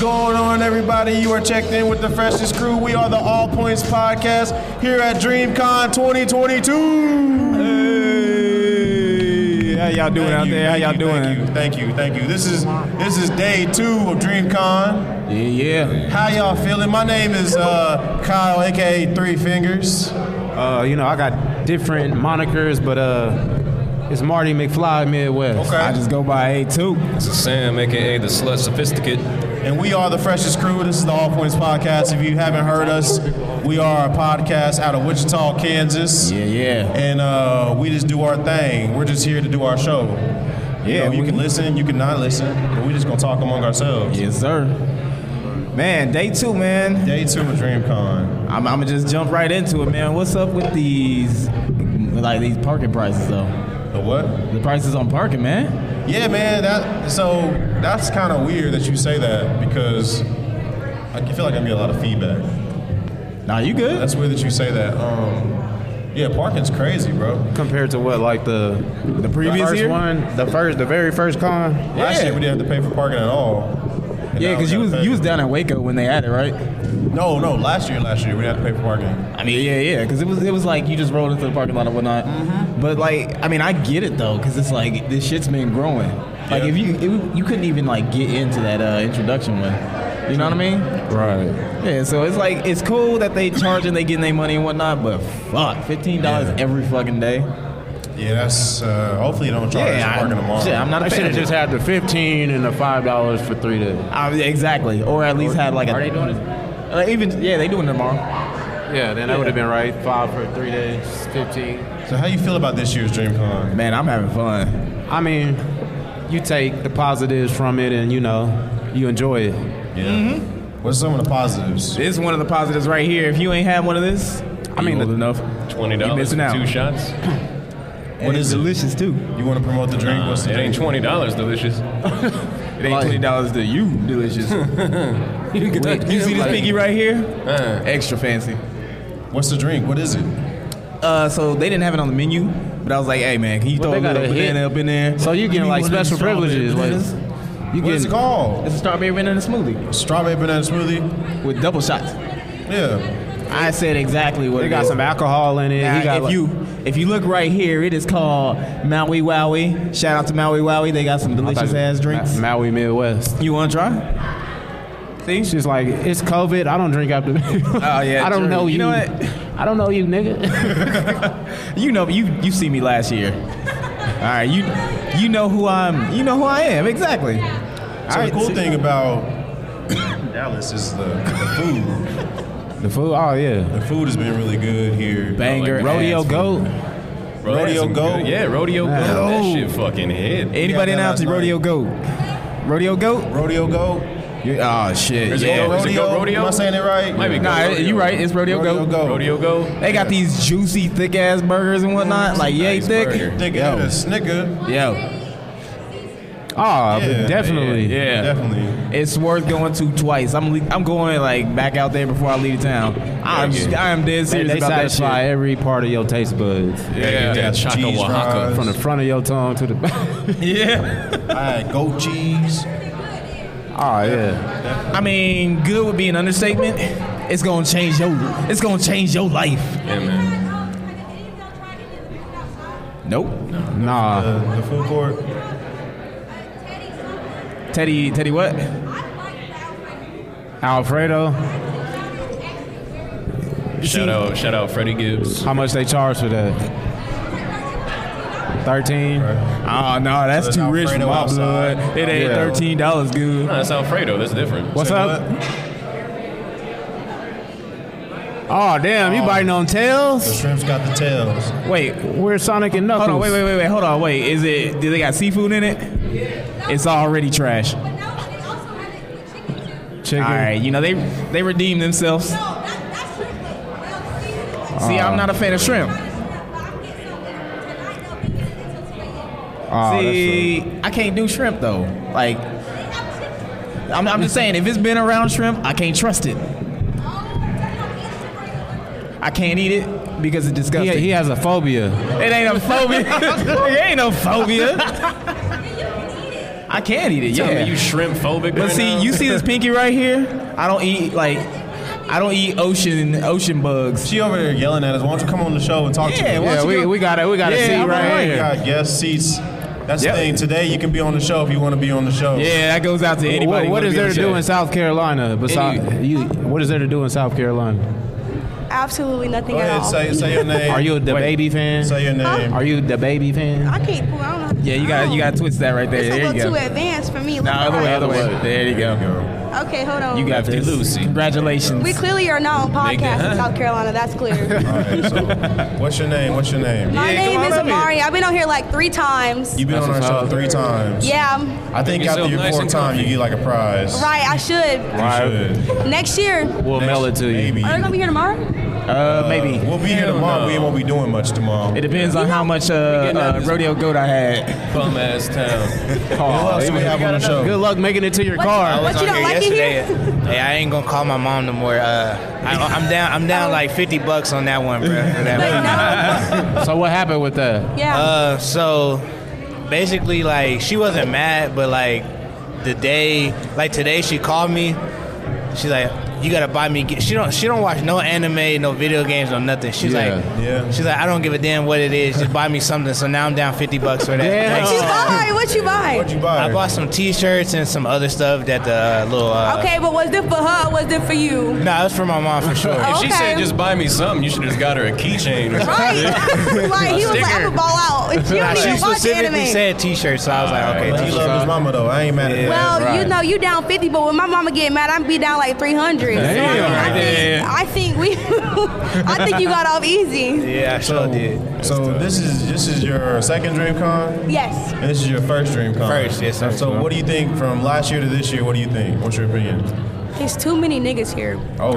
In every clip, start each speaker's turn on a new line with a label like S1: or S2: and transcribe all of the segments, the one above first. S1: going on, everybody? You are checked in with the freshest crew. We are the All Points Podcast here at DreamCon 2022. Hey, how y'all doing
S2: Thank
S1: out
S2: you,
S1: there? How
S2: thank
S1: y'all
S2: you,
S1: doing? Thank you, thank you. This is this is day two of DreamCon.
S2: Yeah, yeah.
S1: How y'all feeling? My name is uh, Kyle, aka Three Fingers.
S2: Uh, you know, I got different monikers, but uh, it's Marty McFly Midwest.
S1: Okay. I just
S2: go by A2.
S3: This is Sam, aka the Slut Sophisticate.
S1: And we are the freshest crew. This is the All Points Podcast. If you haven't heard us, we are a podcast out of Wichita, Kansas.
S2: Yeah, yeah.
S1: and uh, we just do our thing. We're just here to do our show. You,
S2: Yeah,
S1: know, you
S2: we-
S1: can listen, you can not listen, but we just gonna talk among ourselves.
S2: Yes, sir.
S4: Man, day two, man.
S1: Day two of DreamCon.
S4: I'm, I'm gonna just jump right into it, man. What's up with these, like these parking prices though?
S1: The what?
S4: The prices on parking, man.
S1: Yeah, man. That so that's kind of weird that you say that because I feel like I get a lot of feedback.
S4: Nah, you good?
S1: That's weird that you say that. Um, yeah, parking's crazy, bro.
S2: Compared to what, like the the
S4: previous
S2: first
S4: year?
S2: one, the first, the very first con.
S1: Last
S4: Yeah.
S1: year we didn't have to pay for parking at all. And
S4: Yeah,
S1: now we
S4: cause you
S1: gotta
S4: was
S1: pay.
S4: you was down in Waco when they had it, right?
S1: no no last year last year we didn't have to pay for parking.
S4: I mean, yeah, yeah, cause it was it was like you just rolled into the parking lot and whatnot. But like, I mean, I get it though, cause it's like this shit's been growing. Like
S1: Yeah.
S4: if you it, you couldn't even like get into that uh, introduction one, you know what I mean?
S2: Right.
S4: Yeah, so it's like it's cool that they charge and they getting their money and whatnot, but fuck, fifteen dollars every fucking day.
S1: Yeah, that's uh, hopefully they don't charge us for
S4: I,
S1: parking tomorrow.
S4: shit, I'm not
S2: I
S4: a
S2: should
S4: fan.
S2: have
S4: of
S2: just
S4: it.
S2: had the fifteen and the five dollars for three days.
S4: I- exactly, or at least had like a. Are they doing it? even yeah, they doing it tomorrow.
S2: Yeah, then that would have been right. Five for three days, fifteen.
S1: So how you feel about this year's DreamCon?
S4: Man, I'm having fun.
S2: I mean, you take the positives from it, and you know, you enjoy it.
S3: Mm-hmm.
S1: Yeah. What's some of the positives?
S4: This is one of the positives right here. If you ain't had one of this, I
S2: mean,
S4: mean, old
S2: the-
S4: enough.
S3: Twenty
S4: You
S3: dollars
S4: missing
S3: for
S4: out.
S3: two shots.
S4: What
S1: is it?
S4: delicious too?
S1: You want to promote the drink? What's
S3: It
S1: the
S3: ain't
S1: drink?
S3: twenty dollars, delicious.
S4: It ain't twenty dollars to you. Delicious.
S3: You can
S4: Wait, you see this pinky right here? Extra fancy.
S1: What's the drink? What is it?
S4: Uh, so they didn't have it on the menu, but I was like, hey man, can you throw
S2: Well, they
S4: a
S2: got
S4: little
S2: a hit.
S4: banana up in there?
S2: So you getting
S4: Give me
S2: like
S4: one of them
S2: special
S4: strawberry
S2: privileges, like
S4: bananas.
S2: you
S1: What is
S2: getting
S1: it called?
S4: It's a strawberry banana smoothie
S1: Strawberry banana smoothie.
S4: with double shots.
S1: Yeah.
S4: I said exactly what
S2: They
S4: it
S2: got
S4: is.
S2: some alcohol in it.
S4: Now,
S2: he got
S4: if
S2: like-
S4: you if you look right here, it is called Maui Wowie. Shout out to Maui Wowie. They got some delicious ass drinks.
S2: Ma- Maui Midwest.
S4: you want to try?
S2: She's just like, it's COVID. I don't drink after. oh
S4: yeah,
S2: I don't
S4: true.
S2: know you.
S4: You know what?
S2: I don't know you, nigga.
S4: You know you you see me last year. All right, you you know who I'm. You know who I am exactly.
S1: So
S4: right,
S1: the cool
S4: so-
S1: thing about Dallas is the, the food.
S2: the food. Oh yeah.
S1: The food has been really good here.
S4: Banger
S2: Rodeo
S4: ass.
S2: goat.
S1: Rodeo Goat.
S3: Yeah, rodeo goat. That shit fucking hit.
S4: Anybody
S1: Yeah, that
S4: announce
S1: last
S4: the rodeo goat? Rodeo goat?
S1: Rodeo Goat.
S4: You, oh shit!
S3: Is it
S4: yeah.
S3: goat?
S1: Rodeo.
S3: Is it goat rodeo?
S1: Am I saying it right?
S3: Might be
S4: Nah,
S3: goat rodeo.
S4: you right. It's rodeo,
S1: Rodeo
S4: goat.
S1: goat.
S3: Rodeo goat.
S4: They got these juicy, thick ass burgers and whatnot. Like yay
S3: Nice
S4: thick.
S3: burger.
S1: Thick
S4: Yo.
S1: and a snicker.
S4: Yo,
S2: Oh, definitely.
S3: yeah, yeah.
S1: Definitely.
S4: it's worth going to twice. I'm le- I'm going like back out there before I leave town. I'm
S3: Yeah.
S4: I am dead
S2: They,
S4: serious
S2: they
S4: about that
S2: satisfy
S4: shit.
S2: every part of your taste buds,
S3: Yeah,
S1: They
S3: yeah.
S1: got
S3: Chaka
S1: cheese
S3: Oaxaca.
S1: fries.
S2: from the front of your tongue to the back.
S4: Yeah.
S1: I had goat cheese.
S2: oh yeah.
S4: I mean, good would be an understatement. It's gonna change your it's gonna change your life.
S3: Yeah, man.
S4: Nope.
S2: Nah.
S1: The, the food court.
S4: Teddy Teddy what?
S2: Alfredo.
S3: Shout out, shout out, Freddie Gibbs.
S2: How much they charge for that? Thirteen.
S3: Uh,
S4: Oh no, that's
S1: it's
S4: too rich for
S1: Alfredo
S4: my
S1: outside.
S4: blood. It ain't
S2: Yeah.
S4: thirteen dollars good.
S3: Nah, that's Alfredo. That's different.
S2: What's
S1: Say
S2: up?
S1: what?
S2: Oh damn! You biting on
S1: The
S2: tails?
S1: shrimps got the tails.
S4: Wait,
S2: We're Sonic and Knuckles.
S4: Hold on, wait, wait, wait, wait. Hold on, wait. Is it? Do they got seafood in it? It's already trash. All
S2: Chicken.
S4: right, you know they they redeem themselves. See, I'm not a fan of shrimp.
S2: Oh, that's
S4: See, I can't do shrimp though. Like, I'm, I'm just saying, if it's been around shrimp, I can't trust it. I can't eat it because it's
S2: a-
S4: disgusting.
S2: he, he has a phobia.
S4: it ain't a phobia. it ain't no phobia. I can eat it.
S3: Tell
S4: Yeah,
S3: me you shrimp phobic.
S4: But
S3: right
S4: see,
S3: now?
S4: you see this pinky right here? I don't eat like I don't eat ocean ocean bugs.
S1: She over there yelling at us. Why don't you come on the show and talk to
S4: Yeah,
S1: me?
S4: why
S2: Yeah,
S4: don't you
S2: we,
S4: go-
S2: we got it. We got to
S4: Yeah,
S2: see
S4: I'm
S2: right
S4: alright.
S1: We
S2: here.
S1: got guest seats. That's
S4: Yep.
S1: the thing. Today you can be on the show if you want to be on the show.
S4: Yeah, that goes out to anybody.
S2: What-
S4: who
S2: what
S4: wanna
S2: is
S4: be on
S2: there to
S4: the
S2: do
S4: show.
S2: in South Carolina? Besides, you, what is there to do in South Carolina?
S5: Absolutely nothing
S1: Go
S5: at
S1: ahead,
S5: all.
S1: say, say your name.
S2: Are you the baby fan?
S1: Say your name.
S2: Are you the baby fan?
S5: I can't pull. I don't know.
S4: Yeah, you
S5: I
S4: got
S5: don't-
S4: you got to twist that right there.
S5: It's a
S4: There you
S5: little too
S4: go.
S5: advanced for me.
S4: No, other way, other way. There you go.
S5: Okay, hold on.
S4: You got
S3: Lefty
S4: this.
S3: loosey.
S5: We
S4: Congratulations.
S5: clearly are not on
S3: Make it,
S5: podcast
S3: huh?
S5: in South Carolina. That's clear.
S1: All right, so what's your name? What's your name?
S5: My
S4: Yeah, come
S5: name
S4: on
S5: is
S4: up here.
S5: Amari. I've been on here like three times.
S1: You've been on our
S2: That's
S1: show
S2: what's
S1: three times.
S5: yeah, I'm-
S1: I think
S3: Make
S1: after
S3: yourself
S1: your
S3: nice
S1: fourth
S3: and
S1: time, you
S3: comfy.
S1: get like a prize.
S5: right. I should.
S1: You should.
S5: Next year.
S2: We'll mail it
S1: Next-
S2: to you.
S1: Maybe.
S5: Are you gonna be here tomorrow?
S4: Uh, maybe.
S1: We'll be here
S3: Hell
S1: tomorrow.
S3: no.
S1: We won't be doing much tomorrow.
S4: It depends on how much uh,
S3: getting out
S4: uh,
S3: this-
S4: rodeo goat I had.
S3: bum ass town.
S1: Who else do we have on the show?
S2: Good luck making it to your
S5: What-
S2: car.
S5: what- But you
S6: on
S5: don't like it
S6: yesterday.
S5: here?
S6: Hey, I ain't gonna call my mom no more. Uh, I, I'm down. I'm down like 50 bucks on that one, bro. for that
S5: Oh. But
S6: one.
S5: no.
S2: So what happened with that?
S5: Yeah.
S6: Uh, so basically, like she wasn't mad, but like the day, like today, she called me. She's like, "You gotta buy me." Ge-. She don't. She don't watch no anime, no video games, no nothing. She's
S2: Yeah.
S6: like,
S1: Yeah.
S6: She's like, "I don't give a damn what it is. Just buy me something." So now I'm down 50 bucks for that.
S2: Damn.
S5: what
S6: Like,
S5: you buy? What
S1: What'd
S5: you buy?
S1: you buy?
S6: I bought some T-shirts and some other stuff that the uh, little. Uh,
S5: Okay, but was this for her? or Was this for you?
S6: No, it was for my mom for sure.
S5: Oh.
S3: If she said
S5: Okay.
S3: just buy me something, you should have just got her a keychain. or something.
S5: Right. like he was like, I'm gonna ball out. You
S6: Nah,
S5: don't
S6: she
S5: even watch
S6: specifically
S5: anime.
S6: said T-shirt, so I was like, okay.
S1: He loves his mama though. I ain't mad at that.
S5: well, you know, you down fifty, but when my mama get mad, I'm be down like three hundred. I, mean, I think I think we, I think you got off easy.
S6: Yeah, I sure did.
S1: So this is this is your second DreamCon.
S5: Yes.
S1: And this is your first DreamCon.
S6: First, yes, sir.
S1: So what do you think from last year to this year? What do you think? What's your opinion?
S5: There's too many niggas here.
S1: Oh,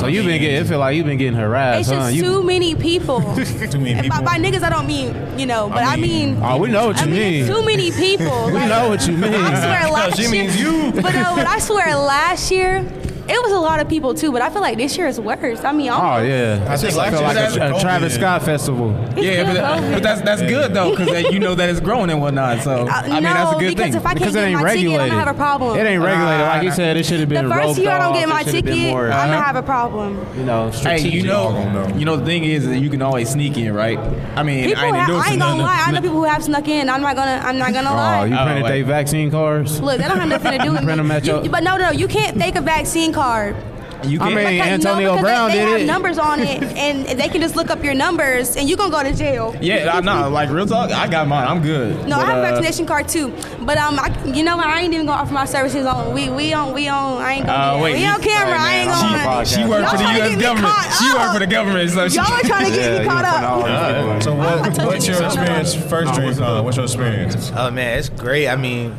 S2: So you've been getting. It feel like you've been getting
S5: It's
S2: harassed, huh?
S5: just
S2: You,
S5: too many people.
S1: man. too many
S5: And by,
S1: people.
S5: by niggas, I don't mean you know, but I
S1: I
S5: mean,
S1: mean-
S2: oh, we know what
S5: I
S2: you
S5: mean, it's
S2: mean.
S5: too many people.
S2: We
S5: Like,
S2: know what you mean.
S5: I swear last
S3: she
S5: year.
S3: means you.
S5: But no, but I swear last year, it was a lot of people too. But I feel like this year is worse. I mean,
S2: Oh
S5: almost.
S2: yeah.
S1: I think
S2: I
S1: last
S2: feel
S1: year
S2: like
S1: was
S2: a, a
S1: COVID.
S2: Travis Scott festival.
S5: It's
S4: Yeah,
S5: still
S4: but,
S5: COVID.
S4: but that's that's good though, because you know that it's growing and whatnot. So
S5: Uh,
S4: I mean, that's a
S5: no,
S4: good
S5: because
S4: thing.
S5: if I can't
S2: Because it
S5: get
S2: ain't
S5: my ticket, I'm
S2: regulated.
S5: gonna have a problem.
S2: It ain't regulated. Like you
S4: Ah.
S2: said, it should have
S5: the
S2: been
S5: first
S2: roped
S5: year I don't
S2: off.
S5: get my
S2: It should have
S5: ticket,
S2: been more,
S5: I'm gonna have a problem.
S2: you know,
S4: Hey,
S2: strategic.
S4: you know,
S1: gonna know.
S4: you know the thing is that you can always sneak in, right? I mean,
S5: People,
S4: I ain't
S5: have, I
S4: endorsing
S5: ain't gonna
S4: nothing.
S5: lie. I know people who have snuck in. I'm not gonna. I'm not gonna
S2: Oh,
S5: lie.
S2: you
S4: Oh,
S2: printed
S4: wait.
S2: they vaccine cards?
S5: Look, that don't have nothing to do with
S2: Print 'em
S5: me.
S2: at your-
S5: You- but no, no, no, you can't fake a vaccine card.
S4: You
S2: I
S4: can.
S2: mean- Hey,
S5: Because-
S2: Antonio
S5: no, because
S2: Brown
S5: they, they
S2: did
S5: have
S2: it.
S5: numbers on it, and they can just look up your numbers, and you gonna go to jail.
S4: yeah, I know. Like real talk, I got mine. I'm good.
S5: No, I
S4: But,
S5: have a
S4: uh,
S5: vaccination card too, but um, I, you know what? I ain't even gonna offer my services on. We we on we on. I ain't gonna.
S4: Uh,
S5: do that.
S4: wait,
S5: we on
S4: you-
S5: camera. I ain't
S4: She,
S5: gonna.
S4: she worked for the
S5: Y'all tryna get
S4: U.S.
S5: me
S4: government.
S5: caught
S4: She
S5: up.
S4: worked for the government. So she,
S5: Y'all are trying to get me caught up.
S1: So
S5: I'm
S1: what,
S5: not
S1: what's your
S5: touching it.
S1: experience first DreamCon? What's your experience?
S6: Oh man, it's great. I mean,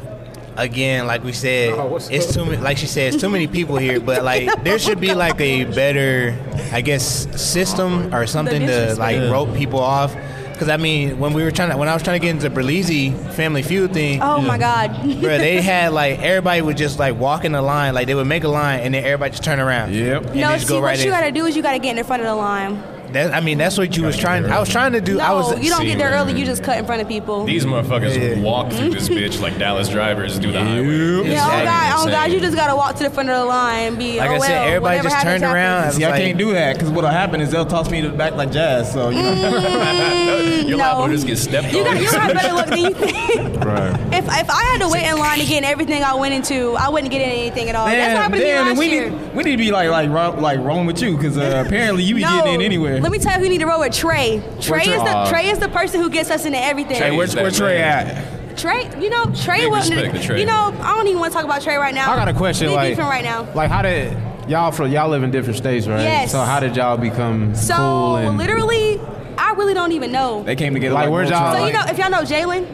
S6: again, like we said, it's too many. Like she said, it's too many people here. But like, there should be like a better, I guess, system or something to
S5: disrespect.
S6: like
S1: Yeah.
S6: rope people off. Because I mean, when we were trying to, when I was trying to get into Berlizzi Family Feud thing,
S5: Oh my god.
S6: bro, they had like everybody would just like walk in the line, like they would make a line, and then everybody just turn around.
S4: Yep.
S6: And
S5: No,
S6: just
S5: see,
S6: go right
S5: what you
S6: in.
S5: gotta do is you gotta get in front of the line.
S6: That, I mean, that's what you was trying. I was trying to do.
S5: No,
S6: I was.
S5: you don't
S3: see,
S5: get there
S3: man.
S5: early. You just cut in front of people.
S3: These motherfuckers walk through this bitch like Dallas drivers do the highway.
S5: yeah, oh
S6: Exactly.
S5: god, oh god,
S3: Insane.
S5: you just gotta walk to the front of the line. and Be
S6: Like
S5: oh,
S6: I said,
S5: well,
S6: everybody
S5: whatever
S6: just
S5: happens,
S6: turned around.
S5: happens.
S4: See, I
S6: Like-
S4: can't do that because what'll happen is they'll toss me to the back like jazz. So you know.
S3: You're
S5: Mm, no.
S3: liable to just get stepped
S5: You
S3: on.
S5: got, you got better luck than you think.
S2: Right.
S5: If, if I had to wait in line to get in everything I went into, I wouldn't get in anything at all. That's what happened to me
S4: and
S5: last
S4: we
S5: year.
S4: need we need to be like like ro- like rolling with you because uh, apparently you be
S5: no,
S4: getting in anywhere.
S5: Let me tell you who need to roll with Trey. Trey,
S4: Trey?
S5: is the
S2: Aw.
S5: Trey is the person who gets us into everything.
S3: Trey,
S4: where's
S3: Is that
S4: where's Trey
S3: man?
S4: at?
S5: Trey, you know, Trey
S3: Big
S5: wasn't.
S3: respect to Trey.
S5: You know, I don't even want to talk about Trey right now.
S2: I got a question.
S5: We
S2: Like,
S5: beefing right now.
S2: Like, how did y'all from y'all live in different states, right?
S5: Yes.
S2: So how did y'all become
S5: So
S2: cool and
S5: literally, I really don't even know.
S4: They came together.
S2: Like,
S4: Like,
S2: where's
S4: Voltron.
S2: y'all,
S5: So
S2: like-
S5: you know, if y'all know Jalen,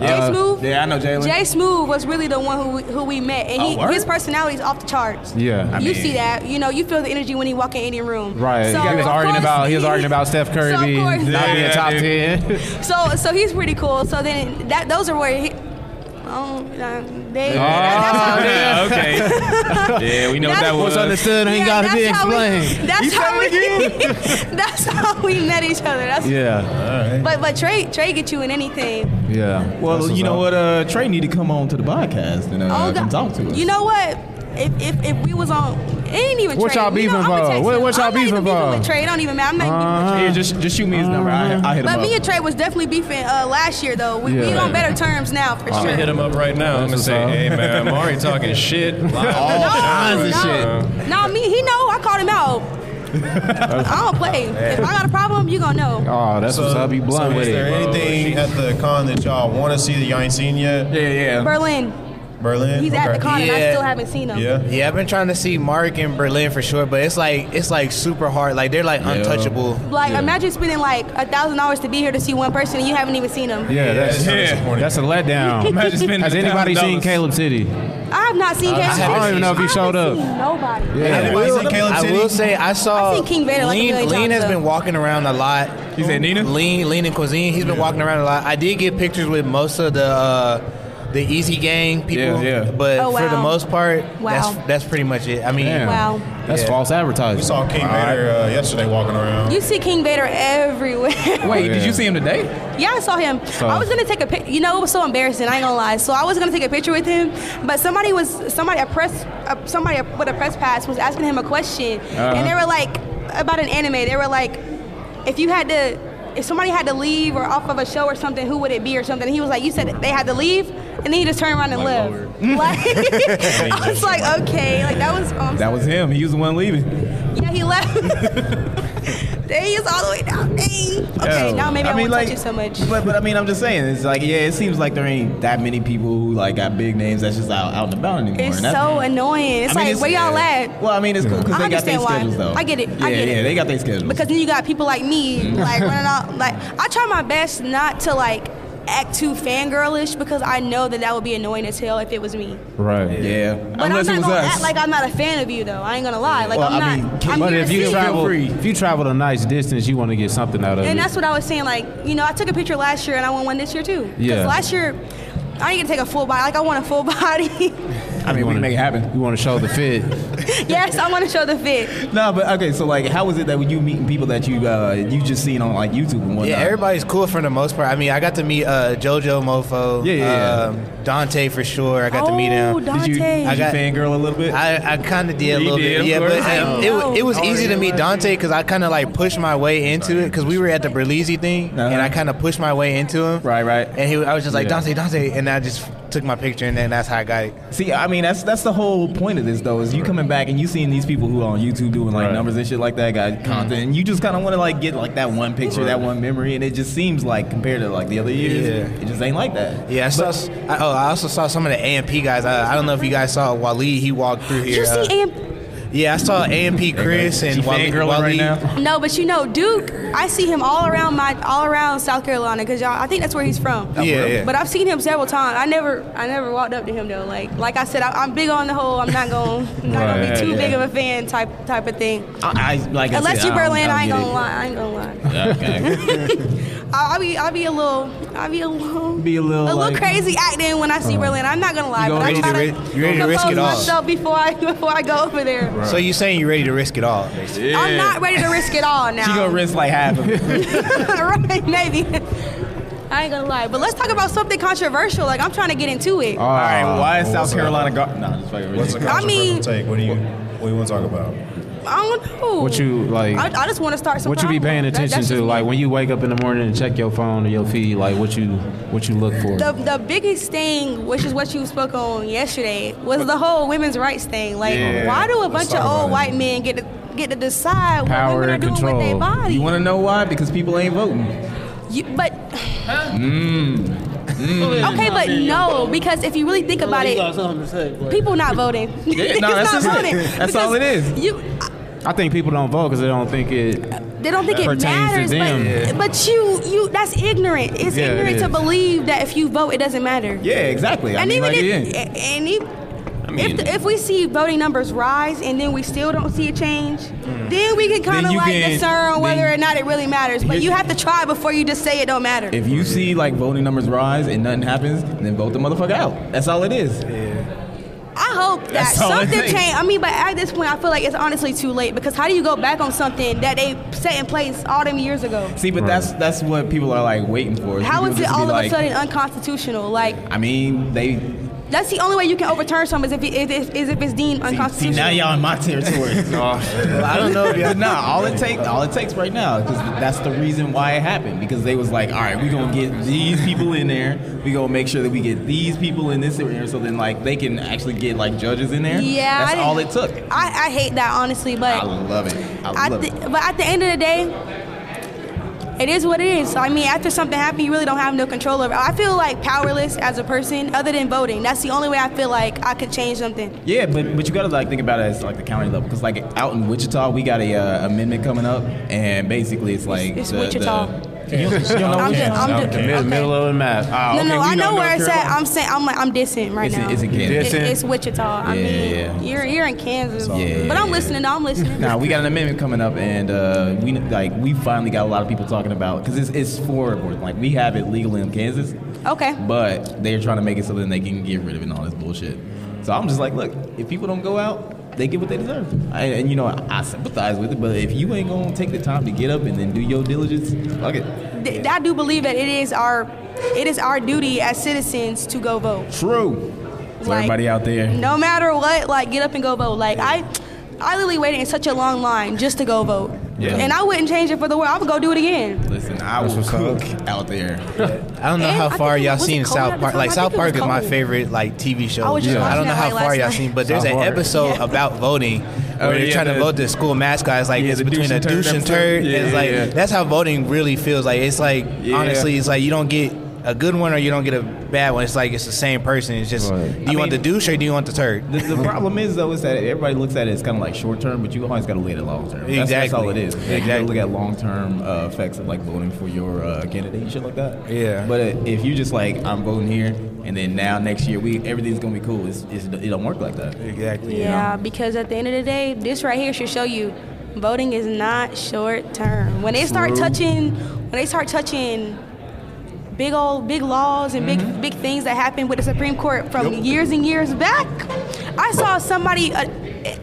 S5: Jay
S2: Uh,
S5: Smooth.
S4: yeah, I know Jalen.
S5: Jay Smooth was really the one who we, who we met, and he,
S4: Oh, word?
S5: his personality is off the charts.
S2: Yeah. I
S5: you
S2: mean-
S5: see that. You know, you feel the energy when he walk in any room.
S2: Right.
S5: So,
S2: he was
S5: of
S2: arguing
S5: course,
S2: about he was arguing about Steph
S5: So,
S2: Curry
S5: of
S2: being
S5: course-
S2: not being
S3: Yeah,
S2: top
S3: dude.
S2: ten.
S5: So so he's pretty cool. So then that those are where he, um, uh, They,
S2: Oh,
S5: that- that's how
S3: yeah, okay. yeah, we know what that
S5: That's-
S3: was.
S5: What's
S2: understood ain't gotta be
S5: that's how we-
S2: explained.
S5: That's how we. that's how we met each other. That's
S2: Yeah,
S5: but but Trey Trey get you in anything.
S2: yeah.
S4: Well, you
S2: That's what's
S4: know
S2: up.
S4: what? Uh, Trey need to come on to the podcast and uh, come
S5: Oh, God.
S4: talk to us.
S5: You know what? If, if, if we was on, it ain't even
S2: What
S5: Trey.
S2: y'all
S5: you
S2: beefing
S5: know, I'ma
S2: about?
S5: text
S2: What-
S5: him.
S2: what y'all
S5: I'm not even
S2: beefing about?
S5: With Trey, it don't even matter. I'm not even beefing with Trey.
S4: yeah, just just shoot me his number. I, I hit him
S5: But
S4: up.
S5: me and Trey was definitely beefing uh, last year though. We, we
S2: Yeah.
S5: on better terms now
S3: I'm
S5: for sure.
S3: gonna Oh, hit him up right now. I'm gonna
S2: That's
S3: say,
S2: what's up.
S3: hey man, Mari talking shit.
S5: no,
S3: Live.
S5: no. No, me he know. I called him out. I don't play. If I got a problem, you gonna know.
S2: Oh, that's what's up. Be blunt
S1: so
S2: with
S1: is there
S2: it.
S1: anything at the con that y'all want to see that y'all ain't seen yet?
S4: yeah, yeah.
S5: Berlin.
S1: Berlin.
S5: He's at the con and I
S6: Yeah.
S5: still haven't seen him.
S1: Yeah.
S6: Yeah, I've been trying to see Mark in Berlin for sure, but it's like it's like super hard. Like they're like untouchable.
S5: Like imagine spending like a thousand dollars to be here to see one person and you haven't even seen him.
S2: Yeah, that's
S1: kinda disappointing.
S2: that's a letdown.
S3: Imagine spending
S2: Has anybody seen
S3: $1,000.
S2: Caleb City?
S5: I have not seen. Caleb
S6: I
S5: Smith.
S6: don't
S2: even know if he
S5: I
S2: showed
S5: haven't
S2: up.
S5: seen Nobody.
S2: Yeah.
S1: Anybody seen Caleb
S6: I
S1: City?
S6: will say I saw
S5: I seen King Vader like a
S6: Lean,
S5: million
S6: Lean
S5: times,
S6: has
S5: though.
S6: been walking around a lot.
S4: You said Nina?
S6: Lean, Lean and Cuisine. He's been walking around a lot. I did get pictures with most of the uh, the Easy Gang people.
S4: Yeah, yeah.
S6: But
S5: Oh,
S6: for the
S5: wow.
S6: most part,
S5: Wow.
S6: that's that's pretty much it. I mean,
S2: Damn.
S5: Wow.
S2: That's
S6: Yeah.
S2: false advertising.
S1: We saw King Vader uh, yesterday walking around.
S5: You see King Vader everywhere.
S4: Wait,
S2: Yeah.
S4: did you see him today?
S5: yeah, I saw him. I was gonna take a pic. You know, it was so embarrassing. I ain't gonna lie. So I was gonna take a picture with him, but somebody was somebody a press a, somebody with a press pass was asking him a question,
S4: Uh-huh.
S5: and they were like about an anime. They were like, if you had to. If somebody had to leave or off of a show or something, who would it be or something? And he was like, "You said they had to leave," and then he just turned around and left. Like, I was like, "Okay, like that was." Um,
S4: That was him. He was the one leaving.
S5: Yeah, he left. there he is all the way down. Dang. Okay,
S4: Oh.
S5: now maybe I, won't touch you so much.
S4: But, but I mean, I'm just saying, it's like, yeah, it seems like there ain't that many people who like got big names that's just out, out and about anymore.
S5: It's
S4: and that's-
S5: so annoying. It's
S4: I mean,
S5: like, where y'all
S4: yeah.
S5: at?
S4: Well, I mean, it's cool because
S5: I
S4: they got their
S5: understand why.
S4: schedules, though.
S5: I get it.
S4: Yeah,
S5: I get it.
S4: yeah, they got their schedules.
S5: Because then you got people like me,
S4: Mm-hmm.
S5: like running out. Like I try my best not to like act too fangirlish because I know that that would be annoying as hell if it was me.
S2: Right.
S4: yeah,
S5: But
S4: unless
S5: I'm
S4: it
S5: not
S4: was
S5: gonna
S4: us.
S5: act like I'm not a fan of you though. I ain't gonna lie. Like
S4: Well,
S5: I'm
S4: I mean,
S5: not.
S4: can-
S5: I'm
S4: but
S5: here
S4: if
S5: to
S4: you
S5: see
S4: travel- free.
S2: If you traveled a nice distance, you want to get something out of
S5: And
S2: it.
S5: that's what I was saying. Like, you know, I took a picture last year and I want one this year too. Because
S2: Yeah.
S5: last year, I didn't get to take a full body. Like, I want a full body.
S4: I mean, we can make it happen.
S2: you want to show the fit.
S5: yes, I want to show the fit.
S4: No, but okay. So like, how is it that when you meeting people that you uh, you just seen on like YouTube and whatnot?
S6: Yeah, everybody's cool for the most part. I mean, I got to meet uh, JoJo Mofo.
S4: Yeah, yeah, yeah.
S6: um, Dante for sure. I got to meet
S5: Oh,
S6: him.
S5: Dante.
S4: Did you, did
S6: I
S4: you
S6: got-
S4: fangirl a little bit?
S6: I, I kind of did a
S3: You
S6: little
S3: did,
S6: bit,
S3: of
S6: yeah. But
S3: course.
S6: um, it,
S5: Oh.
S6: wa- it was easy to meet Dante because I kind of like pushed my way into it because we were at the Berlizzi thing
S4: Uh-huh.
S6: and I kind of pushed my way into him.
S4: Right, right.
S6: And he, I was just like Dante, Dante, and I just took my picture and then that's how I got it.
S4: See, I mean, that's that's the whole point of this, though, is you coming back and you seeing these people who are on YouTube doing like
S2: Right.
S4: numbers and shit like that, got content, and you just kind of want to like get like that one picture, that one memory, and it just seems like compared to like the other years,
S6: Yeah.
S4: it just ain't like that.
S6: Yeah, I saw. s I oh, I also saw some of the AMP guys. I, I don't know if you guys saw Waleed. He walked through
S5: Did
S6: here.
S5: you
S6: uh,
S5: see Am-
S6: yeah, I saw AMP Chris and Waleed. Waleed.
S5: No, but you know Duke. I see him all around my all around South Carolina because y'all. I think that's where he's from.
S6: Yeah, Oh, yeah.
S5: But I've seen him several times. I never I never walked up to him though. Like like I said, I, I'm big on the whole. I'm not going to not gonna
S2: Right,
S5: be too
S4: yeah.
S5: big of a fan type type of thing.
S4: I, I like I
S5: Unless
S4: said,
S5: you
S4: I don't-
S5: Berlin, I,
S4: I
S5: ain't
S4: don't
S5: gonna lie. I ain't gonna lie.
S4: get it. Okay.
S5: I'll, I'll be I'll be a little I'll be a little
S4: Be a little, like- Uh-huh.
S5: crazy acting when I see Berlin. I'm not gonna lie,
S4: You
S5: but
S4: gonna
S5: I'm
S4: risk
S5: trying
S6: it,
S5: to
S6: ri- you ready to risk it
S5: compose
S6: all.
S5: myself before I before I go over there.
S6: So you saying you're ready to risk it all?
S5: I'm not ready to risk it all now.
S4: she gonna risk like half of it.
S5: right? Maybe. I ain't gonna lie, but let's talk about something controversial. Like I'm trying to get into it.
S4: All
S2: Ah,
S4: right, why is
S1: what's
S4: South
S1: up?
S4: Carolina? Gar- nah, just fucking
S1: What's
S4: ridiculous.
S1: the
S5: I
S1: controversial
S5: mean-
S1: take? What do you what do you want to talk about?
S5: I don't know.
S2: What you like?
S5: I, I just want to start some.
S2: what you be paying
S5: problems. That-
S2: attention
S5: that's
S2: to?
S5: just me.
S2: Like when you wake up in the morning and check your phone or your feed, like what you what you look for?
S5: the the biggest thing, which is what you spoke on yesterday, was the whole women's rights thing. Like, why do a bunch of
S1: talk about
S5: old
S1: it.
S5: white men get to, get to decide
S2: Power
S5: what women are
S2: and
S5: doing with their
S2: control.
S5: body?
S4: You want to know why? Because people ain't voting.
S5: You, but. Okay, but no, because if you really think about it, people not voting.
S4: Yeah, no,
S5: It's
S4: that's just it. That's
S5: because
S4: all it is.
S5: You,
S2: I think people don't vote because they don't think it.
S5: they don't think it
S2: Pertains to
S5: matters,
S2: them. Yeah.
S5: but but you you that's ignorant. It's
S2: Yeah, it
S5: ignorant to
S2: is.
S5: believe that if you vote, it doesn't matter.
S4: Yeah, exactly. I
S5: and
S4: mean,
S5: even
S4: like,
S5: if,
S4: yeah.
S5: and even
S3: I
S5: if, the, if we see voting numbers rise and then we still don't see a change, then we can kind of
S4: Hmm. you
S5: like
S4: can-
S5: discern
S4: then-
S5: whether or not it really matters. But you have to try before you just say it don't matter.
S4: If you see like voting numbers rise and nothing happens, then vote the motherfucker out. That's all it is.
S5: I hope that
S4: That's all I
S5: something
S4: think.
S5: changed. I mean, but at this point, I feel like it's honestly too late because how do you go back on something that they set in place all them years ago?
S4: See, but that's that's what people are like waiting for.
S5: How
S4: People
S5: is it
S4: just be
S5: all of
S4: like-
S5: a sudden unconstitutional? Like
S4: I mean, they.
S5: that's the only way you can overturn something is if it, is, is if it's deemed
S4: See,
S5: unconstitutional.
S4: now y'all in my territory. I don't know. If y'all, nah, all it takes, all it takes right now, because that's the reason why it happened. Because they was like, all right, we gonna get these people in there. We gonna make sure that we get these people in this area, so then like they can actually get like judges in there.
S5: yeah, I
S4: that's
S5: didn't-
S4: all it took.
S5: I, I hate that honestly, but
S4: I love it. I
S5: I
S4: love
S5: thi-
S4: it.
S5: but at the end of the day, it is what it is. I mean, after something happened, you really don't have no control over. it. I feel like powerless as a person, other than voting. That's the only way I feel like I could change something.
S4: Yeah, but but you gotta like think about it as like the county level, because like out in Wichita, we got a uh, amendment coming up, and basically it's like
S5: It's
S4: the,
S5: Wichita.
S4: The, you, don't- you don't know
S5: I'm
S4: Wichita?
S5: just, I'm
S2: Okay.
S5: just,
S2: Mid-
S5: okay.
S2: Middle of the map. Ah,
S5: No,
S2: okay,
S5: no,
S2: we
S5: I know
S2: know
S5: where it's
S2: North
S5: at. I'm saying I'm like I'm dissing right
S4: It's in-
S5: now.
S4: it's in Kansas.
S5: It- it's Wichita. I
S4: Yeah,
S5: mean,
S4: yeah.
S5: you're you're in Kansas,
S4: Yeah,
S5: but I'm
S4: yeah.
S5: listening. though. I'm listening.
S4: Nah, we got an amendment coming up, and uh, we like we finally got a lot of people talking about because it's, it's for abortion. Like we have it legally in Kansas,
S5: Okay.
S4: but they're trying to make it so that they can get rid of it and all this bullshit. So I'm just like, look, if people don't go out, they get what they deserve. I, and you know, I sympathize with it, but if you ain't gonna take the time to get up and then do your diligence, fuck it.
S5: Th- I do believe that it is our it is our duty as citizens to go vote.
S4: True. So
S5: Like-
S4: everybody out there,
S5: No matter what, like get up and go vote. Like I, I literally waited in such a long line just to go vote.
S4: Yeah.
S5: And I wouldn't change it for the world. I would go do it again.
S4: listen, I will cook out there.
S6: I don't
S5: And
S6: know
S5: I
S6: how
S5: think
S6: far
S5: it
S6: y'all
S5: was- was it
S6: seen
S5: cold
S6: South
S5: at the
S6: Park.
S5: time? I
S6: Like
S5: think
S6: South
S5: it was
S6: Park is my
S5: cold.
S6: favorite like TV show.
S5: I was just Yeah.
S6: I
S5: watching
S6: don't know
S5: that
S6: how
S5: late
S6: far
S5: last
S6: y'all
S5: night.
S6: seen, but there's
S2: South
S6: an
S2: Park.
S6: episode
S5: Yeah.
S6: about voting.
S2: Oh,
S6: where they're
S2: yeah,
S6: trying to
S2: the-
S6: vote the school mascot. It's like
S2: Yeah,
S6: it's
S2: the
S6: between
S2: douche
S6: a
S2: and
S6: douche
S2: turd.
S6: and turd.
S2: Yeah,
S6: it's like
S2: yeah.
S6: that's how voting really feels. Like it's like
S2: Yeah.
S6: honestly, it's like you don't get a good one or you don't get a bad one. It's like it's the same person. It's just
S2: Right.
S6: do you
S4: I
S6: want
S4: mean-
S6: the douche or do you want the turd?
S4: The, the problem is though is that everybody looks at it as kind of like short term, but you always got to look at it long term. That's, that's
S6: Exactly.
S4: all it is. Like, You got to
S6: Exactly.
S4: look at long term uh, effects of like voting for your uh, candidate and shit like that.
S6: Yeah.
S4: But uh, if you just like I'm voting here, and then now next year we everything's gonna be cool. It's, it's it don't work like that.
S6: Exactly.
S5: Yeah, because at the end of the day, this right here should show you voting is not short term. When they start touching, when they start touching big old big laws and
S4: Mm-hmm.
S5: big big things that happened with the Supreme Court from years and years back, I saw somebody. A,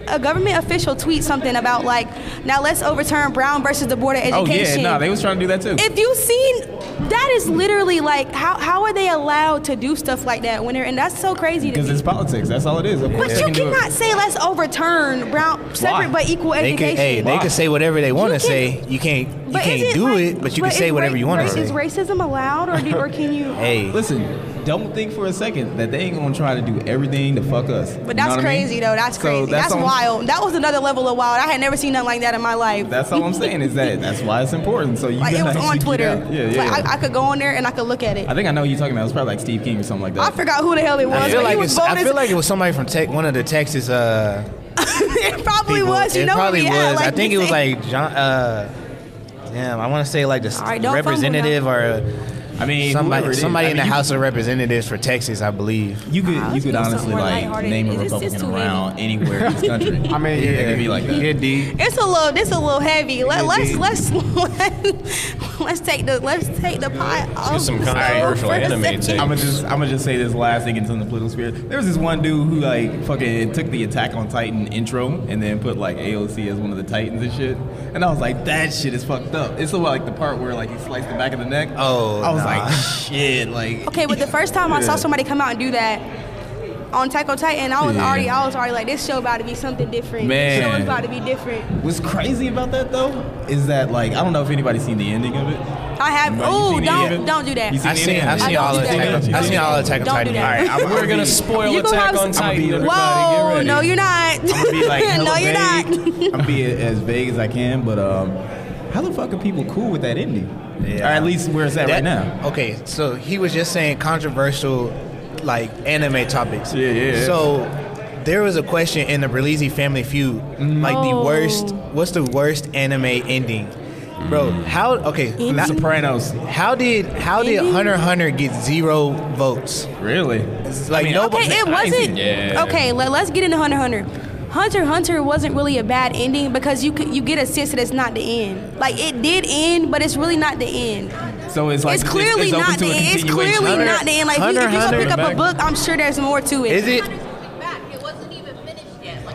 S5: a government official tweet something about like, now let's overturn Brown versus the Board of
S4: Oh yeah,
S5: Education.
S4: no, they was trying to do that too.
S5: if you seen that is literally like how, how are they allowed to do stuff like that when they're and that's so crazy to
S4: because
S5: me.
S4: it's politics. That's all it is. Of
S5: But
S4: course they
S5: you
S4: can do it.
S5: cannot say let's overturn Brown separate
S4: Why?
S5: but equal
S6: They
S5: education.
S6: could, hey, they
S4: Why?
S6: could say whatever they want to
S5: can-
S6: say. You can't, you
S5: But is
S6: can't do
S5: ra-
S6: it, but you can
S5: is
S6: say whatever
S5: ra-
S6: you want
S5: ra-
S6: to say.
S5: Is racism allowed or do, or can you?
S6: Hey,
S4: Listen, don't think for a second that they ain't gonna try to do everything to fuck us. You
S5: But
S4: know
S5: that's
S4: what I mean?
S5: crazy though. That's
S4: So
S5: crazy. That's,
S4: all-
S5: wild. That was another level of wild. I had never seen nothing like that in my life.
S4: That's all I'm saying is that that's why it's important. So you
S5: like it
S4: gotta
S5: was
S4: actually
S5: on
S4: get
S5: Twitter.
S4: out. Yeah, yeah.
S5: Like, I, I could go on there and I could look at it.
S4: I think I know who you're talking about. It's probably like Steve King or something like
S5: I
S4: that.
S5: forgot who the hell it was.
S6: I feel
S5: but
S6: like
S5: he was
S6: it's, I
S5: voting-
S6: feel like it was somebody from Tech, one of the Texas uh,
S5: it probably
S6: people.
S5: was. You
S6: it
S5: know what
S6: probably
S5: we
S6: was.
S5: had,
S6: I
S5: like
S6: think
S5: you
S6: it was
S5: say.
S6: like John. Uh, damn, I want to say like the
S5: All right, don't fumble
S6: representative or
S4: I mean, whoever it
S6: somebody,
S4: is.
S6: somebody
S4: I
S6: in
S4: mean,
S6: the
S4: you-
S6: House of Representatives for Texas, I believe.
S4: You could
S5: Wow,
S4: you
S5: let's
S4: could
S5: do something
S4: honestly
S5: more
S4: like
S5: lighthearted.
S4: name a
S5: It's just- it's
S4: Republican
S5: too
S4: around anywhere in this country.
S2: I mean, yeah,
S4: it'd be like that.
S2: Yeah, D.
S5: It's a little. This a little heavy. Let, let's let's let's take the let's take the pot off.
S3: some
S5: the stove
S3: controversial
S5: for a
S3: anime
S5: second.
S3: too.
S4: I'm gonna just I'm gonna just say this last thing into the political sphere. There was this one dude who like fucking took the Attack on Titan intro and then put like AOC as one of the Titans and shit. And I was like, that shit is fucked up. It's about like the part where like he sliced the back of the neck.
S6: Oh,
S4: I was
S6: nah.
S4: like, shit, like
S5: Okay, but the first time I saw
S4: Yeah.
S5: somebody come out and do that on Taco Titan, I was
S4: Yeah.
S5: already I was already like, this show about to be something different. This show
S4: Man.
S5: is about to be different.
S4: What's crazy about that though is that like I don't know if anybody's seen the ending of it.
S5: I have.
S4: Right, you
S5: Oh,
S4: seen it
S5: don't
S4: yet?
S5: don't do that.
S4: You
S6: I
S4: seen
S6: seen,
S4: it?
S6: I
S5: I
S6: seen all
S5: don't
S6: of
S5: do that.
S6: Attack. I seen all of Attack on
S5: Don't do
S6: Titan.
S5: that.
S6: All right, I'm,
S2: We're gonna
S5: You
S2: spoil
S5: gonna
S2: Attack
S5: have-
S2: on
S5: I'ma
S4: be
S2: Titan.
S4: like-
S2: everybody. Get
S5: Whoa!
S2: ready.
S5: No, you're not.
S4: I'm gonna be like hella
S5: no, you're not.
S4: vague. I'm gonna be as vague as I can, but um, how the fuck are people cool with that ending?
S6: Yeah.
S4: Or at least where it's at right now.
S6: Okay, so he was just saying controversial, like anime topics.
S4: Yeah, yeah, yeah.
S6: So there was a question in the Belize Family Feud, like the
S5: Oh.
S6: worst. What's the worst anime ending? Bro,
S4: Mm.
S6: how okay? not-
S4: Sopranos.
S6: How did how did
S5: Indeed.
S6: Hunter x Hunter get zero votes?
S4: Really?
S6: Like nobody.
S5: Okay, it wasn't.
S3: Yeah.
S5: Okay, let, us get into Hunter x Hunter. Hunter x Hunter wasn't really a bad ending because you c- you get a sense that it's not the end. Like it did end, but it's really not the end.
S4: So it's like
S5: it's clearly
S4: it's, it's
S5: not
S4: open to a
S5: the end. It's
S4: continuation.
S5: clearly
S6: Hunter-
S5: not the end. Like if you-
S6: Hunter
S5: if you're
S6: x
S5: gonna pick
S6: Hunter.
S5: up a book, I'm sure there's more to it.
S6: Is it?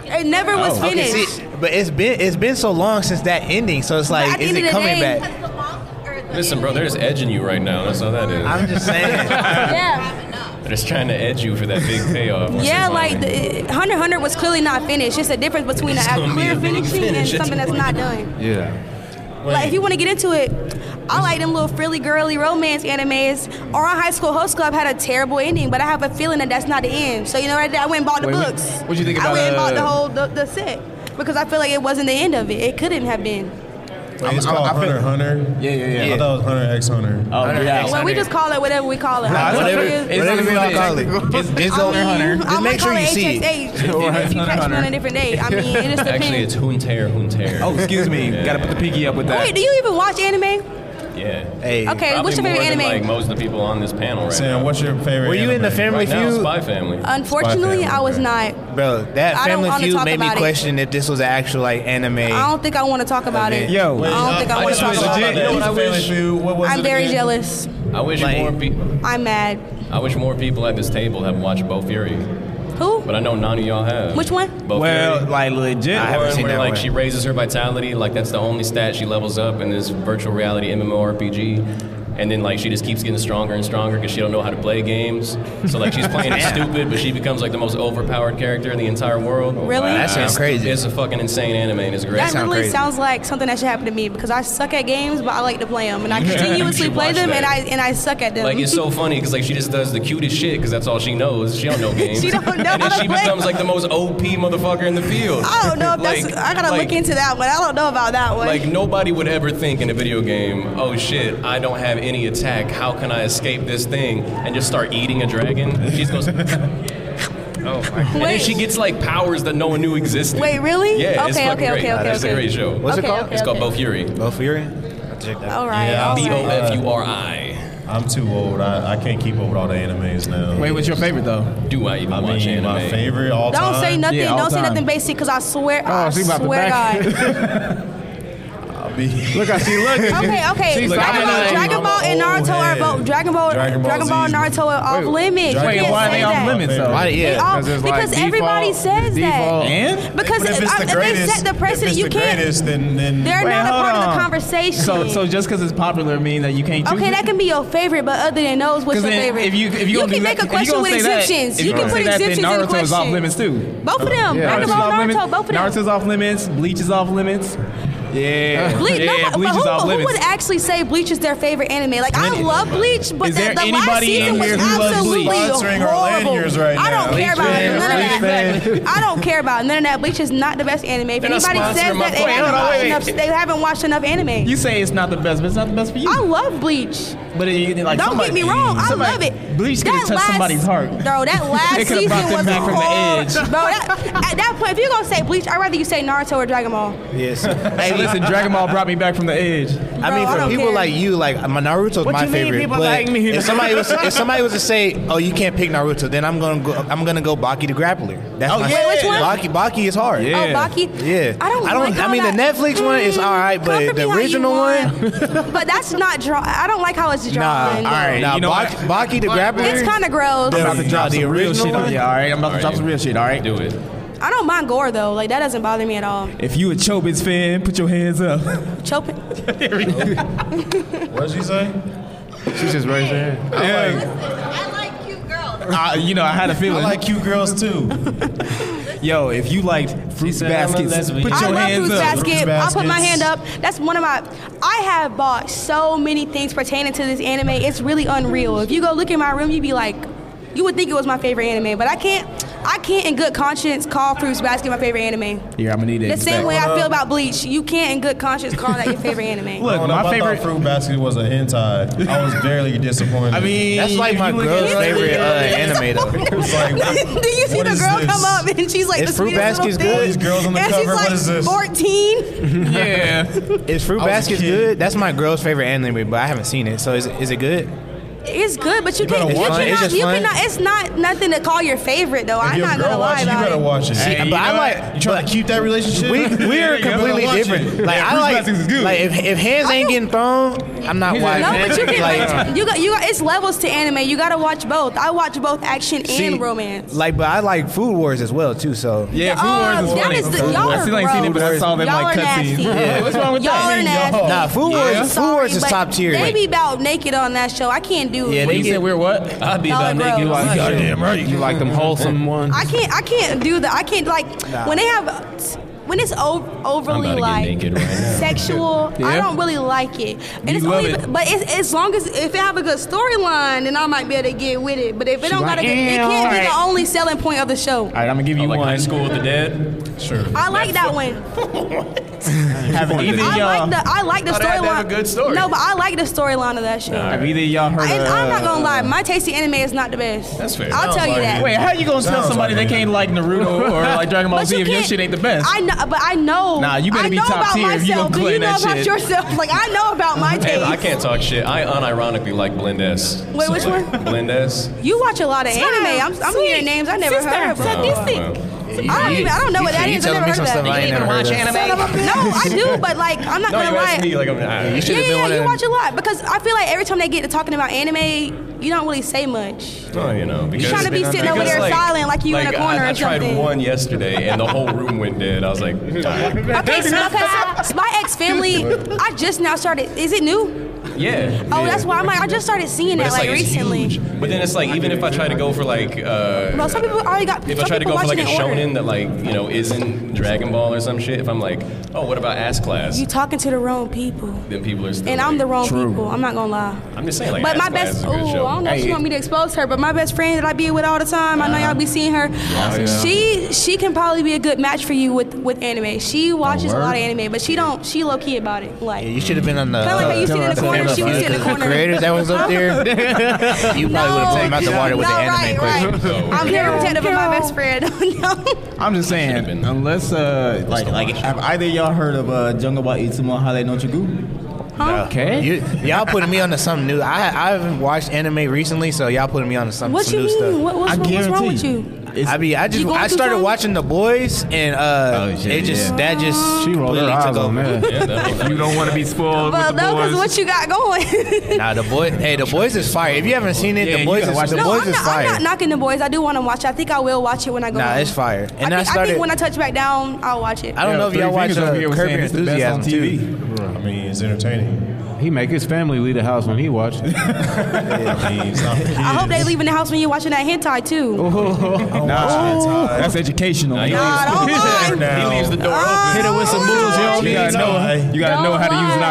S5: It never was
S4: Oh.
S6: Okay,
S5: finished.
S6: see, but it's been it's been so long since that ending, so it's
S5: at
S6: like,
S5: the
S6: is
S5: end of
S6: it
S5: the
S6: coming
S5: day-
S6: back?
S3: Listen, bro, they're just edging you right now. That's all that is.
S6: I'm just saying.
S5: yeah,
S3: they're just trying to edge you for that big payoff.
S5: yeah. Like the, Hunter x Hunter was clearly not finished. It's a difference between
S3: It's
S5: a
S3: gonna be
S5: clear
S3: a big
S5: finishing and
S3: finish at
S5: something
S3: the
S5: that's not done.
S2: Yeah.
S5: Like if you want to get into it, I like them little frilly girly romance animes. Or our high school host club had a terrible ending, but I have a feeling that that's not the end. So you know, right there, I went and bought the
S4: Wait, what-
S5: books.
S4: what'd you think
S5: I
S4: about,
S5: went and bought the
S4: uh,
S5: whole the, the set because I feel like it wasn't the end of it. It couldn't have been.
S1: Wait, it's called Hunter Hunter.
S4: Yeah, yeah, yeah.
S1: I thought it was Hunter X Hunter.
S4: Oh, yeah.
S5: Well, we just call it whatever we call it. I don't
S6: whatever-
S5: know.
S6: it's- Whatever y'all call it.
S4: It's, it's
S5: I
S4: Hunter
S5: mean,
S4: Hunter.
S5: I
S6: Just make
S5: might call
S6: sure you
S5: it
S6: see it.
S5: HXH if you catch me on a different day. I mean, it just depends.
S3: Actually, it's Hunter Hunter.
S4: Oh, excuse me. Gotta put the pinky up with that.
S5: Wait, do you even watch anime?
S3: yeah.
S6: hey,
S5: Okay,
S3: Probably
S5: what's your favorite
S3: more than,
S5: anime?
S3: Like most of the people on this panel right
S1: Sam, what's your favorite?
S6: Were you in the
S1: anime?
S6: Family
S3: now. Right now,
S6: Feud?
S3: Spy Family.
S5: Uh, Unfortunately,
S1: Spy
S5: I was
S1: Family,
S5: not.
S6: Bro, that
S5: I don't
S6: Family
S5: wanna
S6: Feud
S5: talk
S6: made me
S5: about it.
S6: question if this was an actual like anime.
S5: I don't think I want to talk about it.
S2: Yo.
S5: I don't think I want
S3: wish
S5: to talk
S3: we
S5: about
S3: legit-
S5: it.
S1: You know what I
S3: Family
S1: wish?
S3: Feud,
S1: What was
S5: I'm
S1: it
S5: very
S1: again?
S5: jealous.
S3: I wish
S6: Like-
S3: more people.
S5: I'm mad.
S3: I wish more people at this table have watched Bo Fury,
S5: Who?
S3: but I know none of y'all have.
S5: Which one?
S3: Bo
S4: Well,
S3: Fury.
S4: like legit.
S6: I haven't
S3: One
S6: seen
S3: where
S6: that
S3: like
S6: one.
S3: she raises her vitality, like that's the only stat she levels up in this virtual reality MMORPG, and then like she just keeps getting stronger and stronger because she don't know how to play games. So like she's playing it stupid, but she becomes like the most overpowered character in the entire world.
S5: Really? Wow.
S6: That sounds
S3: It's-
S6: crazy.
S3: It's a fucking insane anime. and It's great.
S5: That
S6: sound
S5: literally
S6: crazy.
S5: sounds like something that should happen to me because I suck at games, but I like to play them, and I
S3: You should-
S5: continuously
S3: you should
S5: play
S3: watch
S5: them,
S3: that.
S5: and I and I suck at them.
S3: Like it's so funny because like she just does the cutest shit because that's all she knows. She don't know games.
S5: She don't know
S3: And
S5: how
S3: then
S5: to
S3: she
S5: play.
S3: becomes like the most OP motherfucker in the field.
S5: I don't know if that's. I gotta
S3: like-
S5: look into that one. I don't know about that one.
S3: Like nobody would ever think in a video game, oh shit, I don't have any attack. How can I escape this thing and just start eating a dragon? She just goes. oh my god. And then
S5: Wait.
S3: she gets like powers that no one knew existed.
S5: Wait, really?
S3: Yeah, it's
S5: Okay,
S3: fucking
S5: okay,
S3: great.
S5: okay, okay,
S3: it's
S5: okay.
S3: a great show.
S6: What's it
S5: Okay,
S6: called?
S5: okay,
S3: It's called
S5: okay.
S3: Bo Fury.
S6: Bo Fury. I'll check that.
S5: All right.
S1: Yeah,
S5: all
S3: B
S5: right.
S3: O F U R I.
S1: I'm too old. I, I can't keep up with all the animes now.
S4: Wait, what's your favorite though?
S3: Do I even
S1: I
S3: watch
S1: mean,
S3: anime?
S1: my favorite all time.
S5: Don't say nothing.
S4: Yeah, all
S5: don't say
S4: time.
S5: nothing basic because I swear. I
S2: Oh, she about to
S5: swear
S2: back-
S5: God.
S1: I'll be-
S2: Look, I see. Look.
S5: Okay, okay.
S2: She's like,
S5: Dragon
S2: I'm
S5: Ball,
S2: an
S5: Dragon
S1: old-
S5: Ball and
S1: I'm an
S5: Naruto
S1: old
S5: are
S1: head.
S5: both Dragon Ball,
S1: Dragon
S5: Dragon
S1: Ball
S5: Ball,
S1: Z.
S5: and Naruto are off limits. You
S1: Dragon
S5: can't
S4: Wait, why are
S5: say
S4: they off
S5: that.
S4: limits though?
S6: Why-
S5: They
S6: yeah.
S5: all-
S2: Because it's like
S5: because everybody
S2: default- default.
S5: says that.
S4: And
S5: Because
S1: But if it's
S5: I-
S1: the
S5: if they
S1: greatest,
S5: set the
S1: if
S5: precedent,
S1: it's
S5: you
S1: the
S5: can't.
S1: greatest, then then
S5: They're
S4: Wait,
S5: not a
S4: hold
S5: part of
S4: on.
S5: the conversation.
S4: so, so just because it's popular mean that you can't choose.
S5: okay,
S4: it?
S5: that can be your favorite, but other than those, what's
S4: 'Cause
S5: your
S4: then
S5: favorite?
S4: If you if you,
S5: can
S4: gonna do
S5: make
S4: that,
S5: a
S4: if
S5: question
S4: you
S5: with
S4: gonna say
S5: exemptions.
S4: That, if
S5: you can
S4: gonna
S5: put
S4: say that, then
S5: exemptions in
S4: Naruto
S5: the
S4: is
S5: question.
S4: off limits too.
S5: Both of them.
S2: Yeah.
S5: Dragon
S2: Naruto's
S5: Ball,
S4: off limits.
S5: Naruto, both of them.
S4: Naruto's off limits. Bleach is off limits. Yeah,
S5: Bleach,
S4: yeah,
S5: no, but-
S4: Bleach
S5: but who,
S4: is off
S5: who
S4: limits.
S5: would actually say Bleach is their favorite anime? Like, I love Bleach, but
S4: Is
S5: the,
S4: there
S5: the last
S4: anybody in
S5: season was
S4: here who loves
S5: absolutely
S4: Bleach?
S1: Sponsoring our
S5: horrible.
S1: lanyards right
S5: I don't
S1: now.
S5: care about
S2: Bleach
S5: none
S2: fans,
S5: of that.
S2: Bleach
S5: I don't care about none of that. Bleach is not the best anime. If
S3: They're not
S5: anybody
S3: sponsoring
S5: says
S3: my
S5: that, they
S3: point.
S5: haven't,
S3: Hold on,
S5: watched
S3: wait,
S5: enough, they haven't watched enough anime.
S4: You say it's not the best, but it's not the best for you.
S5: I love Bleach.
S4: but it, like,
S5: Don't
S4: somebody,
S5: get me wrong, I
S4: somebody-
S5: love it.
S4: Bleach could have
S5: That
S4: touched
S5: last-
S4: somebody's heart.
S5: Bro, that last
S4: They could
S5: season
S4: have brought them
S5: was
S4: back from the
S5: hard.
S4: edge.
S5: Bro, that, at that point, if you're gonna say Bleach, I'd rather you say Naruto or Dragon Ball.
S6: Yes.
S4: Hey, listen, Dragon Ball brought me back from the edge.
S6: I mean,
S5: Bro, I
S6: for
S5: don't
S6: people
S5: care.
S6: like you, like my Naruto's
S2: What
S6: my
S2: you mean
S6: favorite.
S2: people
S6: but
S2: like me?
S6: if somebody was if somebody was to say, "Oh, you can't pick Naruto," then I'm gonna go. I'm gonna go Baki the Grappler. That's
S4: Oh,
S6: my
S4: yeah. Wait, which
S5: one?
S6: Baki Baki is hard.
S4: Yeah.
S5: Oh, Baki.
S6: Yeah.
S5: I don't.
S6: I don't-
S5: Like
S6: I
S5: how
S6: mean, the
S5: that-
S6: Netflix one is all right, but
S5: Comfort
S6: the
S5: me how you
S6: original
S5: want. but that's not draw. I don't like how it's
S6: Nah, all
S5: drawn.
S6: right. Nah,
S4: You know
S6: Baki, Baki the Grappler.
S5: It's kind of gross.
S6: Nah,
S4: I'm about to drop
S6: the
S4: some real
S6: original
S4: shit on
S6: one?
S4: you, all right? I'm about to
S3: Alright.
S4: drop some real shit, all right?
S3: Do it.
S5: I don't mind gore though. Like that doesn't bother me at all.
S4: If you a Chobits fan, put your hands up.
S5: Chopin.
S1: What did she say?
S2: She's just raised her hand.
S4: Yeah.
S7: I like cute girls.
S4: I, you know, I had a
S1: I
S4: feeling.
S1: like cute girls too.
S4: Yo, if you liked Fruits
S3: said, "I'm a
S4: Baskets,
S3: lesbian."
S4: put your
S5: I love
S4: hands
S5: Fruits
S4: up.
S5: Basket. I'll put my
S1: Baskets.
S5: hand up. That's one of my. I have bought so many things pertaining to this anime. It's really unreal. If you go look in my room, you'd be like, you would think it was my favorite anime, but I can't. I can't, in good conscience, call Fruits Basket my favorite anime.
S4: Yeah, I'm gonna need it.
S5: The same way I feel about Bleach. You can't, in good conscience, call that your favorite anime.
S2: Look,
S1: Growing
S2: my
S1: up, I
S2: favorite-
S1: thought fruit basket was a hentai. I was barely disappointed.
S6: I mean, that's like my
S4: you look
S6: girl's
S5: at-
S6: favorite uh, anime though.
S1: it's like
S5: Do you see
S1: What
S5: the
S1: is
S5: girl
S1: this?
S5: come up and she's like
S6: Is
S5: the
S6: Fruit
S5: sweetest
S6: Basket's
S5: little thing?
S6: good?
S1: These girls on the
S5: and
S1: cover,
S5: she's
S1: what
S5: like
S1: is this?
S5: 14.
S6: Is
S1: I
S6: Fruit
S1: was a
S6: Basket
S1: kid.
S6: good? That's my girl's favorite anime, but I haven't seen it. So is is it good?
S5: It's good, but you,
S1: better
S5: can't. You
S1: watch it.
S5: cannot,
S6: It's just
S5: you
S6: fun.
S5: cannot. It's not nothing to call your favorite though. I'm
S1: Your
S5: not
S1: girl
S5: gonna
S1: watch
S5: lie
S1: it,
S5: about
S1: you better
S5: it.
S1: watch it.
S6: Hey,
S1: you
S6: but I
S1: know
S6: like-
S1: what? you trying to keep that relationship.
S6: We, we are
S1: You better
S6: completely
S1: watch it.
S6: different. Like
S1: Yeah,
S6: I
S1: Fruit
S6: like,
S1: Basket's good.
S6: like if, if hands ain't getting thrown, I'm not watching.
S5: No, but you can.
S6: like,
S5: you got. You got. It's levels to anime. You gotta watch both. I watch both action
S6: see,
S5: and romance.
S6: Like, but I like Food Wars as well too. So
S4: Yeah, Food
S5: Uh,
S4: Wars is
S5: that
S4: funny.
S5: is the- y'all
S4: I still
S5: are
S4: ain't seen it, but I
S5: gross.
S4: saw them
S5: Y'all
S4: like
S5: are
S4: cutscenes.
S5: nasty.
S4: Yeah, what's wrong with
S5: Y'all
S4: that?
S5: are nasty.
S1: y'all.
S6: nah, Food Wars, Food
S5: Sorry,
S6: Wars is
S5: but
S6: top tier.
S5: They be about naked on that show. I can't do
S6: Yeah,
S5: it.
S6: they
S4: You said
S6: get,
S4: we're what?
S3: I'd be
S5: Y'all
S3: about
S5: are
S3: naked.
S5: gross.
S3: watching
S2: Goddamn
S3: shit.
S2: right. uh, You like them wholesome ones?
S5: I can't. I can't do that. I can't like when they have when it's o- overly
S3: I'm about to
S5: like
S3: get naked right now.
S5: sexual. I
S4: Yeah.
S5: don't really like it. And
S4: You
S5: it's
S4: love
S5: only,
S4: it.
S5: but it's, as long as if it have a good storyline, then I might be able to get with it. But if it don't
S2: like,
S5: got a good,
S2: "Eh,
S5: it can't be
S2: alright."
S5: the only selling point of the show.
S4: All right, I'm gonna give
S3: Oh,
S4: you
S3: like high
S4: one.
S3: school with the dead.
S1: Sure.
S5: I like that one.
S4: Have either
S5: I
S3: uh,
S5: like
S4: y'all?
S5: the I like the
S4: Thought I had to Oh, have
S5: storyline.
S4: a good story.
S5: No, but I like the storyline of that show.
S4: Have either y'all heard
S5: And
S4: of?
S5: I'm
S2: uh,
S5: not gonna lie, my tasty anime is not the best.
S3: That's fair.
S5: I'll
S1: Sounds
S5: tell you
S1: like
S5: that.
S1: it.
S4: Wait, how you gonna tell
S1: Sounds
S4: somebody
S1: like
S4: that
S1: it.
S4: can't like Naruto or like Dragon Ball
S5: But
S4: Z
S5: you
S4: if your
S5: can't-
S4: shit ain't the best?
S5: I know, but I know.
S4: Nah, you better
S5: I
S4: be
S5: know
S4: top
S5: about
S4: tier if you
S5: myself.
S4: gonna
S5: Do
S4: play
S5: you know
S4: that
S5: about
S4: shit.
S5: yourself? Like I know about my taste.
S3: Hey, I can't talk shit. I unironically like Blend S.
S5: Wait, which
S3: like,
S5: one?
S3: Blend S.
S5: You watch a lot of anime. I'm, I'm hearing names I never heard of.
S3: Wow,
S5: before.
S3: wow.
S5: I don't even. I don't know what that
S6: you
S5: is. I
S6: telling
S5: never heard
S6: me some
S5: of
S6: stuff
S5: that.
S6: I ain't never heard of.
S5: No, I do, but like I'm not
S3: No,
S5: gonna
S3: you
S5: lie.
S3: asked me like I'm.
S6: You
S3: I-
S6: should
S5: yeah,
S6: have been
S5: yeah,
S6: one
S5: you
S6: of
S5: watch
S6: them.
S5: a lot because I feel like every time they get to talking about anime, you don't really say much.
S3: No, you know, because
S5: trying to be sitting
S3: because,
S5: over there silent like you in a
S3: like,
S5: corner
S3: I,
S5: or
S3: I tried
S5: something.
S3: one yesterday and the whole room went dead. I was like, "Alright."
S5: Okay, so, okay, so my ex family, I just now started. Is it new?
S3: yeah.
S5: Oh, that's why I'm like, I just started seeing
S3: But
S5: that
S3: it's
S5: like,
S3: like, it's
S5: recently.
S3: huge. But then it's like even if I try to go for like uh,
S5: Well, some people already got.
S3: if I
S5: some
S3: try to
S5: people
S3: go for like a
S5: watching it in order.
S3: shonen that like you know isn't Dragon Ball or some shit, if I'm like, oh, what about Ass Class?
S5: you talking to the wrong people.
S3: then people are still.
S5: And I'm the
S3: like-
S5: wrong people. I'm not gonna lie.
S3: I'm just saying like.
S5: But
S3: Ass
S5: my
S3: Class
S5: best,
S3: is
S5: ooh,
S3: a good
S5: I
S3: show.
S5: don't know if you want me to expose her, but my best friend that I be with all the time, I know y'all be
S3: Uh-huh.
S5: seeing her.
S3: Oh,
S5: She she can probably be a good match for you with with anime. She watches a lot of anime, but she don't. She low key about it. Like
S6: You should have been on the. uh,
S5: Kinda like how you sit in the corner, she was in the corner.
S6: creators that was up there. you probably would have blown out the water with
S5: no,
S6: the anime
S5: right,
S6: question.
S5: right. I'm very protective of my best friend. no.
S4: I'm just saying,
S3: been.
S4: unless uh, like, like, have either y'all heard of uh, Jungle Boy Itsumo Hale no Chugu?
S5: Huh?
S4: Okay.
S6: You, y'all putting me on to something new. I I haven't watched anime recently, so y'all putting me on to some,
S5: What
S6: some
S5: you
S6: new
S5: mean?
S6: stuff.
S5: What, what's,
S4: I
S5: wrong- what's wrong with
S4: guarantee
S5: you?
S4: It's,
S6: I mean, I just
S5: You going
S6: I
S5: through
S6: started
S5: something?
S6: watching The Boys, and uh,
S4: Oh, shit,
S6: it just
S4: yeah.
S6: that just
S2: She rolled her
S6: completely
S2: eyes
S6: took
S2: on
S6: over.
S2: that.
S3: Yeah, that-
S2: You don't want to be spoiled
S5: Well, no, because what you got going.
S6: Nah, The Boy, hey, The Boys is fire. If you haven't seen it,
S4: Yeah,
S6: The
S4: you
S6: Boys
S4: gotta
S6: is
S4: watch
S6: The
S5: no,
S6: Boys
S5: I'm,
S6: is
S5: not, I'm
S6: fire.
S5: not knocking the boys. I do want to watch. it. I think I will watch it when I go.
S6: Nah,
S5: home.
S6: it's fire. And
S5: I,
S6: I
S5: think, I
S6: started-
S5: think when I touch back down, I'll watch it.
S6: I don't know if y'all watch uh, Curb Your Enthusiasm too.
S1: I mean, it's entertaining.
S2: He make his family leave the house when he watch. it.
S1: I mean, it's not for kids.
S5: I hope they leaving the house when you're watching that hentai too.
S6: Oh,
S2: Oh,
S4: Nah, that's educational.
S3: you-
S5: Nah, don't lie.
S3: he
S1: Now,
S3: leaves the door open.
S5: Hit it with some
S2: moves, yo.
S4: You gotta know, you gotta know how to use an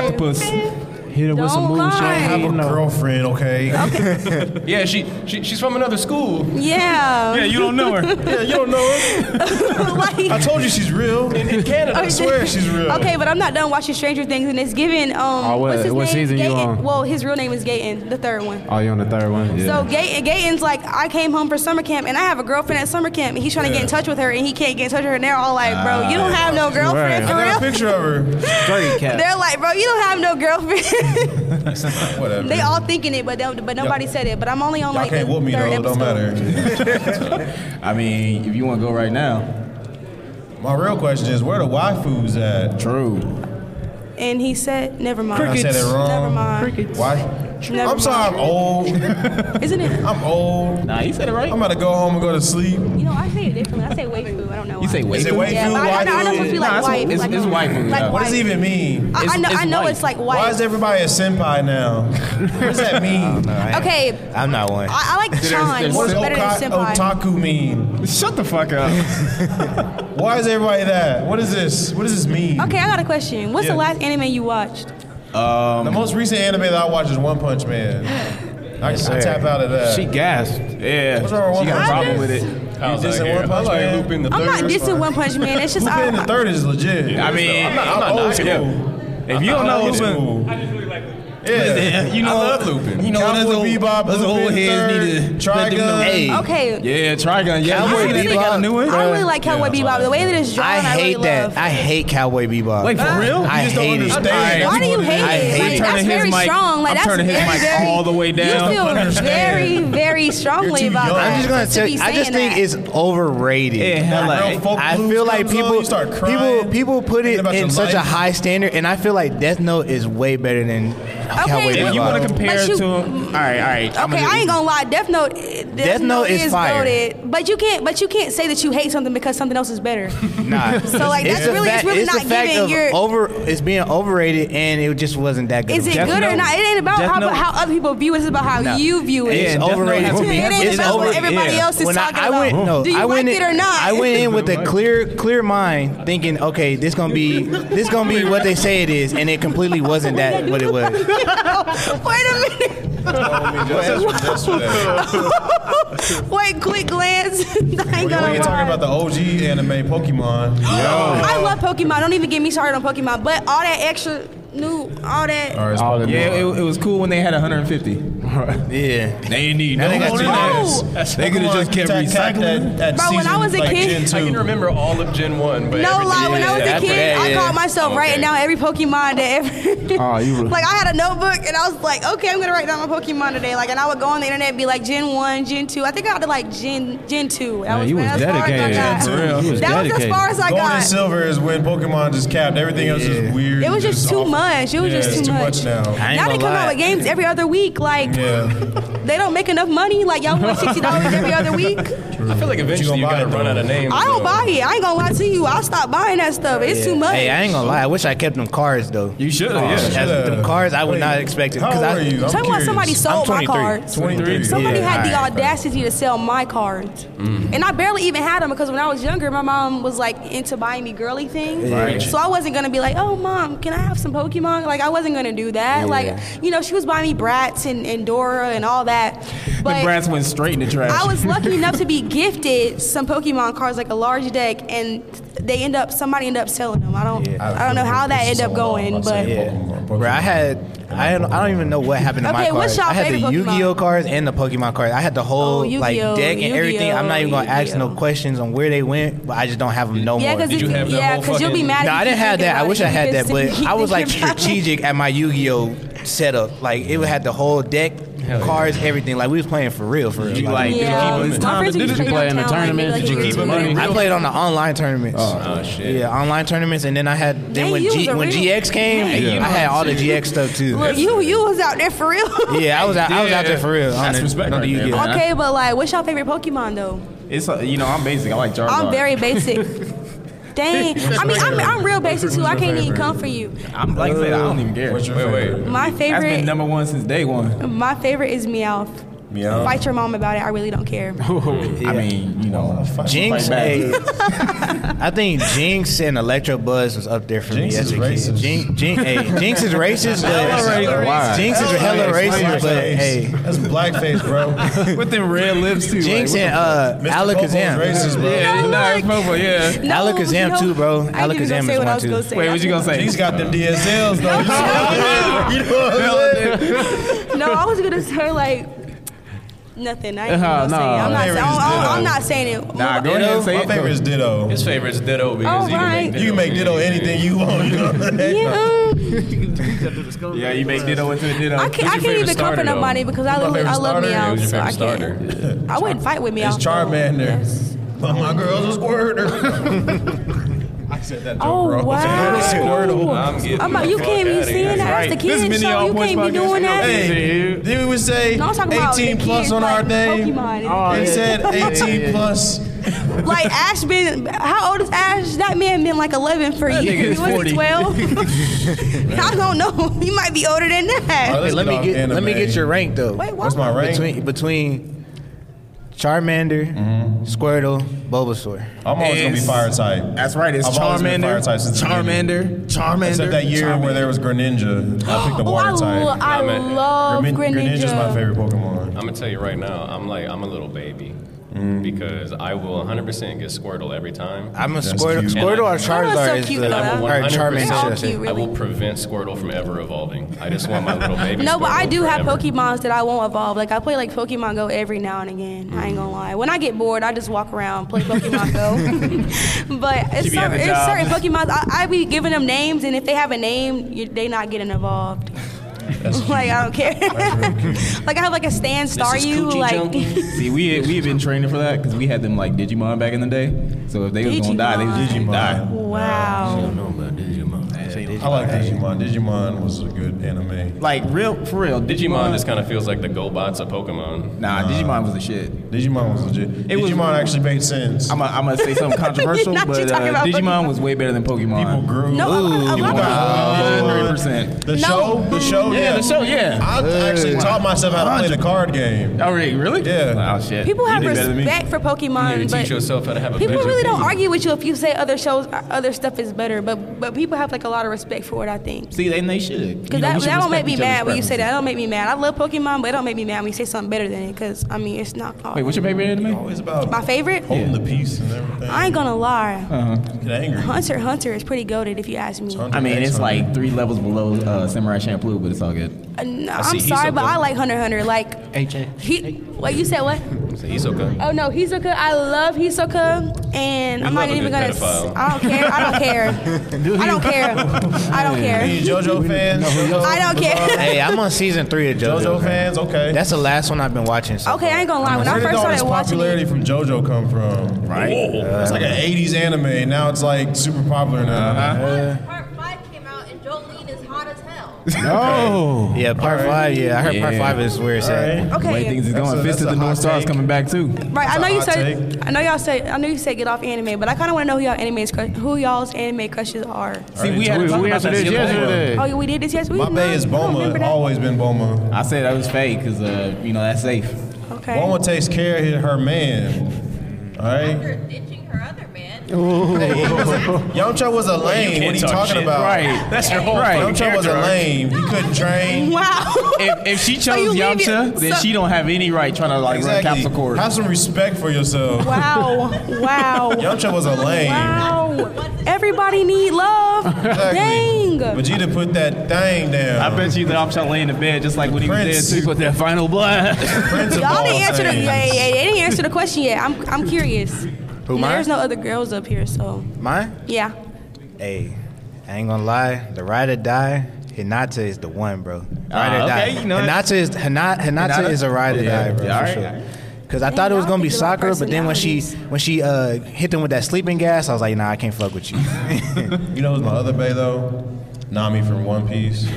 S4: octopus.
S2: Hit her with some
S5: Don't
S2: moves. She
S5: lie.
S2: don't
S1: have a
S2: even know.
S1: girlfriend, okay?
S3: Yeah, she, she she's from another school.
S5: Yeah.
S4: you don't know her.
S1: yeah, you don't know her. I
S5: like,
S1: told you she's real. In, in Canada, I swear she's real.
S5: Okay, but I'm not done watching Stranger Things, and it's given. Um,
S2: Oh, what-
S5: what's his
S2: what
S5: name?
S2: season you
S5: Gaten.
S2: on?
S5: Well, his real name is Gaten, the third one.
S2: Oh, you on the third one? Yeah.
S5: So Gay- Gayton's like, I came home for summer camp and I have a girlfriend at summer camp and he's trying to get in touch with her and he can't get in touch with her and they're all like, bro, you don't
S1: Ah,
S5: have no girlfriend
S2: right.
S5: for
S1: I got a
S5: real.
S1: picture of her.
S4: Dirty cat.
S5: They're like, bro, you don't have no girlfriend.
S1: Whatever.
S5: they all thinking it, but they, but nobody said it. But I'm only on
S1: Y'all
S5: like
S1: can't
S5: the
S1: whoop me though.
S5: third
S1: It don't
S5: episode.
S1: matter.
S4: I mean, if you want to go right now,
S1: My real question is, where the waifus at?
S4: true.
S5: And he said, never mind.
S1: I said it wrong.
S5: Never mind.
S1: Why?
S5: Never
S1: I'm
S5: mind.
S1: sorry. I'm old.
S5: Isn't it?
S1: I'm old.
S4: Nah, you said it right.
S1: I'm about to go home and go to sleep.
S5: You know, I say it differently. I say waifu. I don't know.
S4: You
S5: why.
S4: say
S1: Is
S4: wait.
S1: it waifu?
S5: Yeah, but I, I know, I know it's supposed to be
S1: waifu?
S5: like
S4: Nah, it's-
S5: white.
S4: it's-
S5: like,
S4: it's waifu,
S5: Like
S4: yeah.
S1: What does it even mean?
S5: I, I know.
S4: it's
S5: I know
S4: white.
S5: it's like
S1: Why is
S5: white.
S1: everybody a senpai now? What does that mean?
S6: I ain't-
S5: Okay.
S6: I'm not one.
S5: I, I like Chan
S1: What
S5: more
S1: does
S5: better
S1: oka-
S5: than senpai.
S1: otaku mean?
S4: Shut the fuck up.
S1: Why is everybody that? What is this? What does this mean?
S5: Okay, I got a question. What's the
S1: Yeah.
S5: last anime you watched?
S1: The most recent anime that I watch is One Punch Man. I, I tap out of that.
S2: she gasped.
S4: Yeah.
S1: What's wrong with
S4: she got
S1: that?
S4: a problem with it.
S3: I was
S1: dissing
S3: like,
S1: One
S3: here.
S1: Punch
S7: I
S1: Man?
S7: like Lupin the
S5: I'm
S7: Third.
S5: not dissing One Punch Man. It's just uh,
S1: Lupin the
S5: I,
S1: Third is legit.
S6: I mean,
S1: I'm, not, I'm,
S3: I'm
S1: old
S3: not-
S1: school.
S3: yeah.
S6: if you don't know
S1: Old
S6: Lupin,
S1: school. I just really like Yeah.
S6: you know,
S3: I love Lupin.
S6: You know,
S1: Cowboy
S6: those old,
S1: Bebop,
S6: those
S1: Lupin the
S6: old heads need to
S1: Third,
S6: let them know.
S1: Trigun.
S6: Hey,
S5: okay.
S2: Yeah, Trigun. Yeah,
S5: I
S6: Cowboy
S5: really,
S6: Bebop got a new one.
S5: I really like Cowboy Bebop. The way that it's drawn,
S6: I
S5: I,
S6: hate
S5: really
S6: that.
S5: love.
S6: I hate Cowboy Bebop. Wait,
S4: for real?
S6: I
S1: You just don't
S6: hate
S1: understand.
S6: it.
S5: Why do you hate
S6: I
S5: it?
S6: hate
S5: like,
S6: it.
S5: that's
S4: Turning his
S5: very
S4: mic-
S5: strong. Like
S4: I'm
S5: that's
S4: turning his
S5: very,
S4: mic
S5: very,
S4: all the way down.
S5: You feel very,
S1: understand.
S5: very strongly
S1: too
S5: about
S1: young.
S5: that.
S6: I'm just gonna
S5: to
S6: tell
S5: be
S6: you, I just
S5: saying
S6: think
S5: that.
S6: it's overrated.
S1: That
S4: Like,
S1: real folk
S6: I
S1: blues
S6: feel like
S1: comes on,
S6: people
S1: you start crying,
S6: people people put
S1: thinking
S6: it
S1: about your
S6: in such a
S1: life.
S6: high standard, and I feel like Death Note is way better than Cowboy
S5: but-
S6: Bebop.
S4: you want
S5: But
S4: to compare it
S5: you-
S4: to him? All right, all right. I'm
S5: Okay,
S4: do
S5: I ain't
S4: this.
S5: gonna lie. Death Note, Death,
S6: Death Note is fire.
S5: goated, but you can't, but you can't say that you hate something because something else is better.
S6: nah.
S5: So like that's
S6: a
S5: really, it's
S6: fact-
S5: really not
S6: a fact
S5: giving
S6: of
S5: your.
S6: over. It's being overrated, and it just wasn't that good.
S5: Is it
S4: Death
S5: good or
S4: Note-
S5: not? It ain't about
S4: Death
S5: how,
S4: Note-
S5: how other people view it. It's about how you view it.
S6: It's
S4: Yeah, Death Note
S6: overrated.
S4: has
S6: to
S4: to
S6: me.
S4: be-
S5: It ain't
S6: It's
S5: about what
S6: over.
S5: everybody
S6: yeah.
S5: else is
S6: When
S5: talking
S6: I, I went,
S5: about.
S6: No,
S5: Do you
S6: I
S5: like
S6: went
S5: it
S6: in,
S5: or not?
S6: I went in with a clear, clear mind, thinking, okay, this gonna be, this gonna be what they say it is, and it completely wasn't that what it was.
S5: Wait a minute. Wait, quick glance. I ain't
S1: We
S5: gonna
S1: ain't talking
S5: lie.
S1: about the OG anime Pokemon.
S5: I love Pokemon. Don't even get me started on Pokemon. But all that extra new, all that.
S1: All right, it's
S2: All
S1: Pokemon.
S2: the-
S4: Yeah, it, it was cool when they had 150.
S6: Yeah.
S4: They didn't need no.
S1: They got
S5: Bro,
S1: two names.
S4: They could've
S1: Pokemon
S4: just kept
S1: attacked that-
S4: recycling
S1: that
S5: Bro, when I
S1: season,
S5: was a
S1: like,
S5: kid-
S1: Gen
S3: I can
S1: two.
S3: remember all of Gen 1, but
S5: No
S3: everything-
S5: lie, when I was
S6: Yeah,
S5: a kid,
S6: yeah,
S5: I
S6: yeah.
S5: called myself
S3: Okay.
S5: writing down every Pokemon that ever.
S2: Oh, you were-
S5: like I had a notebook and I was like, okay, I'm gonna write down my Pokemon today. Like, and I would go on the internet and be like Gen One, Gen Two. I think I got to like Gen Gen Two. That
S2: Man, you was
S5: that's as far as I
S2: dedicated.
S5: got.
S2: For real. You was
S5: that was as
S2: dedicated.
S5: far as I
S1: Gold and
S5: got.
S1: silver is when Pokemon just capped. Everything else is weird.
S5: It was just too
S1: awful.
S5: much. It was
S1: Yeah,
S5: just
S1: it's
S5: too much.
S1: now.
S6: I ain't
S5: Now they
S6: gonna
S5: come
S6: lie.
S5: out with games every other week. Like
S1: Yeah.
S5: they don't make enough money. Like y'all want sixty dollars every other week.
S3: I feel like eventually
S1: gonna
S3: you're
S1: buy
S3: going
S1: it,
S3: to run
S1: though?
S3: out of names.
S5: I don't
S3: though.
S5: buy it. I ain't gonna lie to you. I'll stop buying that stuff. It's too much.
S6: Hey, I ain't gonna lie. I wish I kept them cards though.
S4: You should have. yeah.
S6: As
S1: Yeah.
S6: them cards, I would
S1: Wait,
S6: not expect it.
S1: How old
S6: I,
S1: are you? I'm
S5: Talking about
S1: curious.
S5: somebody sold my
S6: 23.
S5: cards.
S1: 23.
S5: Somebody
S1: Yeah.
S5: had the
S6: All right,
S5: audacity to sell my cards.
S3: Mm.
S5: And I barely even had them because when I was younger, my mom was like into buying me girly things.
S3: Right.
S5: So I wasn't going to be like, oh, mom, can I have some Pokemon? Like, I wasn't going to do that. Like, you know, she was buying me Bratz and, and Dora and all that. But
S4: The brass went straight in the trash.
S5: I was lucky enough to be gifted some Pokemon cards, like a large deck, and they end up, somebody ended up selling them. I don't, I don't know how that ended up going, but.
S1: Pokemon, Pokemon.
S6: Bro, I had I had, I don't even know what happened to my
S5: Okay, what's
S6: cards.
S5: y'all
S6: I had the
S5: favorite Pokemon?
S6: Yu-Gi-Oh cards and the Pokemon cards. I had the
S5: Oh,
S6: whole like
S5: Yu-Gi-Oh,
S6: deck and everything. I'm not even gonna ask no
S5: Yu-Gi-Oh.
S6: questions on where they went, but I just don't have them no
S5: Yeah,
S6: more.
S5: because
S3: Did you have the
S5: yeah,
S3: whole
S5: because you'll be
S3: fucking-
S5: mad.
S6: no,
S5: if
S6: I
S5: you
S6: didn't
S5: think
S6: have that.
S5: about
S6: I
S5: it.
S6: wish I
S5: You
S6: had that,
S5: pissed
S6: but
S5: me.
S6: I was like
S5: Think about it.
S6: strategic at my Yu-Gi-Oh setup. Like it had the whole deck, cards, everything. Like we was playing for real, for real.
S4: You like,
S5: Yeah.
S4: keep
S5: My
S4: his time to
S5: friends
S4: do
S5: used
S4: this.
S5: to
S2: play in the
S5: downtown, like,
S2: tournament?
S5: maybe,
S2: Did you
S5: like,
S2: keep
S5: a
S2: it
S5: little
S2: money?
S6: I played on the online tournaments.
S3: Oh, shit.
S6: Yeah, online tournaments, and then I had then
S5: Dang,
S6: when
S5: you
S6: G,
S5: was a
S6: when
S5: real-
S6: GX came,
S5: Dang, you
S6: I had all the GX stuff too.
S5: Look, you you was out there for real.
S6: yeah, I was out, I was out there for real.
S3: That's
S6: on the-
S3: respect
S6: on
S3: right
S6: the
S3: there,
S6: Yu-Gi-Oh.
S3: man.
S5: okay, but like, what's your favorite Pokemon though?
S4: It's uh, you know I'm basic. I like Jar Jar.
S5: I'm very basic. Dang, I mean, I'm, I'm real basic too. I can't even come for you.
S4: I'm like I said. I don't even care.
S1: What's your
S3: Wait,
S1: favorite?
S3: wait.
S5: My
S4: That's
S5: favorite,
S4: been number one since day one.
S5: my favorite is Meowth.
S4: Yeah.
S5: Fight your mom about it. I really don't care.
S4: I mean, you know,
S6: Jinx,
S4: fight back.
S6: hey, I think Jinx and Electro Buzz was up there for
S1: Jinx
S6: me
S1: is
S6: as a
S1: racist.
S6: kid. Jinx, Jinx, hey, Jinx is
S1: racist.
S6: racist, but
S1: Why?
S6: Jinx is hella racist, but
S1: Blackface.
S6: hey,
S1: That's blackface, bro.
S4: with them red lips too.
S6: Jinx and uh,
S1: Mr. Popo's
S6: Alakazam.
S1: racist, bro.
S4: yeah,
S5: No,
S4: nah, it's
S5: like-
S4: Popo, yeah.
S5: No,
S6: Alakazam,
S5: no.
S6: too, bro.
S5: I didn't even
S6: Alakazam
S5: gonna say
S6: is
S5: what
S6: one,
S5: I was
S6: too.
S5: gonna say.
S4: Wait, what you gonna say?
S1: He's got them DSLs though. You know what I'm saying?
S5: No, I was gonna say like nothing. I ain't
S2: Uh-huh,
S5: gonna say it. I'm
S2: no.
S5: not. saying-
S1: Favorite is
S5: I'm, I'm
S1: ditto.
S5: not saying it.
S4: Nah, go ahead and say
S1: My
S4: it.
S1: favorite is Ditto.
S3: His favorite is Ditto because
S5: Oh,
S3: he can
S5: right.
S3: make Ditto.
S1: You can make Ditto anything you want. You know what I'm saying?
S5: Yeah, um,
S4: Yeah, you make ditto into a ditto.
S5: I can't, I
S3: your
S5: can't
S3: favorite
S5: even comfort
S3: starter, though?
S5: nobody because I,
S1: favorite
S5: I love
S1: starter?
S3: Yeah,
S5: Meow.
S3: who's your
S5: So I
S3: favorite
S5: can't.
S3: starter?
S5: I wouldn't fight with Meow.
S1: It's Charmander. But my girl's a squirter. I said that joke
S5: Oh
S1: wrong.
S5: wow!
S3: I'm getting
S5: I'm like, you
S3: the
S5: can't
S3: fuck
S5: be
S3: outta
S5: seeing
S3: here.
S5: that. That's the kids show. You can't be doing that.
S1: Hey, then we would say
S5: No, I'm talking about
S1: 18
S5: the
S1: plus
S5: kids
S1: on our
S5: like
S1: thing.
S5: Pokemon.
S1: They said 18 plus.
S5: Like Ash been, how old is Ash? That man been like 11 for
S4: That nigga
S5: years.
S4: is
S5: He was
S4: 40.
S5: 12. I don't know. He might be older than
S1: All
S5: that.
S1: right,
S6: Hey, let me
S1: off
S6: get let me
S1: anime.
S6: get your rank though.
S5: Wait, what?
S1: What's my rank?
S6: Between between Charmander, Squirtle, Bulbasaur.
S1: Mm-hmm. I'm always gonna be
S4: It's-
S1: fire type.
S4: That's right. It's
S1: I've always been
S4: Charmander.
S1: fire type since the beginning.
S4: Charmander. Charmander.
S1: Except that year where there was Greninja, I picked the
S5: Oh, I,
S1: water
S5: lo-
S1: type.
S5: I
S3: I'm at-
S5: love
S1: Grenin-
S5: Greninja.
S1: Greninja's my favorite Pokemon.
S3: I'm gonna tell you right now, I'm like I'm a little baby. because I will 100% get Squirtle every time.
S6: I'm a
S1: That's
S6: Squirtle,
S1: cute.
S6: Squirtle or
S5: Squirtle's so
S6: Charizard is
S5: cute,
S6: the,
S5: though, huh?
S6: or Charmander.
S5: They're all
S6: should I say.
S5: cute,
S3: I will
S5: really.
S3: prevent Squirtle from ever evolving. I just want my little baby.
S5: No, but I
S3: Squirtle
S5: do have
S3: forever.
S5: Pokemons that I won't evolve. Like I play like Pokemon Go every now and again. I ain't gonna lie. When I get bored, I just walk around play Pokemon Go. but it's
S6: Keep you at
S5: certain,
S6: the
S5: it's
S6: job.
S5: certain Pokemons. I, I be giving them names, and if they have a name, you, they not getting evolved. like I don't care. like I have like a Stan Staryu.
S3: Coochie
S5: Like
S3: Junkie.
S4: See, we we have been training for that because we had them like Digimon back in the day. So if they was gonna die, they was just
S5: Digimon.
S4: gonna die.
S5: wow.
S1: I like Digimon. Digimon was a good anime.
S4: Like real for real,
S3: Digimon
S4: Digimon.
S3: just kind of feels like the GoBots of Pokemon.
S4: nah, Digimon was the shit.
S1: Digimon was legit.
S4: It
S1: Digimon
S4: was-
S1: actually made sense.
S4: I'm gonna I'm gonna say something controversial,
S5: Not you
S4: but
S5: talking
S4: uh,
S5: about
S4: Digimon
S5: Pokemon.
S4: was way better than
S1: People
S4: Pokemon.
S1: grew.
S5: No, I, I, I
S1: People
S5: love
S1: got
S4: Digimon.
S1: Digimon.
S4: 100%.
S1: The
S5: No.
S1: show, the show, yeah,
S4: the show, yeah.
S1: I actually taught myself how to play the card game.
S4: Oh, really? Really?
S1: Yeah.
S4: Oh shit.
S5: People
S4: You
S5: have
S4: did better than me.
S5: respect for
S3: You need
S5: Pokemon,
S3: to teach
S5: but
S3: yourself how to have a
S5: people
S3: better
S5: really don't
S3: opinion.
S5: argue with you if you say other shows, other stuff is better. But but people have like a lot of respect for it. I think.
S4: See, and they should.
S5: Because that, that don't make me mad when you say that. That don't make me mad. I love Pokemon, but it don't make me mad when you say something better than it. Because, I mean, it's not.
S4: Wait, what's your favorite anime?
S1: Always about
S5: My favorite?
S1: holding the peace and everything.
S5: I ain't going to lie.
S1: Get angry.
S5: Hunter x Hunter is pretty goaded if you ask me. Uh,
S1: Hunter
S4: I mean,
S1: X
S4: it's
S1: Hunter.
S4: like three levels below uh, Samurai Champloo, but it's all good.
S5: Uh, no,
S3: see,
S5: I'm
S3: he's
S5: sorry,
S3: up
S5: but
S3: there.
S5: I like Hunter x Hunter. Like,
S4: H.A.
S5: he, what you said, what?
S3: So Hisoka.
S5: Oh no, Hisoka. I love Hisoka, and I'm
S3: love
S5: not
S3: a good
S5: even gonna.
S3: pedophile.
S5: I don't care. I don't care. I don't care. I don't
S1: Are
S5: care.
S1: you JoJo fans?
S5: I don't care.
S6: Hey, I'm on season three of JoJo.
S1: JoJo fans, okay.
S6: That's the last one I've been watching. So
S5: Okay, I ain't gonna lie. When I
S1: Where did
S5: first
S1: all this
S5: started watching it,
S1: popularity from JoJo come from? Right. it's like an '80s anime. and Now it's like super popular now.
S4: Uh-huh.
S7: Part five came out and Jolene is hot as hell.
S2: Oh.
S6: Yeah, part five. Yeah, I heard part
S4: Yeah.
S6: five is where it's at.
S1: Alright.
S4: The way
S5: okay,
S4: things is
S1: That's
S4: going.
S1: a-
S4: Fist of
S1: that's a
S4: the
S1: hot
S4: North Star is
S1: take.
S4: coming back too.
S5: Right,
S1: It's
S5: I
S1: a
S5: know you
S1: hot
S5: said. I know y'all said. I know you said get off anime, but I kind of want to know who y'all anime's crush, who y'all's anime crushes are.
S4: See, we had
S2: We,
S4: to talk
S2: we
S4: about
S2: answered
S4: that
S2: this
S4: shit yesterday.
S2: yesterday.
S5: Oh, yeah, we did this. Yes, we.
S1: My
S5: did
S1: bay
S5: not-
S1: is
S5: I don't remember
S1: Boma.
S5: that.
S1: Always been Boma.
S4: I said that was fake because uh, you know that's safe.
S5: Okay.
S1: Boma takes care of her man. All right.
S7: After ditching her other man,
S8: Oh.
S1: Yamcha was a lame.
S3: can't
S1: What are you
S3: talk
S1: talking
S3: shit.
S1: about?
S4: That's your whole right.
S1: Yamcha was a lame. He couldn't train.
S5: Wow.
S4: If, if she chose
S5: you leave it-
S4: Yamcha, then
S5: so-
S4: she don't have any right trying to like run Capsule Corps.
S1: Have some respect for yourself.
S5: Wow. Wow.
S1: Yamcha was a lame.
S5: Wow. Everybody need love.
S1: Exactly.
S5: Dang.
S1: Vegeta put that thing down.
S4: I bet you that Yamcha lay in the bed just like when he was
S1: Prince.
S4: dead too with that final blood.
S1: Prince of
S5: Y'all
S1: all
S5: didn't answer the.
S1: things.
S5: Yeah, yeah, yeah, they didn't answer the question yet. I'm, I'm curious.
S6: Who, mine?
S5: There's no other girls up here, so
S6: Mine?
S5: yeah.
S6: Hey, I ain't gonna lie. The ride or die, Hinata is the one, bro. Ride
S4: Ah,
S6: or die.
S4: okay, you know it.
S6: Hinata is Hina- Hinata,
S4: Hinata?
S6: is a ride or
S4: Yeah,
S6: die, bro.
S4: yeah,
S6: for
S4: alright,
S6: sure.
S4: alright.
S6: Cause I
S5: Dang,
S6: thought it was
S5: y'all
S6: gonna be
S5: think about
S6: soccer, but then when she
S5: personalities.
S6: when she uh, hit them with that sleeping gas, I was like, nah, I can't fuck with you.
S1: You know who's my other bay though? Nami from One Piece.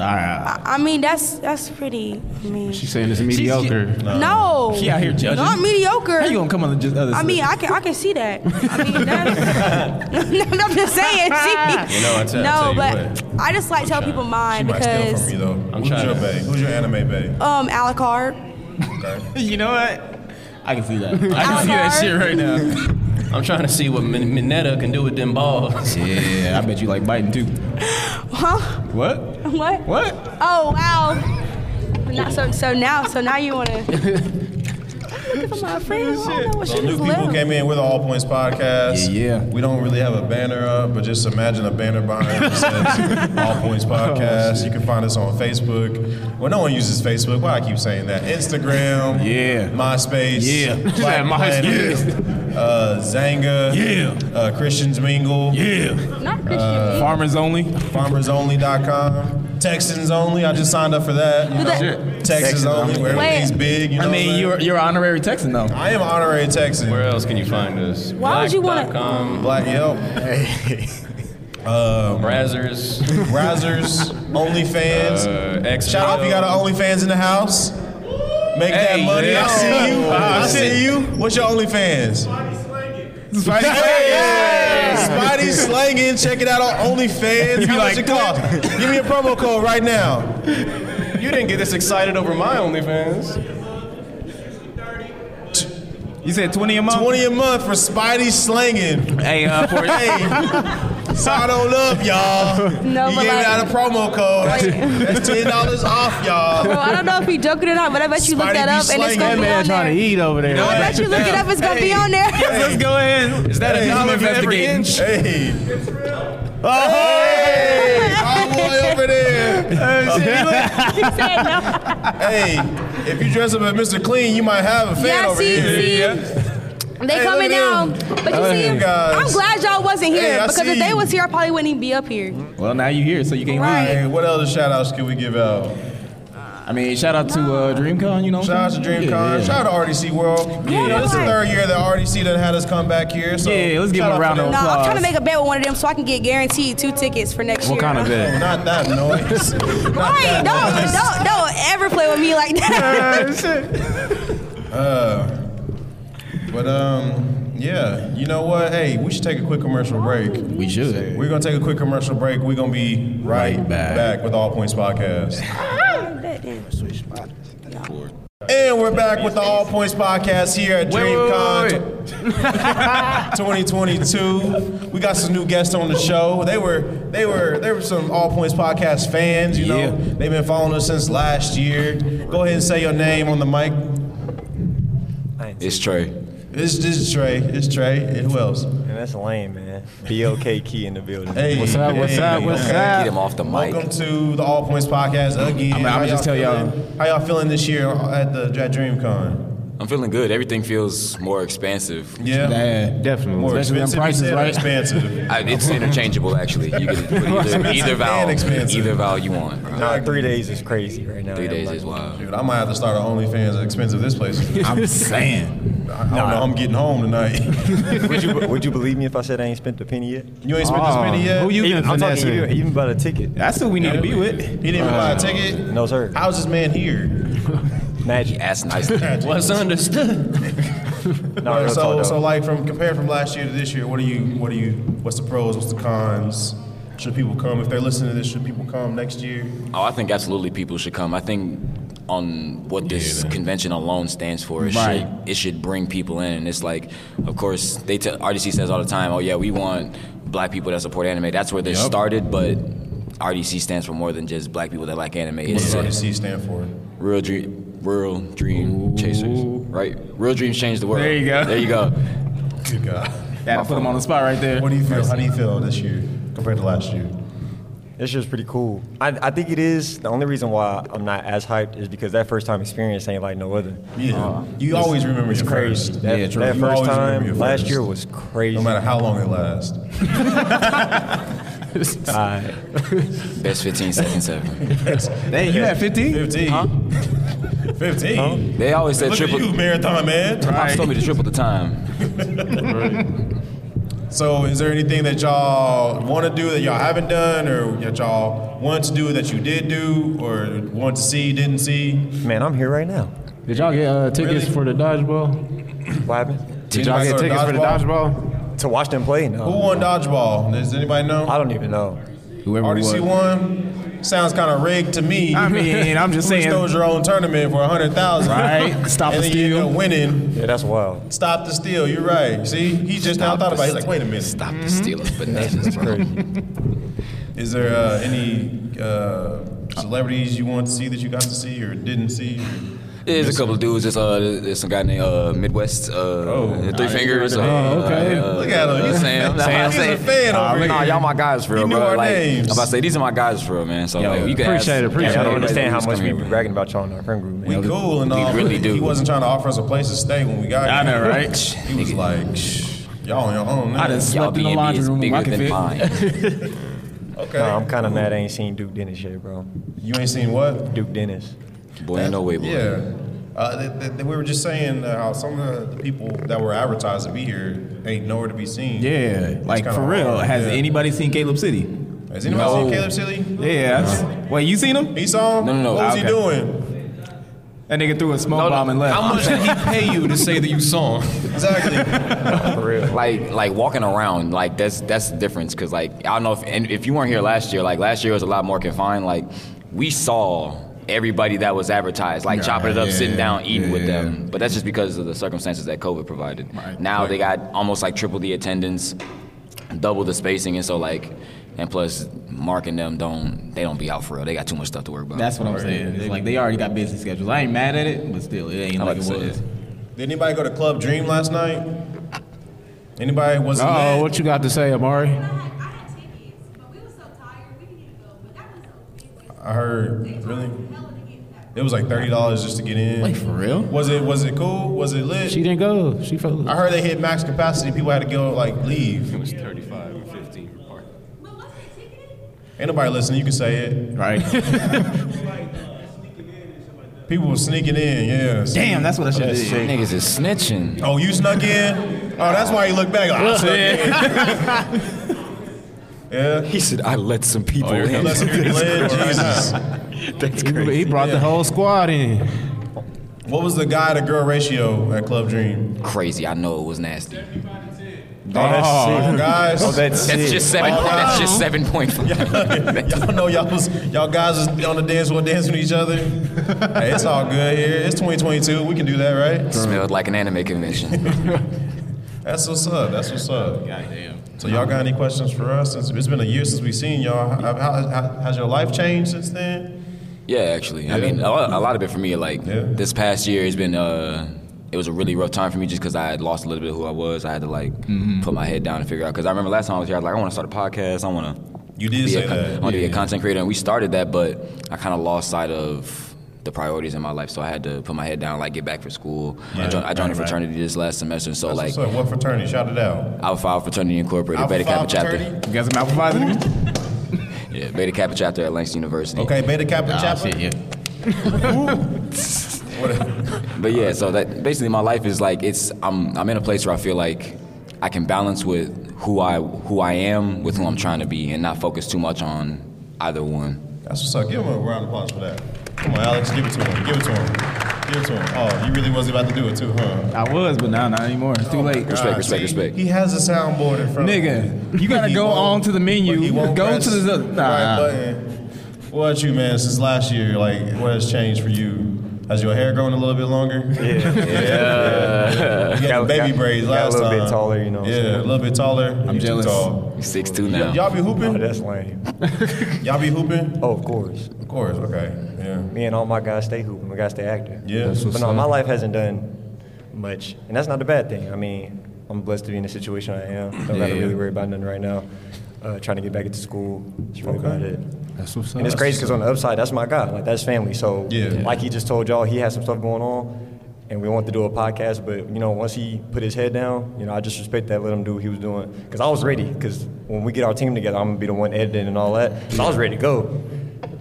S4: Alright.
S5: I mean, that's that's pretty. I mean,
S2: She's saying it's mediocre.
S5: no.
S4: She out here judging.
S5: Not mediocre.
S4: How you gonna come on the just other
S5: I
S4: side?
S5: mean, I can I can see that. I mean, that's, I'm just saying. She,
S3: You know, I tell- I tell
S5: no,
S3: you
S5: but I just like tell people
S1: She
S5: mine
S1: might steal from
S5: because
S1: you though.
S3: I'm
S1: who's
S3: trying
S1: your
S3: to-
S1: bay? Who's your anime bay?
S5: um Alucard.
S4: you know what? I can see that. I can see that
S5: Alucard.
S4: shit right now.
S3: I'm trying to see what Min- Mineta can do with them balls.
S4: Yeah, I bet you like biting too.
S5: Huh?
S4: What?
S5: What?
S4: What?
S5: Oh wow. Not so so now so now you wanna. Look at my friends. I don't know what she
S1: So new
S5: just
S1: people
S5: left.
S1: came in with the All Points podcast.
S4: Yeah, yeah.
S1: We don't really have a banner up, but just imagine a banner behind us that says All
S4: Oh,
S1: Points podcast. you can find us on Facebook. Well, no one uses Facebook. Why I keep saying that? Instagram.
S4: Yeah.
S1: MySpace.
S4: Yeah.
S1: Black
S2: Yeah, MySpace.
S1: Planet, Uh, Zanga.
S4: Yeah.
S1: Uh, Christians Mingle.
S4: Yeah.
S5: Not Christian.
S4: Farmers only.
S1: FarmersOnly.com. Texans only. I just signed up for that. You
S5: Do they-
S1: know, Texans, only. Where
S5: Wait.
S1: everything's big. You know
S4: I
S1: what I'm
S4: mean,
S1: saying?
S4: you're you're an honorary Texan though.
S1: I am honorary Texan.
S3: Where else can you find us?
S5: Why would you wanna-
S3: Black.com,
S1: Black Yelp.
S3: Brazzers,
S1: Razzers, OnlyFans.
S3: uh, XL.
S1: Shout out if you got an OnlyFans in the house. Make that
S3: Hey,
S1: money. I
S3: yeah.
S1: see you.
S3: Oh,
S1: I see you. What's your OnlyFans? Spidey slanging. Spidey slanging. Check it out on OnlyFans. How much it cost? Give me a promo code right now.
S3: You didn't get this excited over my OnlyFans.
S4: You said twenty a month.
S1: Twenty a month for Spidey slanging.
S4: Hey, uh, for
S1: Hey, So I don't love y'all.
S5: No,
S1: you
S5: but
S1: gave
S5: like-
S1: out a promo code. That's, that's ten dollars off, y'all.
S5: Bro, I don't know if he joking or not, but I bet you look
S1: Spidey
S5: that
S1: be
S5: up and it's
S1: slanging.
S5: gonna
S1: That
S5: be
S2: man
S5: on
S2: trying to
S5: there.
S2: eat over there.
S5: I bet you look it up, it's gonna be on there.
S2: Let's go ahead. Is that a dollar for every inch?
S1: Hey. Oh, Hey, my boy over there.
S5: He said no.
S1: Hey, if you dress up as Mr. Clean, you might have a fan
S5: Yeah,
S1: over
S5: see,
S1: here.
S5: see. They
S1: Hey,
S5: coming
S1: look at
S5: now. But you see,
S1: you guys.
S5: I'm glad y'all wasn't here
S1: Hey, I
S5: because if
S1: see
S5: they
S1: you.
S5: was here, I probably wouldn't even be up here.
S4: Well, now you here, so you can't
S5: Right.
S4: leave.
S1: Hey, what other shout outs can we give out?
S4: I mean, shout out to uh, DreamCon, you know. what I'm
S1: Shout out to
S4: saying?
S1: DreamCon.
S4: Yeah, yeah.
S1: Shout out to RDC World.
S5: Yeah,
S1: you know, this is the
S5: like-
S1: third year that RDC done had us come back here. So
S4: Yeah, let's give
S1: shout
S4: them a
S1: out to
S4: round
S5: No,
S1: them.
S5: I'm trying to
S4: Applause.
S5: make a bet with one of them so I can get guaranteed two tickets for next
S2: What
S5: year.
S2: kind of bet?
S1: Not that noise. Not that
S5: Right? Don't,
S1: noise.
S5: don't, don't ever play with me like that.
S1: But um, yeah, you know what? Hey, we should take a quick commercial break.
S4: We should.
S1: We're gonna take a quick commercial break. We're gonna be right,
S4: Right back.
S1: back. with All Points Podcast. And we're back with the All Points Podcast here at
S2: Wait,
S1: DreamCon 2022. We got some new guests on the show. They were they were they were some All Points Podcast fans. You know,
S4: Yeah.
S1: they've been following us since last year. Go ahead and say your name on the mic.
S9: It's Trey.
S1: It's, it's Trey. It's Trey. And who else?
S10: Man, that's lame, man. BOK key in the building.
S1: Hey,
S2: What's up? What's
S1: hey,
S2: up? What's
S1: okay.
S9: Get
S2: up?
S9: him off the mic.
S1: Welcome to the All Points Podcast again.
S4: I'ma
S1: How
S4: just tell y'all-
S1: feeling- how y'all feeling this year at the at DreamCon.
S9: I'm feeling good. Everything feels more expansive.
S1: Yeah,
S4: Yeah.
S1: More
S2: Definitely.
S4: especially them
S1: expensive,
S4: prices,
S1: you said, or
S4: right?
S1: Expansive.
S9: I, it's interchangeable, actually. You can put either, either vowel,
S1: expensive.
S9: either vowel you want. bro.
S10: Nah, three days is crazy right now.
S9: Three days
S10: Like,
S9: is wild.
S1: Dude, I might have to start an OnlyFans at expensive this place. I,
S4: I'm saying.
S1: I don't know. I'm getting home tonight.
S10: Would you, would you believe me if I said I ain't spent a penny yet?
S1: you ain't spent this
S2: Oh,
S1: penny yet.
S2: who you been
S10: I'm talking even,
S2: finessing?
S10: even about a ticket.
S4: That's who we need to be with.
S1: He didn't even
S4: Uh,
S1: buy a ticket.
S10: No, sir.
S4: Ah.
S1: How's this man here?
S10: Magic.
S9: Ask nicely.
S3: What's understood?
S10: No, no,
S1: so,
S10: so,
S1: so like from compared from last year to this year, what do you, what do you, what's the pros, what's the cons? Should people come if they're listening to this? Should people come next year?
S9: Oh, I think absolutely people should come. I think on what this convention alone stands for, it
S4: Right.
S9: should it should bring people in. And it's like, of course, they tell RDC says all the time, "Oh yeah, we want black people that support anime." That's where this started, but RDC stands for more than just black people that like anime.
S1: What
S9: It's
S1: does
S9: a
S1: RDC stand for?
S9: real dream, real dream chasers, right? Real dreams change the world.
S4: There you go.
S9: There you go.
S1: Good God.
S4: Gotta put him on the spot right there.
S1: What do you feel? How do you feel this year compared to last year?
S10: this year's pretty cool. I, I think it is. The only reason why I'm not as hyped is because that first time experience ain't like no other.
S1: Yeah, you always remember your
S10: Crazy.
S1: first.
S10: That,
S4: Yeah, true.
S10: that
S1: You
S10: first
S1: always remember
S10: time
S1: your
S10: last
S1: first.
S10: year was crazy.
S1: No matter how long it lasts.
S10: I-
S9: Best 15 seconds ever.
S4: Hey, you had 15?
S1: 15. 15.
S9: They always said
S1: Look
S9: triple.
S1: at you, marathon man.
S9: Pops told me to triple the time.
S1: So, is there anything that y'all want to do that y'all haven't done, or that y'all want to do that you did do, or want to see didn't see?
S10: man, I'm here right now.
S2: Did y'all get uh, tickets
S1: Really?
S2: for the dodgeball?
S10: What happened?
S2: Did y'all get
S1: For
S2: tickets for the dodgeball?
S10: To watch them play?
S1: Who
S10: No.
S1: won dodgeball? Does anybody
S10: I
S1: know?
S10: don't even know.
S4: Whoever
S1: RDC
S4: was.
S1: won. Sounds kind of rigged to me.
S4: I mean,
S1: You
S4: I'm just
S1: just
S4: saying.
S1: throws your own tournament for a hundred thousand,
S4: Right. Stop
S1: and
S4: the
S1: then you end
S4: steal.
S1: up winning.
S10: Yeah, that's wild.
S1: Stop the steal. You're right. See, he just now thought
S9: Stop the
S1: about. it. He's like,
S9: steal.
S1: wait a minute. Mm-hmm.
S9: Stop the Steelers bananas, bro.
S1: Is there uh, any uh, celebrities you want to see that you got to see or didn't see?
S9: There's a couple of dudes. There's, uh, there's some guy named uh, Midwest uh, Three Fingers. Uh,
S4: okay.
S9: uh,
S1: Look at him.
S9: uh,
S1: He's a
S9: Sam.
S1: fan.
S9: That's what I'm
S1: He's a
S9: saying.
S1: fan
S9: Nah,
S1: over
S9: look- nah,
S1: here.
S9: y'all my guys for
S1: He
S9: real,
S1: knew
S9: bro.
S1: our
S9: like,
S1: names.
S9: I'm about to say these are my guys for real, man. So like, you can
S2: appreciate
S9: ask,
S2: it, appreciate
S9: ask
S2: it.
S10: I
S9: everybody
S10: don't understand how
S9: who's
S10: much we
S9: coming
S10: be
S9: here.
S10: bragging about y'all in our friend group,
S1: We
S10: man.
S1: cool and
S9: we
S1: all. but
S9: really
S1: He
S9: do.
S1: wasn't trying to offer us a place to stay when we got
S4: I know,
S1: here.
S4: right?
S1: He was like, Shh, y'all on your own. Now.
S4: I done
S9: Y'all
S4: slept in the
S9: B&B
S4: laundry
S9: is
S4: room. I
S9: bigger
S4: can
S9: than
S4: fit.
S9: mine.
S1: okay.
S10: Nah, I'm kind of mad I ain't seen Duke Dennis yet, bro.
S1: you ain't seen what?
S10: Duke Dennis.
S9: Boy, ain't no way, boy.
S1: Yeah. Uh, th- th- th- we were just saying uh, how some of the people that were advertised to be here ain't nowhere to be seen.
S4: Yeah, like
S1: kinda
S4: for real.
S1: hard,
S4: Has
S1: yeah.
S4: anybody seen Caleb City?
S1: Has anybody
S9: No.
S1: seen Caleb Silly?
S4: Yeah. that's- Wait, you seen him?
S1: He saw him?
S9: No, no, no.
S1: What was he
S4: Okay.
S1: doing?
S4: That nigga threw a smoke bomb and left.
S3: How much did he pay you to say that you saw him?
S1: Exactly.
S10: For real.
S9: Like, like walking around, like that's that's the difference. Cause like I don't know if and if you weren't here last year, like last year was a lot more confined. Like we saw everybody that was advertised, like chopping it up, sitting down, eating with them. But that's just because of the circumstances that COVID provided. Now they got almost like triple the attendance. double the spacing, and so like, and plus Mark and them don't they don't be out for real. They got too much stuff to worry about.
S4: That's what I'm saying. It's like they already got busy schedules. I ain't mad at it, but still, it ain't
S9: I'm
S4: like
S9: about
S4: it
S9: to say
S4: was.
S9: that.
S1: Did anybody go to Club Dream last night? Anybody was in
S2: Oh,
S1: that?
S2: what you got to say, Amari?
S7: I had, I had tickets, but we were so tired, we didn't even go. But that was okay.
S1: I heard really.
S7: Hell to get that.
S1: It was like thirty dollars just to get in.
S4: Like for real?
S1: was it was it cool? Was it lit?
S2: She didn't go. She fell.
S1: I heard they hit max capacity. People had to go like leave.
S3: It was 35 or 15 per part.
S7: But wasn't it ticketed?
S1: Ain't nobody listening. You can say it.
S4: Right.
S1: People were sneaking in. Yeah.
S4: Damn, that's what I should
S1: That's
S4: have did.
S9: Niggas is snitching.
S1: Oh, you snuck in. Oh, that's why you look back. Like, I snuck in. yeah.
S9: He said, "I let some people
S3: here
S9: in."
S1: Let some people in. Jesus.
S9: That's
S2: He,
S9: crazy.
S2: he brought the whole squad in.
S1: What was the guy to girl ratio at Club Dream?
S9: Crazy. I know it was nasty.
S1: Oh, guys.
S10: that's
S9: That's just seven. That's just seven point five.
S1: y'all know y'all was y'all guys is on the dance floor dancing with each other. hey, it's all good here. It's 2022. We can do that, right?
S9: Smelled like an anime convention.
S1: That's what's up. That's what's up. So y'all got any questions for us? Since it's been a year since we've seen y'all, how, how, how- has your life changed since then?
S9: Yeah, actually. I
S1: Yeah.
S9: mean, a lot, a lot of it for me, like
S1: Yeah.
S9: this past year has been, uh, it was a really rough time for me just because I had lost a little bit of who I was. I had to like
S1: Mm-hmm.
S9: put my head down and figure out. Because I remember last time I was here, I was like, I want to start a podcast. I want to
S1: You did
S9: be
S1: say
S9: a con- I
S1: that.
S9: want to be a content creator, and we started that, but I kind of lost sight of the priorities in my life, so I had to put my head down, like get back for school. I joined, I joined a fraternity this last semester, and so
S1: What's
S9: like
S1: up? What fraternity? Shout it out.
S9: Alpha Phi Fraternity Incorporated,
S1: Alpha
S9: Beta
S1: Phi
S9: Kappa chapter,
S1: fraternity?
S4: You guys are malprovising me?
S9: yeah, Beta Kappa chapter at Langston University.
S1: Okay, Beta Kappa
S4: Oh,
S1: chapter.
S4: shit, yeah.
S9: But yeah, so that basically my life is like it's I'm I'm in a place where I feel like I can balance with who I who I am with who I'm trying to be and not focus too much on either one.
S1: That's what's up. Give him a round of applause for that. Come on, Alex. Give it to him. Give it to him. Give it to him. Oh, you really wasn't about to do it too, huh?
S4: I was, but now not anymore. It's too late.
S9: Respect,
S1: God,
S9: respect,
S1: see,
S9: respect.
S1: He has a soundboard in front of him.
S4: Nigga, you gotta
S1: He
S4: go
S1: won't-
S4: on to the
S1: but he
S4: menu.
S1: won't
S4: Go
S1: press
S4: to the
S1: the right
S4: nah.
S1: button. What about you, man? Since last year, like, what has changed for you? Has your hair grown a little bit longer? Yeah, you had the
S10: Got-
S1: baby
S10: got-
S1: braids
S10: got a
S1: last
S10: little
S1: time.
S10: bit taller, you know what I'm
S1: Yeah,
S10: saying?
S1: a little bit taller.
S4: I'm
S1: You too
S4: jealous.
S1: tall.
S9: Six two now.
S1: Y'all be hooping?
S10: Oh, that's lame.
S1: Y'all be hooping?
S10: Oh, of course.
S1: Of course. Okay. Yeah.
S10: Me and all my guys stay hooping. We gotta stay active.
S1: Yeah. That's
S10: But no, my life hasn't done much, and that's not a bad thing. I mean, I'm blessed to be in the situation I am. Don't gotta really worry about nothing right now. Uh, trying to get back into school. That's really about it.
S2: That's what's
S10: And it's crazy because on the upside, that's my guy. Like that's family. So
S1: Yeah.
S10: like he just told y'all, he had some stuff going on, and we wanted to do a podcast. But you know, once he put his head down, you know, I just respect that. Let him do what he was doing. Because I was ready. Because when we get our team together, I'm gonna be the one editing and all that. So I was ready to go.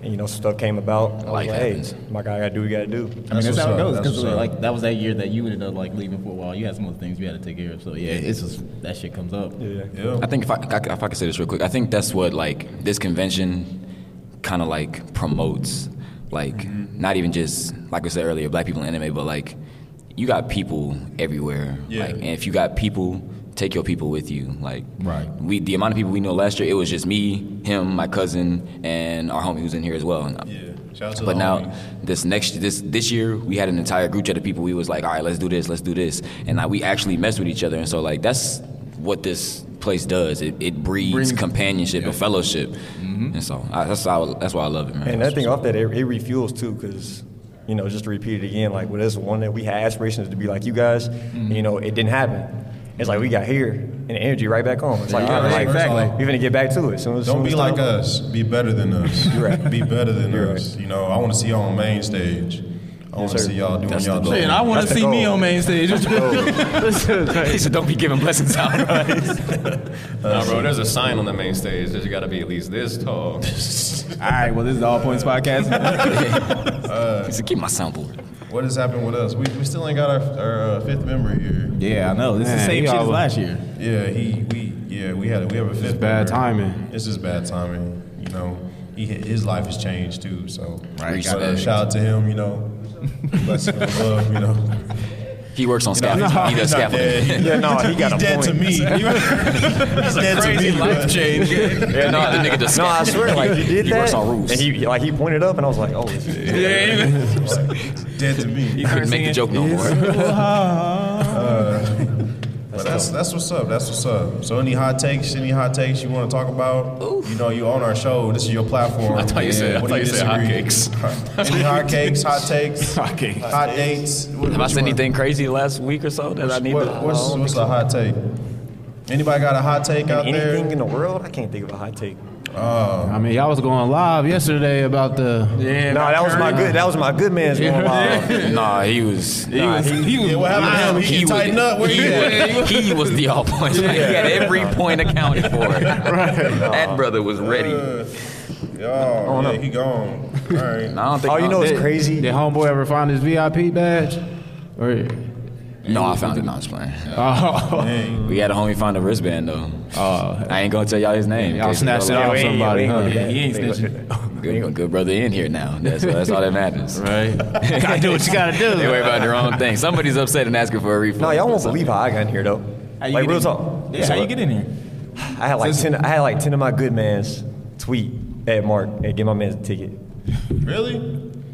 S10: And you know, some stuff came about. I was
S9: Life
S10: like, hey,
S9: happens.
S10: my guy gotta do what he gotta do.
S4: I mean,
S1: That's
S4: that's how it
S1: what's up.
S4: goes.
S1: That's
S4: Because
S1: what's up.
S4: like that was that year that you ended up like leaving for a while. You had some other things you had to take care of. So yeah, it's just that shit comes up.
S10: Yeah.
S1: Yeah.
S9: I think if I, I c- if I could say this real quick, I think that's what like this convention kind of like promotes, like not even just like I said earlier, black people in anime, but like you got people everywhere.
S1: Yeah.
S9: Like, and if you got people, take your people with you. Like
S4: Right.
S9: we the amount of people we know last year, it was just me, him, my cousin, and our homie who's in here as well. And-
S1: Yeah. Shout out to
S9: but
S1: the
S10: um,
S9: now
S1: homies.
S9: this next this this year we had an entire group chat of people we was like all right let's do this let's do this and like we actually messed with each other and so like that's what this place does it, it breeds companionship and fellowship and so I, that's how that's why I love it man
S10: And Mm-hmm. that thing off that, it, it refuels too, because, you know, just to repeat it again, like, well, that's one that we had aspirations to be like you guys, and, you know, it didn't happen. It's like we got here and the energy right back on. It's like,
S1: Yeah,
S10: all right,
S1: first
S10: exactly.
S1: off-
S10: We're going to get back to it. Soon, as-
S1: Don't
S10: soon
S1: be
S10: as
S1: like
S10: time-
S1: us. Be better than us.
S10: You're right.
S1: Be better than
S10: You're
S1: us. You know, I want to see y'all on main stage. I want to
S10: sir.
S1: see y'all doing
S9: That's
S1: y'all
S9: the
S1: thing.
S4: And I want
S10: That's
S4: to
S10: the
S4: see me
S10: goal.
S4: on main stage.
S9: he said don't be giving blessings out
S3: Nah, bro, there's a sign on the main stage. There's got to be at least this tall.
S4: All right, well this is the All Points podcast.
S9: he said keep my soundboard
S1: What has happened with us? We, we still ain't got our, our uh, fifth member here.
S4: yeah, I know. This is the
S2: Man,
S4: same
S2: you
S4: shit as
S2: always-
S4: last year.
S1: Yeah, he we yeah we had a, we have a fifth.
S2: bad
S1: member.
S2: timing.
S1: It's just bad timing. You know, he his life has changed too. So
S9: Right,
S1: But, uh,
S9: got it.
S1: shout out to him. You know, bless him, love. You know,
S9: he works on
S1: Nah,
S9: scaffolding he does
S1: he's not dead.
S9: scaffolding
S10: Yeah, no, he
S1: he's
S10: got a
S1: dead
S10: point.
S1: to me. he's dead
S3: Crazy
S1: to me.
S3: life
S1: but-
S3: change. yeah,
S9: yeah, no the nigga does
S10: No, I
S9: scaffolding.
S10: swear, like, you did
S9: he
S10: that.
S9: works on roofs
S10: And
S9: he
S10: he, like, he pointed up, and I was like, oh, this is-
S1: Dead to me.
S9: couldn't make the joke no more
S1: Uh, But that's that's what's up. That's what's up. So any hot takes, any hot takes you want to talk about? You know, you on our show. This is your platform.
S3: I thought you said- I
S1: What do
S3: thought you said
S1: disagree? any hot cakes, hot takes, hot, dates. What-
S9: Have
S1: what you
S9: I said
S1: want?
S9: anything crazy last week or so that I need
S1: What,
S9: to?
S1: what's what's a hot take? Anybody got a hot take out
S6: Anything
S1: there?
S6: in the world? I can't think of a hot take.
S2: I mean, y'all was going live yesterday about the. Yeah.
S6: No, that was my good. That was my good man's going wild.
S9: Nah, he was. Nah, he,
S1: Yeah, what happened to him? He, can tighten
S9: was,
S1: up. Where
S9: he,
S1: you at?
S9: was, he was the all points. Like, he had every point accounted for. That brother was ready.
S2: Uh,
S1: Oh, yeah, he gone. All right.
S9: I don't think.
S6: Oh, you know what's crazy?
S2: Did homeboy ever find his VIP badge? Or
S9: No, I found it. No, I'm just playing.
S2: oh,
S9: We had a homie find a wristband though. I ain't gonna tell y'all his name.
S2: y'all snatched it off
S6: wait,
S2: somebody,
S6: wait,
S2: huh?
S6: wait.
S4: He ain't snitching.
S9: Good, good brother in here now. That's, that's all that matters.
S2: Right. gotta do what you gotta do.
S9: They worry about their own thing. Somebody's upset and asking for a refund.
S6: No, y'all won't
S9: So-
S6: believe how I got in here though.
S4: How you
S6: Like
S4: get
S6: real
S4: in-
S6: talk.
S4: Yeah, how you get in here?
S6: I had like ten. I had like ten of my good man's tweet at Mark and get my man's a ticket.
S1: Really?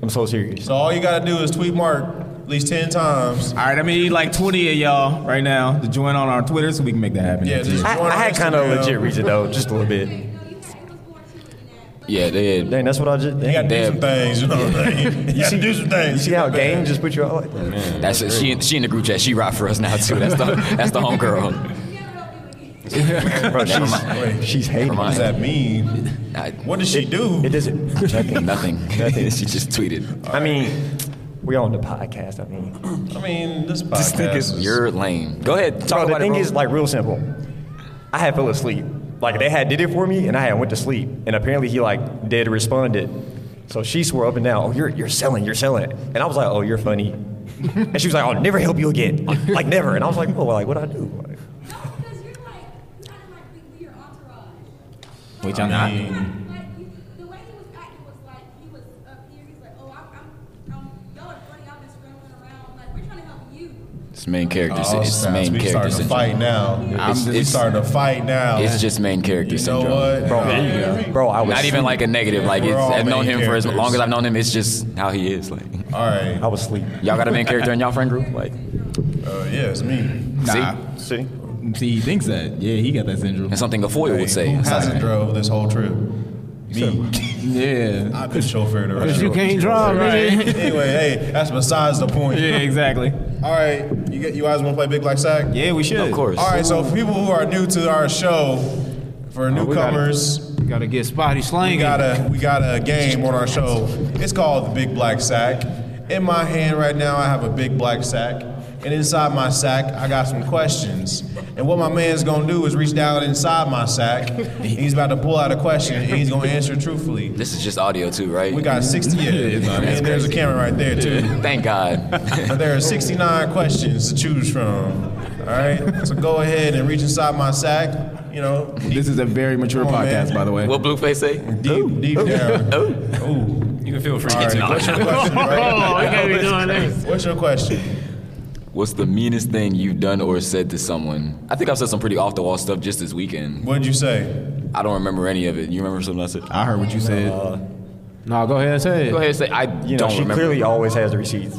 S6: I'm so serious.
S1: So all you gotta do is tweet Mark at least ten times.
S4: All right, I mean, like 20 of y'all right now to join on our Twitter so we can make that happen.
S1: Yeah, just
S6: I,
S1: join
S6: I
S1: our
S6: had kind of a
S1: Instagram.
S6: legit reason though, just a little bit.
S5: No, you had, it was more to it than that. But
S9: Yeah, they
S6: Dang, that's what I just.
S1: You gotta
S6: Dang.
S1: do some things, you know what I mean? You gotta do some things.
S6: You see how game just put you out like that?
S9: That's it. she. She in the group chat. She ride for us now too. That's the. That's the homegirl.
S5: you never helped me with it.
S6: Bro, she's,
S1: Wait,
S6: she's hating.
S1: what does
S9: Mine.
S1: that mean?
S9: I-
S1: What does she
S6: It
S1: do?
S6: doesn't.
S9: nothing. Nothing. she just tweeted.
S6: I mean, we on the podcast. I mean,
S1: I mean, this podcast is
S9: You're lame. Go ahead. Talk
S6: bro, the
S9: about
S6: thing
S9: it, bro.
S6: is like real simple. I had fell asleep. Like they had did it for me, and I had went to sleep. And apparently he like did responded. So she swore up and down, "Oh, you're you're selling, you're selling." And I was like, "Oh, you're funny." and she was like, "I'll never help you again, like never." And I was like, "Oh, "Well, like what I do?" Like,
S5: No, because you're like, kind of like we, we are entourage.
S4: Which I'm not.
S5: You're not like, you, the way he was acting was like, he was up here, he's like, oh, I'm, I'm, I'm y'all are funny, I'm just scrambling around. Like, we're trying to help you.
S9: It's main character.
S1: Oh,
S9: it's
S1: snaps.
S9: main
S1: we
S9: character
S1: starting to
S9: syndrome.
S1: fight now.
S9: I'm
S1: It's,
S9: just-
S1: it's starting to fight now.
S9: It's just main character
S1: you know
S9: syndrome.
S1: what, bro?
S6: bro, I was
S9: Not even like a negative. Like it's,
S1: We're all
S9: I've known
S1: main
S9: him for as
S1: characters.
S9: long as I've known him. It's just how he is. Like
S1: All right,
S6: I was asleep.
S9: y'all got a main character in y'all friend group. Like
S1: uh, yeah, it's me.
S4: Nah.
S6: See,
S4: See, he thinks that. Yeah, he got that syndrome.
S9: and something a foil would say.
S1: Who
S9: It's like,
S1: hasn't drove this whole trip? Me.
S4: Yeah.
S1: I've been chauffeured around.
S2: Cause you can't drive, right?
S1: Anyway, hey, that's besides the point.
S4: Yeah, exactly.
S1: All right, you get, you guys want to play Big Black Sack?
S4: Yeah, we should.
S9: Of course.
S1: All right, so for people who are new to our show, for
S2: we got it.
S1: newcomers,
S2: gotta get spotty
S1: we
S2: slanging.
S1: got a we got a game on our show. It's called the Big Black Sack. In my hand right now, I have a big black sack, and inside my sack, I got some questions. And what my man's gonna do is reach down inside my sack. and he's about to pull out a question, and he's gonna answer truthfully.
S9: This is just audio too, right?
S1: We got 60 yeah, and there's a camera right there too.
S9: Thank God.
S1: Now, There are 69 questions to choose from. All right, so go ahead and reach inside my sack. You know,
S4: This is a very mature
S1: Come on,
S4: podcast,
S1: man.
S4: by the way.
S9: what Blueface say?
S1: deep, deep down.
S9: Oh.
S1: Ooh.
S3: You can feel free.
S1: All right, what's your question? Right?
S2: we gotta be doing that.
S1: What's your question?
S9: What's the meanest thing you've done or said to someone? I think I've said some pretty off the wall stuff just this weekend.
S1: What'd you say?
S9: I don't remember any of it. You remember something I said?
S4: I heard what you said.
S2: No, go ahead and say
S9: Go
S2: it.
S9: ahead and say I
S6: you know,
S9: don't
S6: she
S9: remember.
S6: clearly always has the receipts.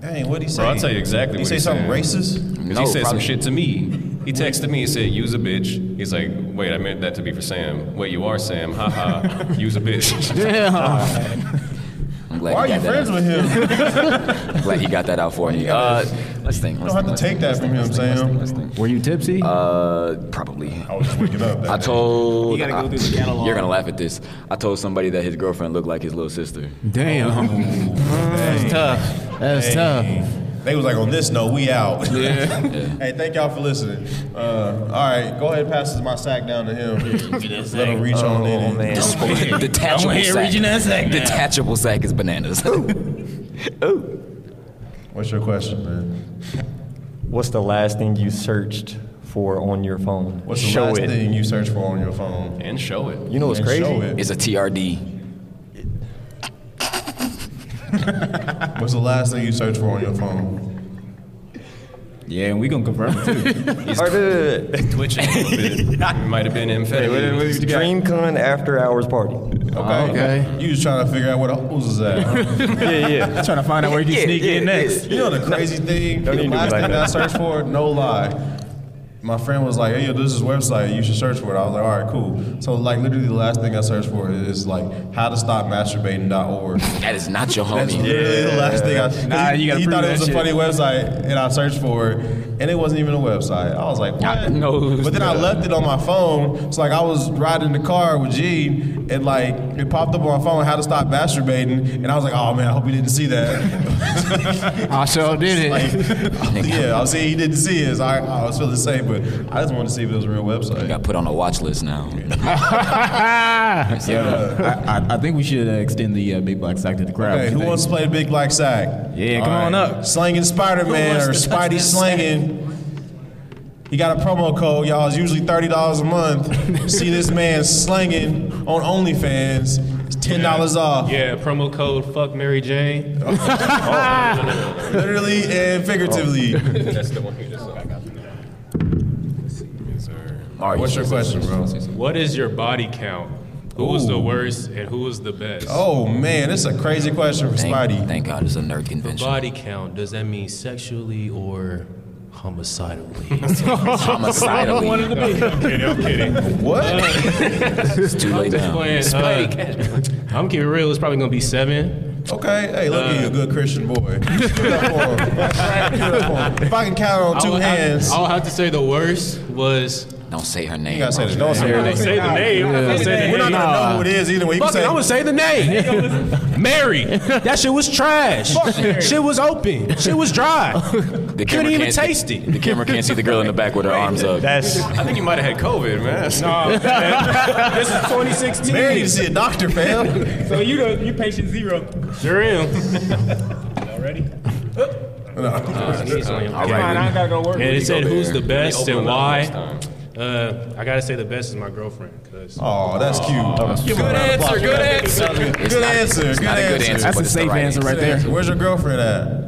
S1: Dang, what'd he say?
S3: Bro, I'll tell you exactly
S1: He
S3: what
S1: say
S3: he
S1: something
S3: said.
S1: racist?
S3: Because
S9: No,
S3: he said some
S9: probably-
S3: shit to me. He texted me and said, use a bitch. He's like, wait, I meant that to be for Sam. Wait, you are Sam. Ha ha. Use a bitch.
S2: Yeah.
S9: I'm glad
S1: Why are
S9: he
S1: you
S9: got that.
S1: friends with him? You
S9: Out. I'm glad he got that out for me. Uh, let's think. Let's
S1: don't have to take
S9: think,
S1: that from him, Sam.
S9: let's think.
S2: Were you tipsy?
S9: Uh, probably.
S1: I was just waking up.
S9: I
S1: That day.
S4: You
S9: told.
S4: gotta go
S9: I-
S4: through the catalog.
S9: You're gonna laugh at this. I told somebody that his girlfriend looked like his little sister.
S2: Damn.
S1: Dang.
S2: That's tough.
S1: Dang. They was like, on this note, we out. hey, thank y'all for listening. Uh, all right, go ahead and pass my sack down to him. Let him reach on in.
S6: Oh
S1: and-
S6: man,
S9: Detachable
S4: here
S9: sack.
S4: reaching that sack now.
S9: Detachable sack is bananas.
S1: What's your question, man?
S6: what's the last thing you searched for on your phone?
S1: What's the
S6: Show
S1: last
S6: it.
S1: thing you search for on your phone?
S3: and show it.
S6: You know what's
S1: And
S6: crazy?
S1: Show it.
S9: it's a TRD.
S1: What's the last thing you search for on your phone?
S4: Yeah, and we gonna confirm it too.
S3: He's
S10: All right,
S3: twitching a little bit. It might have been amphetamine.
S10: DreamCon after hours party.
S6: Oh,
S1: Okay.
S2: okay.
S1: You was trying to figure out where the hoes is at. huh?
S10: yeah, yeah.
S2: Trying to find out where you can sneak in next.
S1: you know the crazy thing? The
S10: Don't even do
S1: last
S10: it like
S1: thing
S10: that.
S1: that I searched for, no lie. My friend was like, hey, yo, this is website. You should search for it. I was like, all right, cool. So, like, literally the last thing I searched for is, like, how to stop masturbating.org.
S9: That is not your
S1: That's
S9: homie.
S1: literally the last thing I. 'cause
S2: Oh, Nah,
S1: he,
S2: you gotta
S1: he
S2: prove
S1: thought it
S2: that
S1: was a
S2: shit.
S1: funny website, and I searched for it, and it wasn't even a website. I was like, what?
S9: know who's
S1: But then I left it on my phone. So like I was riding in the car with G, and like it popped up on my phone how to stop masturbating, and I was like, oh man, I hope he didn't see that.
S2: I sure did it.
S1: yeah, I was saying he didn't see it. So I, I was feeling the same, but I just wanted to see if it was a real
S9: I
S1: website.
S9: got put on a watch list now.
S4: I, I, I think we should uh, extend the uh, big black sack to the crowd.
S1: Okay, who wants to play the big black sack?
S4: Yeah, come on up.
S1: Slinging Spider Man or Spidey Slinging. He got a promo code, y'all. It's usually thirty dollars a month. See this man slinging on OnlyFans. It's ten dollars off,
S11: Yeah, promo code fuck Mary Jane.
S1: literally and figuratively.
S3: That's the one you just saw.
S9: Mario.
S1: What's your question, bro?
S11: What is your body count? Who was the worst and who was the best?
S1: Oh man, this is a crazy question for
S9: Thank,
S1: Spidey.
S9: thank God it's a nerd convention.
S11: Body count, does that mean sexually or homicidally?
S9: Homicidal.
S11: I'm kidding, I'm kidding.
S1: What?
S9: It's too late now.
S11: I'm keeping real, it's probably gonna be seven.
S1: Okay, hey, look at you, a good Christian boy. Give it up for him. Give it up for him. If I can count on two
S11: I'll,
S1: hands,
S11: I'll have to say the worst was
S9: Don't say her
S1: you
S9: name.
S1: gotta say this. Don't say
S11: they
S1: it.
S11: say the name. They say
S1: We're
S11: the name.
S1: not gonna know who it is either way. You can say
S11: say the name. Mary. That shit was trash. Shit was open. Shit was dry.
S9: the camera
S11: even
S9: can't see-
S11: taste it.
S9: The camera can't see the girl in the back with her arms up.
S10: That's
S3: I think you might have had COVID, man.
S11: this is 2016.
S1: Mary need to see a doctor, fam.
S11: So you the, you patient zero. Sure am.
S9: All right.
S11: gotta go work. And it said
S9: go
S11: who's
S9: there.
S11: the best and
S3: Open up
S11: why.
S3: next time.
S11: Uh, I gotta say the best is my girlfriend. Cause
S1: Oh, that's cute. Give her a round of applause.
S3: good answer.
S9: It's
S1: Good
S9: not-
S1: answer,
S9: It's not a
S1: good
S9: good
S1: answer. That's
S9: answer. but
S4: a
S9: it's the
S4: safe
S9: right
S4: answer right there.
S1: Where's your girlfriend at?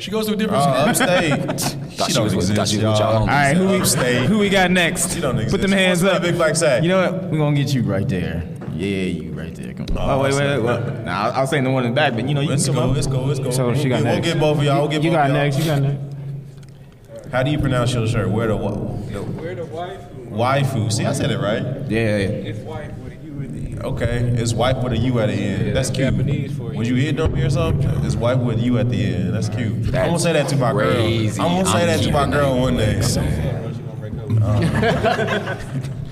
S3: She goes to a
S1: Oh,
S3: different
S1: upstate.
S9: Thought
S1: she
S9: she
S1: don't
S9: was with
S1: exist,
S9: thought she was with
S1: y'all.
S9: y'all.
S4: All right, who we
S1: Upstate.
S4: who we got next?
S1: She don't
S4: Put
S1: exist.
S4: them hands
S1: What's
S4: up.
S1: that big black sack?
S4: You know what? We're gonna get you right there. Yeah, you right there. Come on. Oh, wait, wait, wait. wait. Nah, I was saying the one in the back, but you know you
S1: Let's
S4: can
S1: go,
S4: come up.
S1: let's go, let's go.
S2: So
S1: we'll
S2: she
S1: get,
S2: got
S1: we'll
S2: next.
S1: get both of y'all. We'll get
S2: You
S1: both
S2: got
S1: of y'all.
S2: next. You got next.
S1: How do you pronounce your shirt? Where the what? Where the waifu? Waifu. See, I said it right.
S4: Yeah, yeah. yeah.
S1: Okay, it's wife with a U at the end. That's cute. When you hit on me or something, it's wife with a U at the end. That's cute. I'm gonna say that to my
S9: crazy.
S1: girl. I'm gonna say
S9: I'm
S1: that to my
S9: keeping
S1: girl Uh,
S9: that.
S1: one day.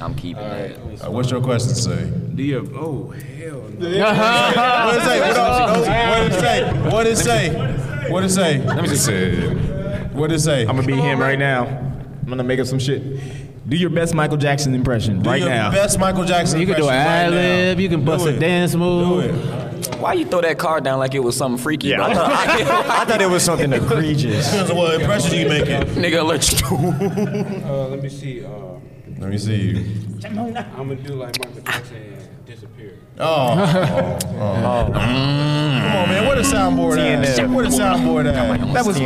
S9: I'm keeping it.
S1: Uh, what's your question say?
S12: Do you? Oh hell no.
S1: What it say? What, what it say? What it say? What it say? Let me just say. What it say?
S4: I'm gonna be him right now. I'm gonna make up some shit. Do your best Michael Jackson impression
S1: Do
S4: right
S1: your
S4: now.
S1: best Michael Jackson.
S2: You can do an ad
S1: impression right now.
S2: lib. You can bust
S1: Do
S2: a
S1: it.
S2: dance
S1: Do
S2: move.
S1: it.
S9: Why you throw that card down like it was something freaky? Yeah. I thought,
S10: I thought it was something egregious.
S1: Depends on what impression you making.
S9: nigga alert you.
S12: Uh, let me see. Uh,
S1: Let me see you.
S12: I'm gonna do like Michael Jackson and disappear.
S1: Oh. Mm. Come on, man. What a soundboard at? What a soundboard at?
S4: That was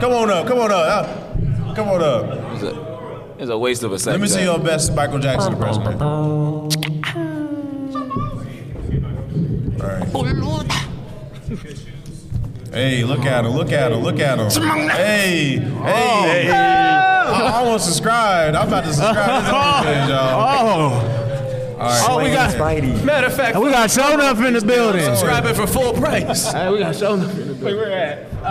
S1: Come on up. Come on up. Uh, Come on up.
S9: It's a, it's a waste of a second.
S1: Let me see your best Michael Jackson impression. man. All right. Hey, look at him. Look at him. Look at him. Hey.
S2: Oh,
S1: Hey. I almost subscribed. I'm about to subscribe to this other page, y'all. All
S2: Oh,
S1: right.
S2: oh, we got
S10: Spidey.
S3: Matter of fact,
S2: we got shown up in the building.
S3: subscribing for full price.
S2: Hey, we got shown up. in the building.
S3: Oh,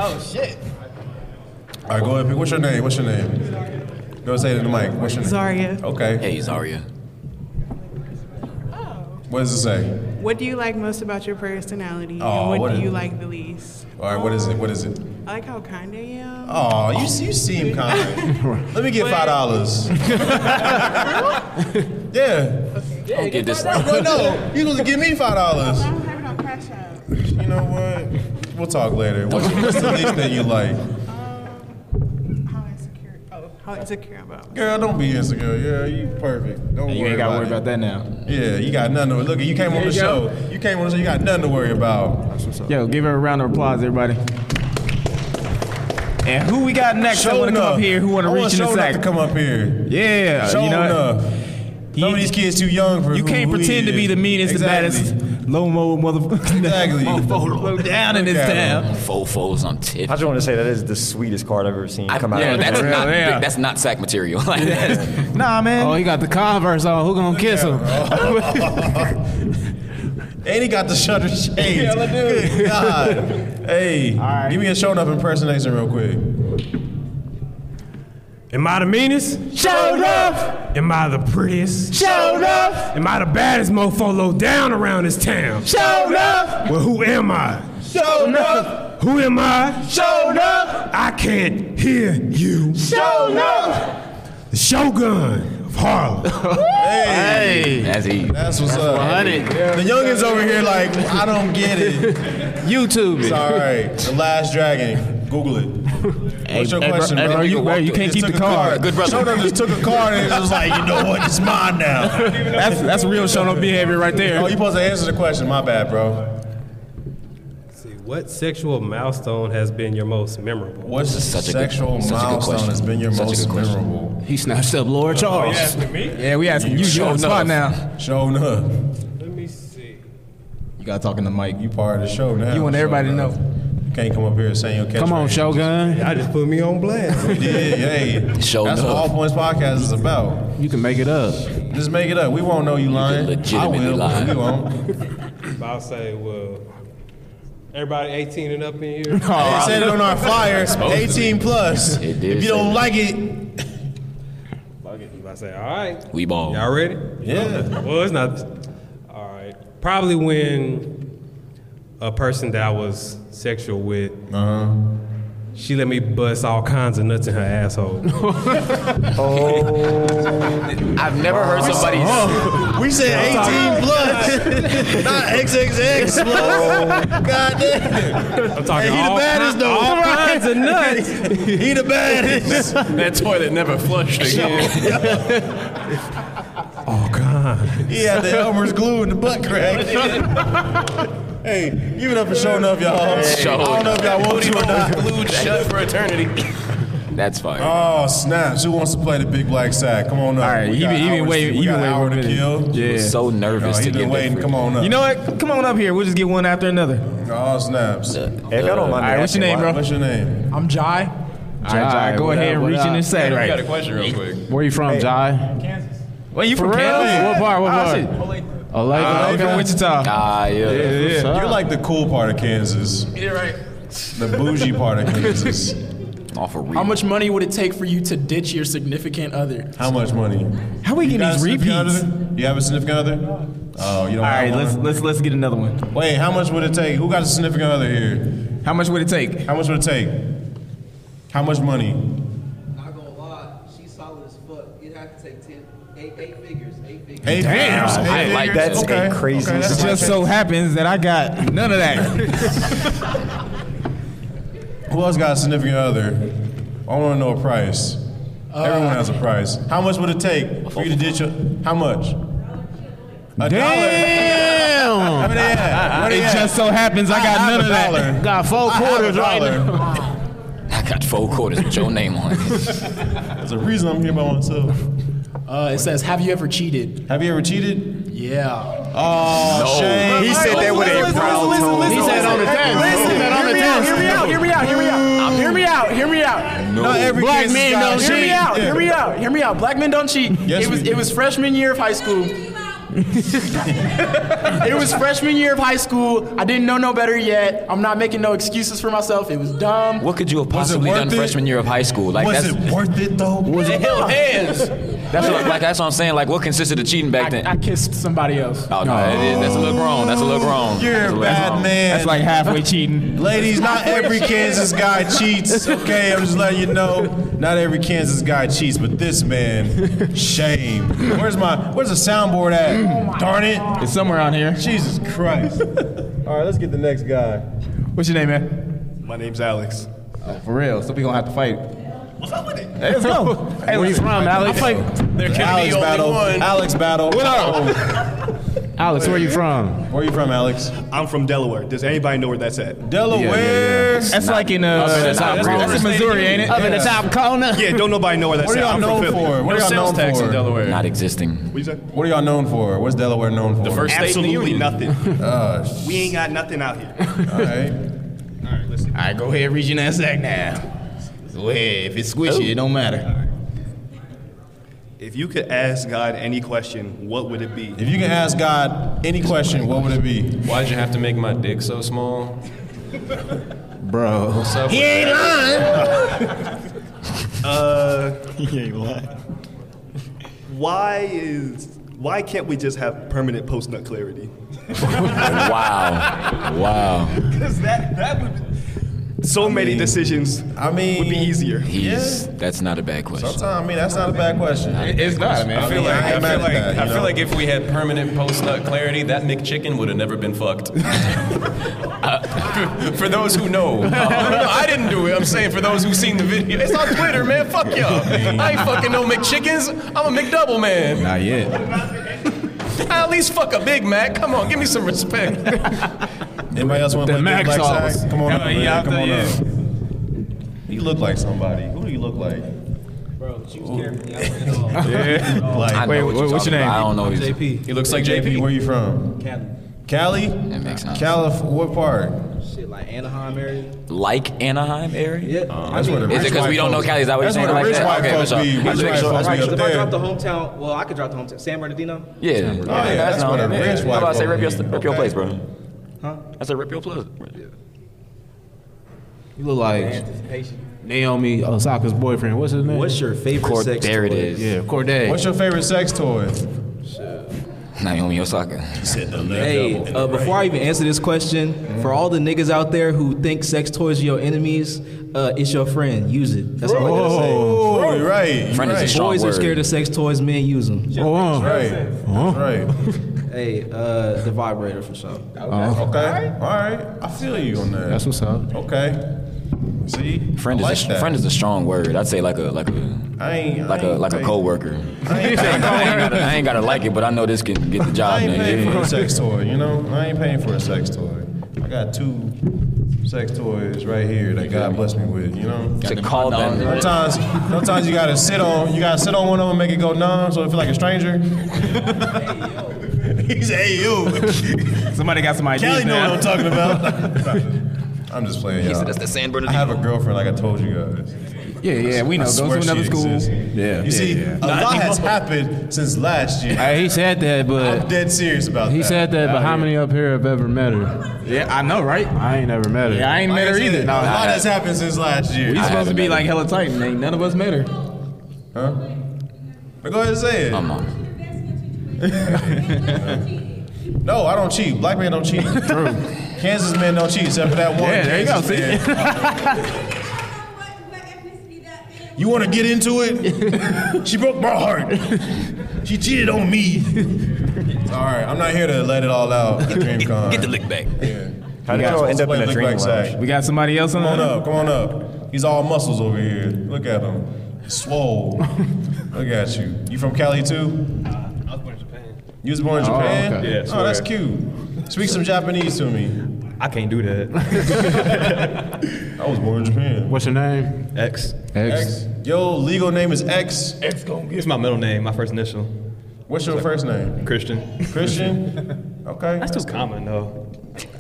S1: All right, go ahead. pick- What's your name? What's your name? Go say it in the mic. What's your name?
S13: Zarya.
S1: Okay.
S9: Hey, Zaria.
S1: What does it say?
S13: What do you like most about your personality?
S1: Aw,
S13: and what,
S1: what
S13: do
S1: a-
S13: you like the least?
S1: All right, what is it? What is it?
S13: I like how kind I am.
S1: Oh, you you seem kind. Let me get five dollars. yeah.
S9: Don't get this.
S1: Well, no, you gonna give me five dollars.
S13: I don't have it on Crash App.
S1: You know what? We'll talk later. What's, what's the least that you like?
S13: Um, How insecure. Oh, how insecure I'm about.
S1: Girl, don't be insecure. Yeah, you perfect. Don't
S4: You
S1: worry
S4: ain't gotta worry
S1: it.
S4: about that now.
S1: Yeah, you got nothing to look. You came on the show. You came on the show. You got nothing to worry about.
S4: Yo, give her a round of applause, everybody. And who we got next that
S1: Show
S4: want to come
S1: enough.
S4: up here? Who want
S1: I
S4: to
S1: want
S4: reach in the
S1: Show enough
S4: sack?
S1: to come up here.
S4: Yeah,
S1: Show
S4: you know what?
S1: enough. Some of these kids too young for
S4: You
S1: who
S4: can't
S1: we
S4: pretend to be
S1: is.
S4: the meanest,
S1: Exactly.
S4: the baddest, low mo motherfucker.
S1: Exactly.
S4: Mofo down in this
S10: Look at
S4: town.
S9: Fofos on tip.
S10: I just want to say that is the sweetest card I've ever seen come out.
S9: Yeah,
S10: of
S9: that's
S10: the-
S9: not
S2: yeah.
S9: that's not sack material. Like that's,
S4: Nah, man.
S2: Oh, he got the Converse on. Who gonna kiss him?
S1: And he got the shutter shades.
S11: Hella dude.
S1: Good God. Hey, give me a show enough impersonation real quick.
S11: Am I the meanest?
S4: Showed up!
S11: Am I the prettiest?
S4: Showed up!
S11: Am I the baddest mofo low down around this town?
S4: Showed up!
S11: Well, who am I?
S4: Showed up!
S11: Who am I?
S4: Showed up!
S11: I can't hear you.
S4: Showed up!
S11: The Shogun of Harlem.
S1: Hey.
S9: that's he.
S1: That's what's up.
S2: 100.
S1: The youngins over here like, I don't get it.
S2: YouTube.
S1: It's
S2: it.
S1: all right. The Last Dragon. Google it. What's your
S4: hey, bro-
S1: question,
S4: hey,
S1: bro?
S4: bro, you- bro, you
S1: Just
S4: can't keep
S1: took
S4: the
S1: a
S4: card.
S9: Good brother.
S1: Shoulder just took a card and was like, you know what? It's mine now.
S2: That's that's real showing up behavior right
S1: Oh,
S2: there.
S1: you supposed to answer the question. My bad, bro.
S14: See, what sexual milestone has been your most memorable?
S1: What's the
S9: Such a good-
S1: sexual
S9: such a good
S1: milestone
S9: question.
S1: that's been your
S9: Such a
S1: most
S9: good question.
S1: memorable?
S2: He snatched up Laura Charles.
S14: me?
S4: Yeah, we asking you. You on the spot now.
S1: Showing up.
S14: Let me see.
S4: You got to talk in the mic.
S1: You part of the show now.
S4: You want everybody to
S1: Show
S4: know.
S1: enough. You can't come up here saying your catchphrase.
S2: Come on, Shogun.
S14: I just put me on blast.
S1: Yeah, hey.
S9: Show
S1: That's what
S9: enough.
S1: All Points Podcast is about.
S2: You can make it up.
S1: Just make it up. We won't know you lying.
S9: legitimately
S1: I will.
S9: lying.
S1: We won't.
S14: I'll say, well, everybody 18 and up in here.
S1: They
S4: Oh,
S1: said it on our flyer. 18 plus.
S9: It did
S1: If you
S9: say
S1: don't
S9: that.
S1: like it,
S14: I say, all right,
S9: we ball.
S14: y'all ready?
S1: yeah.
S14: Well, it's not. All right. Probably when a person that I was sexual with,
S1: Uh-huh.
S14: she let me bust all kinds of nuts in her asshole.
S9: I've never heard somebody.
S1: We said 18 plus, not XXX plus. God damn.
S14: I'm talking
S1: Hey, he the
S14: all,
S1: baddest
S14: ki-
S1: though.
S14: all kinds of nuts.
S1: He the baddest.
S3: That toilet never flushed again.
S14: Oh God!
S1: He had the Elmer's glue in the butt crack. hey, give it up for showing up, y'all.
S9: Show
S1: I don't know if y'all want to or not.
S3: Glued shut for eternity.
S9: That's fire.
S1: Oh snaps! Who wants to play the big black sack? Come on up.
S4: All right,
S1: We
S4: he
S1: got
S4: been- he been
S1: hours-
S4: waiting-
S1: We
S4: he
S1: got
S4: been
S1: an hour to
S4: waiting for a
S1: kill.
S4: minute. Yeah.
S9: So nervous
S1: he
S9: to
S1: been
S9: get
S1: waiting.
S9: that.
S1: Come on up.
S4: You know what? Come on up here. We'll just get one after another.
S1: oh snaps!
S10: Hey, if y'all don't mind me
S4: All right, what's
S10: asking,
S4: your name,
S10: why-
S4: bro?
S1: What's your name?
S4: I'm Jai. Jai,
S2: Jai,
S4: go
S2: what
S4: ahead
S2: up,
S4: and
S2: what
S4: reach in
S2: up?
S4: and say
S3: We got
S4: right.
S3: a question real quick.
S2: Where you from, Jai?
S4: Wait, you from
S2: For real?
S4: Kansas?
S2: What part? What part?
S4: Oh, shit.
S2: Oh, like,
S4: I'm from Uh, Wichita.
S9: Ah, yeah.
S1: You're like the cool part of Kansas. Yeah, right. The bougie part of Kansas.
S9: Off a real.
S15: How much money would it take for you to ditch your significant other?
S1: How much money?
S4: How we
S1: You
S4: getting
S1: got a
S4: these
S1: significant
S4: repeats?
S1: other? You have a significant other? Oh, you don't
S4: All
S1: have
S4: right,
S1: one?
S4: let's let's let's get another one.
S1: Wait, how much would it take? Who got a significant other here?
S4: How much would it take?
S1: How much would it take? How much money?
S16: Not gonna lie, she's solid as fuck. It'd have to take ten, eight, eight figures, eight figures.
S1: Eight
S4: Damn,
S1: figures,
S9: I
S1: eight
S9: like
S1: figures?
S9: that.
S1: Okay,
S10: That's a crazy
S1: okay, that's
S4: It just so happens that I got none of that.
S1: Who else got a significant other? I want to know a price. Everyone has a price. How much would it take for you to ditch your? How much? A dollar. Where
S2: Damn.
S1: they at? Where they
S4: It
S1: at?
S4: just so happens I got
S1: have
S4: none
S1: a
S4: of that.
S1: dollar.
S2: Got four
S1: I have a
S2: quarters right
S1: dollar.
S2: now.
S9: I got four quarters with your name on it.
S1: There's a reason I'm here by myself.
S15: Uh, it says, have you ever cheated?
S1: Have you ever cheated?
S15: Yeah.
S1: Oh, shame.
S10: He said that with a proud tone.
S15: He said on the test. He said on the test.
S4: Hear me out, hear me out, hear me out. Hear me out, hear me out.
S1: Not every
S2: Black
S1: kid's
S2: men
S1: got
S2: don't
S1: a
S2: cheat.
S15: Hear me
S1: cheat.
S15: out,
S1: Yeah.
S15: hear me out, hear me out. Black men don't cheat.
S1: Yes,
S15: it was
S1: we do.
S15: it was freshman year of high school. It was freshman year of high school. I didn't know no better yet. I'm not making no excuses for myself. It was dumb.
S9: What could you have
S1: Was it
S9: possibly
S1: worth
S9: done
S1: it?
S9: freshman year of high school? Like
S1: Was
S9: that's
S1: it worth it though?
S9: was it hell hands? That's what, like that's what I'm saying. Like what consisted of cheating back
S15: I, I
S9: then?
S15: kissed somebody else.
S9: Oh no, it is. That's a little grown. That's a little grown.
S1: You're
S9: That's
S1: a
S9: little
S1: bad
S9: grown.
S1: man.
S4: That's like halfway cheating.
S1: Ladies, not every Kansas guy cheats. Okay, I'm just letting you know. Not every Kansas guy cheats, but this man, shame. Where's my where's the soundboard
S4: Oh
S1: at? Darn it.
S4: It's somewhere on here.
S1: Jesus Christ. All right, let's get the next guy.
S4: What's your name, man?
S1: My name's Alex.
S4: For real, so we gonna have to fight. Hey, let's go. Hey,
S2: Where you
S4: let's-
S2: from, Alex?
S1: Alex battle. Alex battle.
S4: What up?
S2: Alex, where you from?
S1: Where you from, Alex?
S17: I'm from Delaware. Does anybody know where that's at?
S1: Delaware.
S4: That's like in uh, that's, that's in Missouri, ain't it?
S17: Up in the top
S4: corner.
S17: Yeah, don't nobody know where that's
S1: What are
S17: at.
S1: y'all
S17: I'm
S1: known
S17: from Philly.
S1: for? What are y'all known for?
S9: Not existing.
S17: What you say?
S1: What are y'all known for? What's Delaware known for?
S17: The first state in the Absolutely union. nothing.
S1: Uh, sh-
S17: We ain't got nothing out here.
S1: all right.
S4: All right, listen. All right, go ahead, reach in that sack now. Go ahead. If it's squishy, it don't matter.
S17: If you could ask God any question, what would it be?
S1: If you can ask God any question, what would it be?
S3: Why'd you have to make my dick so small?
S2: Bro.
S3: What's up?
S17: He
S3: with
S17: ain't
S3: that?
S17: Uh,
S18: he ain't lying.
S17: Why is why can't we just have permanent post nut clarity?
S9: wow, wow.
S17: Because that that would so many decisions.
S1: I mean,
S17: would be easier.
S9: He's that's not a bad question.
S1: Sometimes I mean that's not a bad question.
S3: It's not,
S1: man.
S3: I feel like, I
S1: ain't mad at
S3: feel like,
S1: that,
S3: I
S1: you
S3: feel
S1: know?
S3: like if we had permanent post nut clarity, that McChicken would have never been fucked. Uh, for those who know, no, no, I didn't do it. I'm saying for those who've seen the video, it's on Twitter, man. Fuck y'all. I ain't fucking no McChickens. I'm a McDouble man.
S2: Not yet.
S3: I at least fuck a Big Mac. Come on, give me some respect.
S1: Anybody else want to play Big
S3: Mac
S1: Black
S3: sauce.
S1: Sack? Come on up,
S3: Uh,
S1: man.
S3: yeah, I
S1: Come
S3: thought,
S1: on
S3: yeah.
S1: up. You look like somebody. Who do you look like?
S12: Bro, she was
S1: carrying
S12: me
S1: all. Yeah. Like- I know Wait, what you're what's your talking name? about. I don't know. He's-
S3: JP. He looks like JP.
S1: Where you from?
S12: Cali.
S1: Cali?
S9: That makes sense.
S1: Calif- what part?
S12: Shit, like Anaheim area. Uh,
S9: Like Anaheim area?
S12: Yeah.
S1: that's where the
S9: Is it
S1: rich
S9: because we
S1: white
S9: don't know
S1: folks-
S9: Cali? Is that what you're
S1: that's
S9: saying?
S1: where the
S9: like
S1: rich
S9: that?
S1: white
S9: okay,
S1: folks
S9: for sure.
S1: be.
S9: I just
S1: Rich
S9: make
S1: white
S9: sure.
S1: folks be
S12: If
S1: up
S12: I
S1: there.
S12: drop the hometown, well, I could drop the hometown. San Bernardino.
S9: Yeah.
S1: Oh, yeah, that's
S9: not
S1: what a
S9: bad.
S1: rich
S9: I'm
S1: white
S9: about to say
S1: folk
S9: rip your,
S1: be.
S9: rip your
S1: Okay.
S9: place, bro.
S12: Huh?
S9: I said rip your place.
S2: You look like Naomi uh, Osaka's boyfriend. What's his name?
S12: What's your favorite
S9: Cord-
S12: sex
S9: there it
S12: toy?
S9: is.
S2: Yeah, Corday.
S1: What's your favorite sex toy?
S9: Naomi Osaka.
S1: said the
S12: Hey, uh, before I even answer this question, for all the niggas out there who think sex toys are your enemies, uh, it's your friend. Use it. That's all I gotta say.
S1: Oh, you're right. You're right.
S12: Boys are scared of sex toys. Men use them.
S9: Oh,
S1: That's right. That's right.
S12: Hey, uh, the vibrator for sure.
S1: Okay. All right. I feel you on that.
S2: That's what's up.
S1: Okay. See?
S9: Friend
S1: I
S9: is
S1: like
S9: a,
S1: that.
S9: friend is a strong word. I'd say like a like a
S1: I ain't,
S9: like
S1: I
S9: a
S1: ain't
S9: like a
S1: pay- I
S9: coworker.
S1: ain't
S9: I ain't
S1: paying,
S9: gotta, I ain't gotta like it, but I know this can get the job
S1: I ain't
S9: done.
S1: paying for
S9: Yeah.
S1: a sex toy, you know? I ain't paying for a sex toy. I got two sex toys right here that God blessed me with, you know?
S9: To call them.
S1: Sometimes, sometimes you gotta sit on, you gotta sit on one of them and make it go numb, so it feel like a stranger. He's hey you.
S4: Somebody got some ideas
S1: Kelly know
S4: now.
S1: what I'm talking about. I'm just playing.
S9: He
S1: y'all.
S9: said that's the San
S1: I have a girlfriend, like I told you guys.
S2: Yeah, yeah, we
S1: I
S2: know. Goes
S1: swear
S2: to another
S1: she
S2: school.
S1: exists.
S2: Yeah,
S1: You see,
S2: yeah, yeah.
S4: Uh,
S1: a lot has happened since last year.
S2: Hey, he said that, but
S1: I'm dead serious about that.
S2: he said that. But
S1: Out
S2: how
S1: here.
S2: many up here have ever met her?
S4: Yeah, I know, right?
S2: I ain't never met her.
S4: Yeah, I ain't met her
S1: Like I said,
S4: either.
S1: A lot
S4: No,
S1: has happened since last year.
S4: we supposed to
S9: haven't
S4: be
S9: met
S4: like hella tight, and ain't none of us met her.
S1: Huh? But go ahead and say
S2: Um,
S1: it.
S9: I'm on.
S1: No, I don't cheat. Black man don't cheat. True. Kansas man don't cheat except for that one.
S4: Yeah, there you go,
S1: Kansas man. you want to get into it? she broke my heart. She cheated on me. All right, I'm not here to let it all out. At DreamCon.
S9: Get the lick back.
S1: yeah.
S10: How did
S1: You guys
S10: y'all end up
S1: play
S10: in a
S1: lick
S10: dream
S1: back
S10: lounge?
S1: sack.
S4: We got somebody else on
S1: Come on
S4: the
S1: up, come on up. He's all muscles over here. Look at him. Swole. Look at you. You from Cali too?
S12: I was born in Japan.
S1: You was born in
S2: Oh,
S1: Japan?
S2: okay.
S17: Yeah,
S1: oh,
S17: swear.
S1: that's cute. Speak some Japanese to me.
S17: I can't do that.
S1: I was born in Japan.
S2: What's your name?
S17: X.
S1: X. Your legal name is X.
S17: X gonna get. It's my middle name, my first initial.
S1: What's your first name?
S17: Christian.
S1: Christian? Okay.
S17: That's just common though.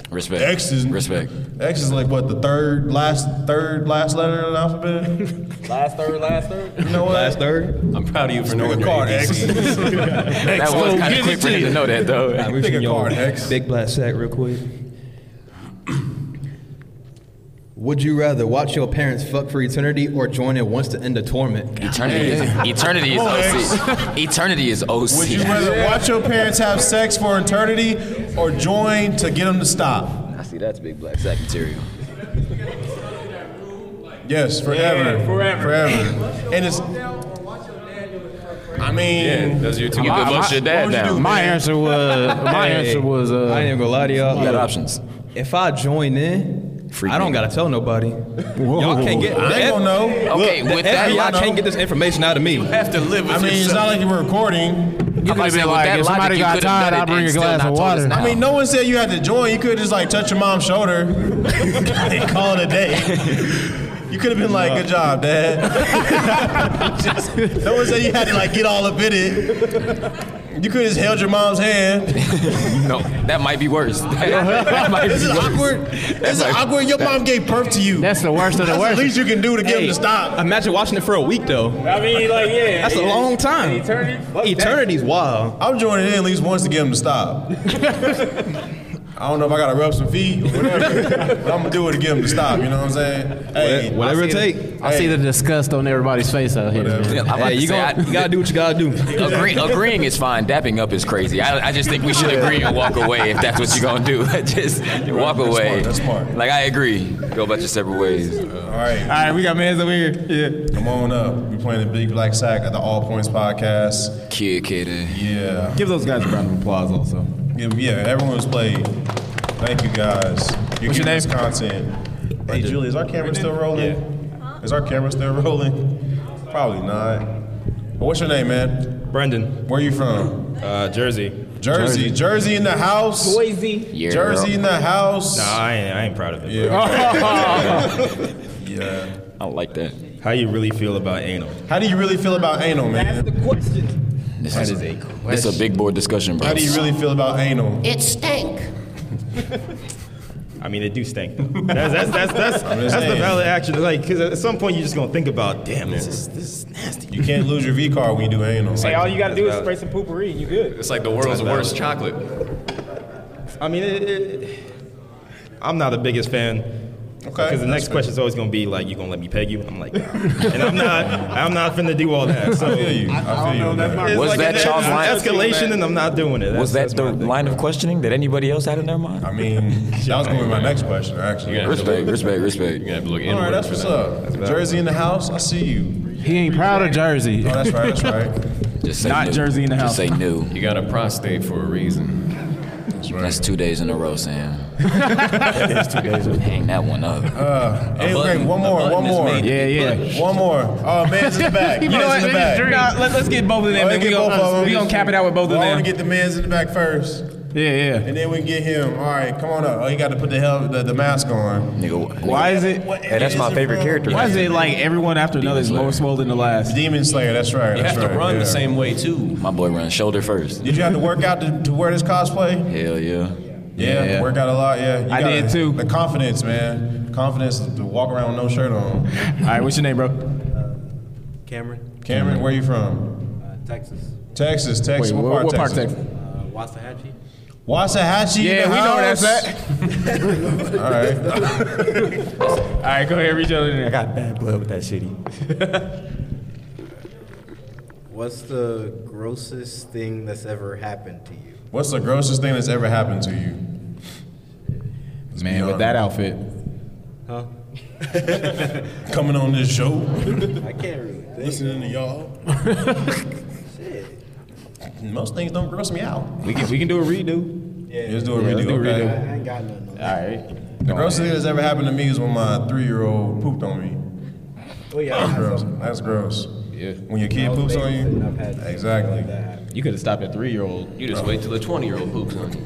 S9: Respect.
S1: X is
S9: Respect.
S1: X is like what the third last third last letter of the alphabet.
S4: last third, last third.
S1: You know what?
S17: Last third.
S3: I'm proud of you for
S1: Pick
S3: knowing
S1: a
S3: your
S1: card, X.
S3: ABC.
S9: That was kind of quick for him to know that though.
S1: Pick a card, X.
S12: Big black sack, real quick. Would you rather watch your parents fuck for eternity or join in once to end the torment?
S9: Eternity is eternity is
S1: Come on,
S9: OC. Eternity is OC.
S1: Would you rather watch your parents have sex for eternity or join to get them to stop?
S9: I see that's big black sack material.
S1: Yes, forever. forever. Forever. And it's. I mean,
S3: Yeah, those are your two.
S9: You could
S2: my-
S9: look your
S4: Uh,
S1: what
S9: dad
S1: would you
S9: down.
S1: do?
S2: My answer was. My
S12: Hey,
S2: answer was. Uh,
S12: I ain't even gonna lie to y'all.
S9: You got options.
S12: If I join in,
S9: Free
S12: I don't
S9: nigga.
S12: gotta tell nobody. Y'all can't get.
S1: I
S12: the
S1: ain't
S12: F-
S1: gonna know.
S9: Okay,
S12: the
S9: with that,
S12: FBI
S1: y'all know.
S12: can't get this information out of me.
S3: have to live
S1: I
S3: with
S1: mean, it's not
S3: yourself.
S1: like you were recording. You
S9: I'm about to say, with that logic, you could've done it and still not told us now.
S1: I mean, no one said you had to join. You could have just like touch your mom's shoulder and call it a day. You could have been like, "Good job, dad." Just- no one said you had to like get all up in it. You could have just held your mom's hand.
S9: no, that might be worse. That might
S1: this
S9: be
S1: is
S9: worse.
S1: awkward. This is
S9: might-
S1: awkward. Your
S9: that-
S1: mom gave birth to you. That's
S2: the worst of the
S1: At
S2: worst.
S1: least you can do to get him to stop.
S12: Imagine watching it for a week though.
S1: I mean, like, yeah.
S12: That's a long time. Eternity. Eternity's wild.
S1: I'm joining in at least once to get him to stop. I don't know if I gotta rub some feet or whatever. but I'm gonna do it to get him to stop. You know what I'm saying? Hey,
S2: I
S1: I
S2: see
S1: see
S2: The,
S1: it.
S2: I see
S1: Hey,
S2: the disgust on everybody's face out here.
S9: Yeah, I'm about
S2: Hey,
S9: to
S2: you,
S9: say,
S2: gonna,
S9: I-
S2: you gotta do what you gotta do.
S9: Agree, agreeing is fine. Dapping up is crazy. I, I just think we should agree and walk away if that's what you're gonna do. just walk away. That's smart. Like I agree. Go about your separate ways.
S1: All right. All right, we got man's over here. Yeah. Come on up. We playing the Big Black Sack at the All Points Podcast.
S9: Kid, kid. eh.
S1: Yeah.
S12: Give those guys a round of applause also.
S1: Yeah, yeah, everyone was played. Thank you guys. You
S12: What's your
S1: give
S12: name?
S1: us content. Hey Julie, is our camera still rolling? Is our camera still rolling? Probably not. But what's your name, man? Brendan. Where you from? Uh, Jersey. Jersey. Jersey in the house.
S12: Boise.
S1: Jersey in the house.
S18: Nah, Oh, I ain't, I ain't proud of it.
S1: yeah.
S9: I like that.
S18: How you really feel about anal?
S1: How do you really feel about anal, man?
S18: The question.
S9: This
S1: That
S9: is,
S1: is a
S9: This is a big board discussion, bro.
S1: How do you really feel about anal?
S8: It stank.
S18: I mean, it do stink. That's that's that's that's,
S1: I'm
S18: that's
S1: just
S18: the
S1: saying.
S18: valid action. Like, cause at some point you're just gonna think about, damn, this is this is
S1: You can't lose your V card when you do anal.
S18: Hey, all you gotta do is
S3: spray
S18: some poopery and you good.
S3: It's like the world's worst chocolate.
S18: I mean, it, it, I'm not the biggest fan. Okay. Because the next question's always gonna be like, you gonna let me peg you? I'm like, nah. and I'm not, I'm not finna do all that. So I feel you. I feel you. It's
S9: Was
S18: like
S9: that
S18: an,
S9: y'all's
S18: it's an
S9: line?
S18: escalation, and I'm not doing it.
S9: was that the line of questioning that anybody else had in their mind? I
S1: mean, that was going to be my next question, actually.
S9: Respect, respect, respect.
S1: You're have to look All right, that's what's up. Jersey in the house. I see you.
S2: He ain't proud of Jersey.
S1: Oh, that's right. That's right.
S9: Just say
S2: Not
S9: new.
S2: Jersey in the house.
S9: Just say new.
S3: You got a prostate for a reason.
S9: That's, two days in a row, Sam. That's two days. Hang that one up.
S1: Uh, hey,
S9: button-
S1: okay, one
S9: a
S1: more,
S9: button
S1: one
S9: is
S1: more.
S9: made. Yeah, yeah.
S1: One more. Oh, man's in the back.
S12: You
S1: Man's
S12: know what?
S1: in the
S12: Let
S1: back.
S12: me drink. Nah, let- let's get both of them,
S1: Let's
S12: then we
S1: get
S12: gonna-
S1: both of them.
S12: we gonna cap it out with both of
S1: Well, I
S12: them.
S1: want to get the man's in the back first.
S2: Yeah, yeah.
S1: And then we can get him. All right, come on up. Oh, you got to put the hell the, the mask on.
S9: Nigga,
S12: Why is it?
S1: Hey, that's my favorite character.
S12: Why is it like everyone after another is more swole than the last?
S1: Demon Slayer. That's right.
S9: You
S1: that's
S9: have to
S1: right,
S9: run the
S1: yeah.
S9: same way too. My boy runs shoulder first.
S1: Did you have to work out to, to wear this cosplay?
S9: Hell yeah.
S1: Yeah, work out a lot. Yeah, You
S12: I
S1: gotta-
S12: did too.
S1: The confidence, man. Confidence to walk around with no shirt on.
S12: All right, what's your name, bro?
S1: Cameron. Cameron, where you from?
S19: Uh, Texas.
S1: Texas, Texas.
S12: Wait,
S1: what,
S12: what-
S1: part
S12: what part
S1: of Texas?
S19: Uh, Waxahachie.
S1: Waxahachie.
S12: Yeah,
S1: in the
S12: we know where
S1: house.
S12: that's
S1: All right.
S12: All right, go ahead, reach out in there. I got
S10: bad blood with that city.
S19: What's the grossest thing that's ever happened to you?
S1: What's the grossest thing that's ever happened to you?
S12: Man, with that outfit.
S19: Huh?
S1: Coming on this show.
S19: I can't really think.
S1: Listening to y'all. Most things don't gross me out.
S12: We can we can do a redo.
S1: Yeah, let's do a
S12: Yeah,
S1: redo.
S12: let's do a
S1: okay?
S12: redo.
S19: I ain't got nothing.
S12: All right.
S1: The grossest thing that's ever happened to me is when my three-year-old pooped on me.
S19: Oh yeah.
S1: That's gross. That's gross. Yeah. When your kid
S19: I was
S1: poops on
S19: babysitting,
S1: you.
S19: I've had something
S1: Exactly.
S19: like that happen.
S12: You could have stopped at three year old.
S3: You just wait till the 20 year old poops on you.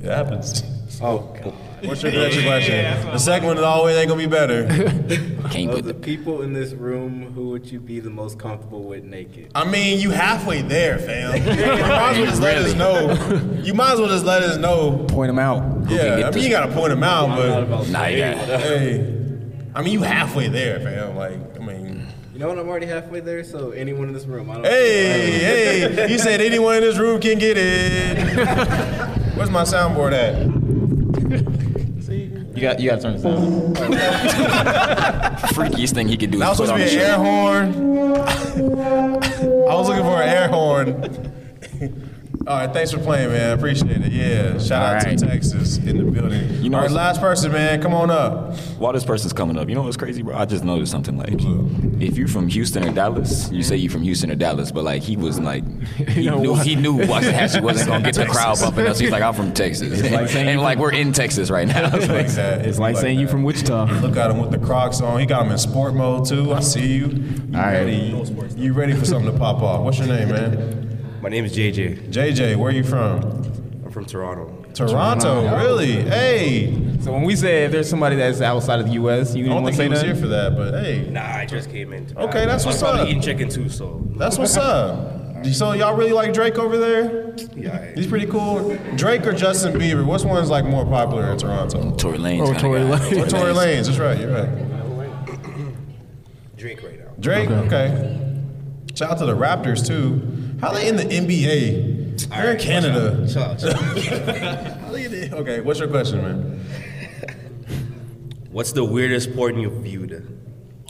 S1: It happens.
S19: Oh.
S1: What's your next question? the second one is always ain't gonna be better.
S9: Can't
S19: Of the people in this room, who would you be the most comfortable with naked?
S1: I mean, you halfway there, fam. You might as well just let us know. You might as well just let us know.
S12: Point them out.
S1: Yeah, I mean, you gotta point them out, but
S9: Nah, you got-
S1: hey, I mean, you halfway there, fam. Like, I mean,
S19: You know what? I'm already halfway there, so anyone in this room, I don't.
S1: hey, hey, you said anyone in this room can get it. Where's my soundboard at?
S12: You got you got to turn this down.
S9: Freakiest thing he could do
S1: That was
S9: is put
S1: supposed to
S9: on
S1: be
S9: a
S1: an
S9: shirt.
S1: air horn. I was looking for an air horn. All right, thanks for playing, man. Appreciate it. Yeah, shout out to Texas in the building.
S9: You know,
S1: All right, last person, man, come on up.
S9: While this person's coming up, you know what's crazy, bro? I just noticed something. Like, if you from Houston or Dallas, you say you from Houston or Dallas, but like he was like, he
S2: know
S9: knew
S2: what?
S9: he knew Waxahachie wasn't gonna get the crowd
S2: Texas.
S9: bumping us. He's like, I'm from Texas,
S2: It's like saying
S9: and
S2: you
S9: like we're in Texas right now.
S1: It's like that. It's like
S9: saying
S1: you from Wichita. Look at him with the Crocs on. He got him in sport mode too. I see you. You ready? You ready for something to pop off? What's your name, man?
S8: My name is JJ.
S1: JJ, where you from?
S8: I'm from Toronto.
S1: Toronto, really? Hey.
S4: So when we say if there's somebody that's outside of the U.S.,
S1: I
S4: you
S1: don't
S4: want
S1: think
S4: to say
S1: he was
S4: nothing?
S1: here for that, but hey.
S8: Nah, I just came in.
S1: Okay, that's
S8: I'm
S1: what's
S8: probably
S1: up.
S8: Eating chicken too, so
S1: That's what's up. So y'all really like Drake over there?
S8: Yeah.
S1: He's pretty cool. Drake or Justin Bieber? Which one's like more popular in Toronto?
S9: Tory
S2: Oh,
S9: Lanez.
S1: Or
S9: kinda guy.
S1: Or Tory Lanez. That's right. You're right.
S8: Drake right now.
S1: Drake, okay. Shout out to the Raptors too. How they in the NBA? They're in Canada. okay, what's your question, man?
S8: What's the weirdest porn you viewed?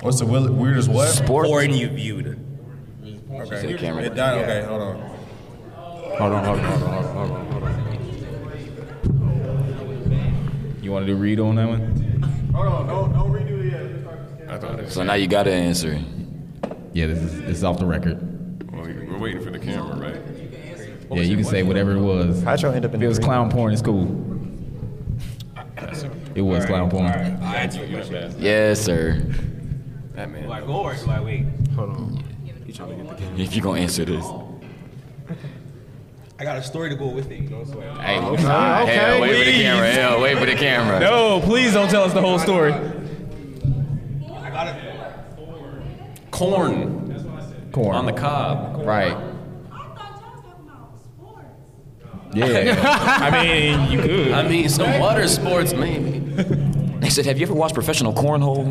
S1: What's the will- weirdest what?
S8: Porn you viewed.
S1: Okay. It died. Okay, hold on.
S2: Hold on, hold on, hold on, hold on, hold on.
S20: You want to do read on that one?
S1: uh,
S9: So now you gotta answer.
S20: Yeah, this is this is off the record.
S21: We're waiting for the camera, right?
S20: Yeah, you can say whatever it was. How'd
S10: y'all end up in
S20: If it was
S10: three?
S20: clown porn, it's cool. It was clown porn.
S9: Yes, sir.
S8: That man. Do I go or do I wait? Hold on. You trying to get the
S9: If you gonna answer this,
S8: I got a story to go with it, you know. So
S9: hey, nah, hell, wait for the camera. Hell, wait for the camera.
S20: No, please don't tell us the whole story.
S8: I got it. Corn.
S20: Corn.
S3: On the cob.
S20: Right. Yeah. I mean, you could.
S3: I mean, some water sports, maybe.
S9: They said, have you ever watched professional cornhole?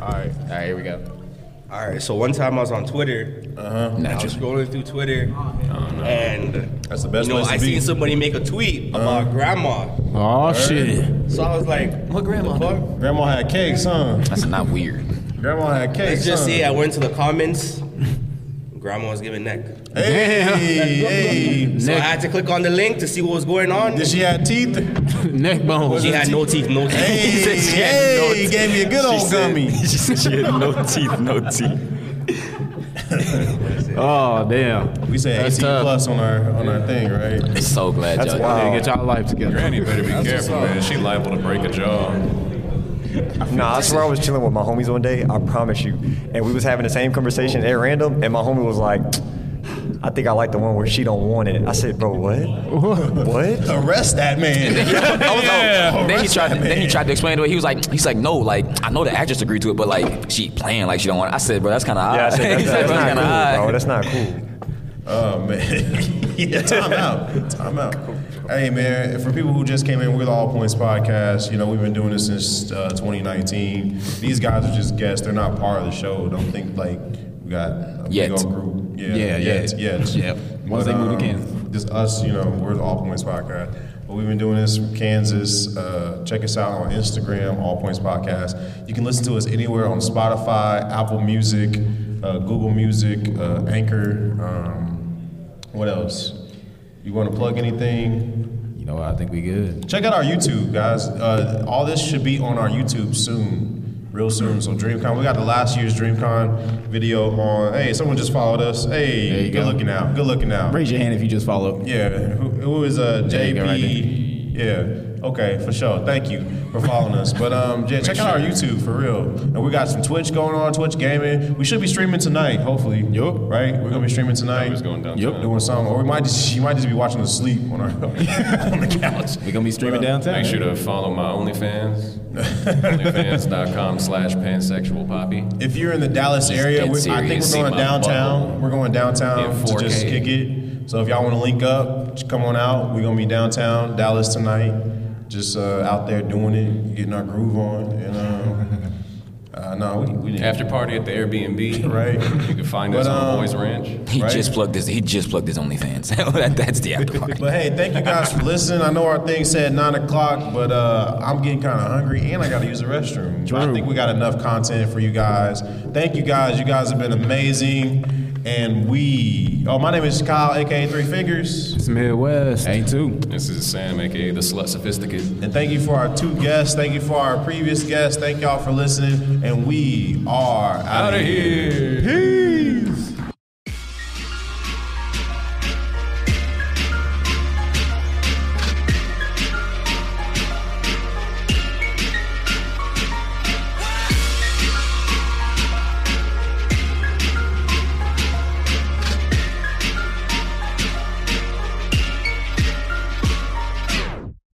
S8: All right. All
S20: right, here we go.
S8: All right, so one time I was on Twitter. Uh-huh. I was scrolling through Twitter,
S18: Oh,
S8: and
S1: that's the best
S8: You know,
S1: place to
S8: I
S1: be.
S8: seen somebody make a tweet about grandma.
S2: Oh shit.
S8: So I was like, "What grandma?
S1: Grandma had cakes, huh?
S9: That's not weird."
S1: Grandma had
S8: Let's
S1: cakes.
S8: just
S1: huh?
S8: say I went to the comments. Grandma was giving neck.
S1: Hey, hey.
S8: So I had to click on the link to see what was going on. Did
S1: she have teeth?
S2: Neck bones.
S8: She had no teeth, no teeth.
S1: Hey,
S8: She had no
S1: hey,
S8: teeth.
S1: gave me a good
S8: She
S1: old
S8: said-
S1: gummy.
S9: she said she had no teeth, no teeth.
S2: Oh damn.
S1: We said 18 plus on our on our thing, right?
S9: So glad
S1: That's y'all- wild.
S2: Need to get y'all life together.
S1: Granny better be That's what's
S21: Careful, man. She liable to break a jaw.
S10: Nah, I swear I was chilling with my homies one day. I promise you. And we was having the same conversation at random, and my homie was like, "I think I like the one where she don't want it." I said, "Bro, what? what?
S1: Arrest that man!"
S9: I was
S10: "Oh,
S9: like, then he tried. To, then he tried to explain to it. He was like, he's like, no, like I know the actress agreed to it, but like she playing like she don't want. It. I said, bro, that's kind of odd.
S10: Yeah, I said,
S9: He
S10: that's,
S9: said,
S10: that's
S9: "Bro,
S10: not
S9: kinda
S10: cool, bro. That's
S9: odd."
S10: not cool."
S1: Oh man. yeah, time out. Time out. Hey man, and for people who just came in, we're the All Points Podcast. You know, we've been doing this since uh, 2019. These guys are just guests; they're not part of the show. Don't think like we got a
S9: Yet.
S1: big old group. Yeah,
S9: Yeah,
S1: yet,
S9: yeah.
S1: yet.
S9: Yep.
S1: But,
S9: Once they move to
S1: um, just us. You know, we're the All Points Podcast. But we've been doing this from Kansas. Uh, check us out on Instagram, All Points Podcast. You can listen to us anywhere on Spotify, Apple Music, uh, Google Music, uh, Anchor. Um, what else? You want to plug anything?
S20: You know, what? I think we good.
S1: Check out our YouTube, guys. Uh, all this should be on our YouTube soon, real soon. So DreamCon, we got the last year's DreamCon video on. Hey, someone just followed us. Hey, good looking out. Good looking out.
S20: Raise your hand if you just follow.
S1: Yeah, who, who is uh,
S20: There you go, right
S1: JP? yeah, okay, for sure. Thank you for following us. But um, yeah, check out our YouTube for real. And we got some Twitch going on, Twitch gaming. We should be streaming tonight, hopefully. Yup. Right? We're gonna be streaming tonight. going down. Yep. Doing something, or we might just you might just be watching us sleep on our on the couch.
S20: We're gonna be streaming downtown.
S21: Make sure to follow my OnlyFans. OnlyFans.com slash pansexual poppy.
S1: If you're in the Dallas
S21: He's
S1: area,
S21: dead
S1: we, I think
S21: serious.
S1: we're going
S21: See my
S1: downtown. We're going downtown
S21: In
S1: to just
S21: 4K.
S1: kick it. So if y'all want to link up, just come on out. We're gonna be downtown Dallas tonight. Just uh, out there doing it, getting our groove on, and um, uh, no, we, we didn't.
S3: After party at the Airbnb.
S1: right.
S3: You can find
S1: But,
S3: us on
S1: um,
S3: Boys Ranch.
S9: He
S1: Right?
S9: just plugged his. He just plugged his OnlyFans. that, that's the after party.
S1: But hey, thank you guys for listening. I know our thing said nine o'clock, but uh, I'm getting kind of hungry and I got to use the restroom. I think we got enough content for you guys. Thank you guys. You guys have been amazing. And we, oh, my name is Kyle, aka Three Fingers.
S2: It's Midwest.
S1: A2.
S3: This is Sam, aka the Slut Sophisticate.
S1: And thank you for our two guests. Thank you for our previous guests. Thank y'all for listening. And we are out
S3: Outta
S1: of
S3: here.
S1: Peace.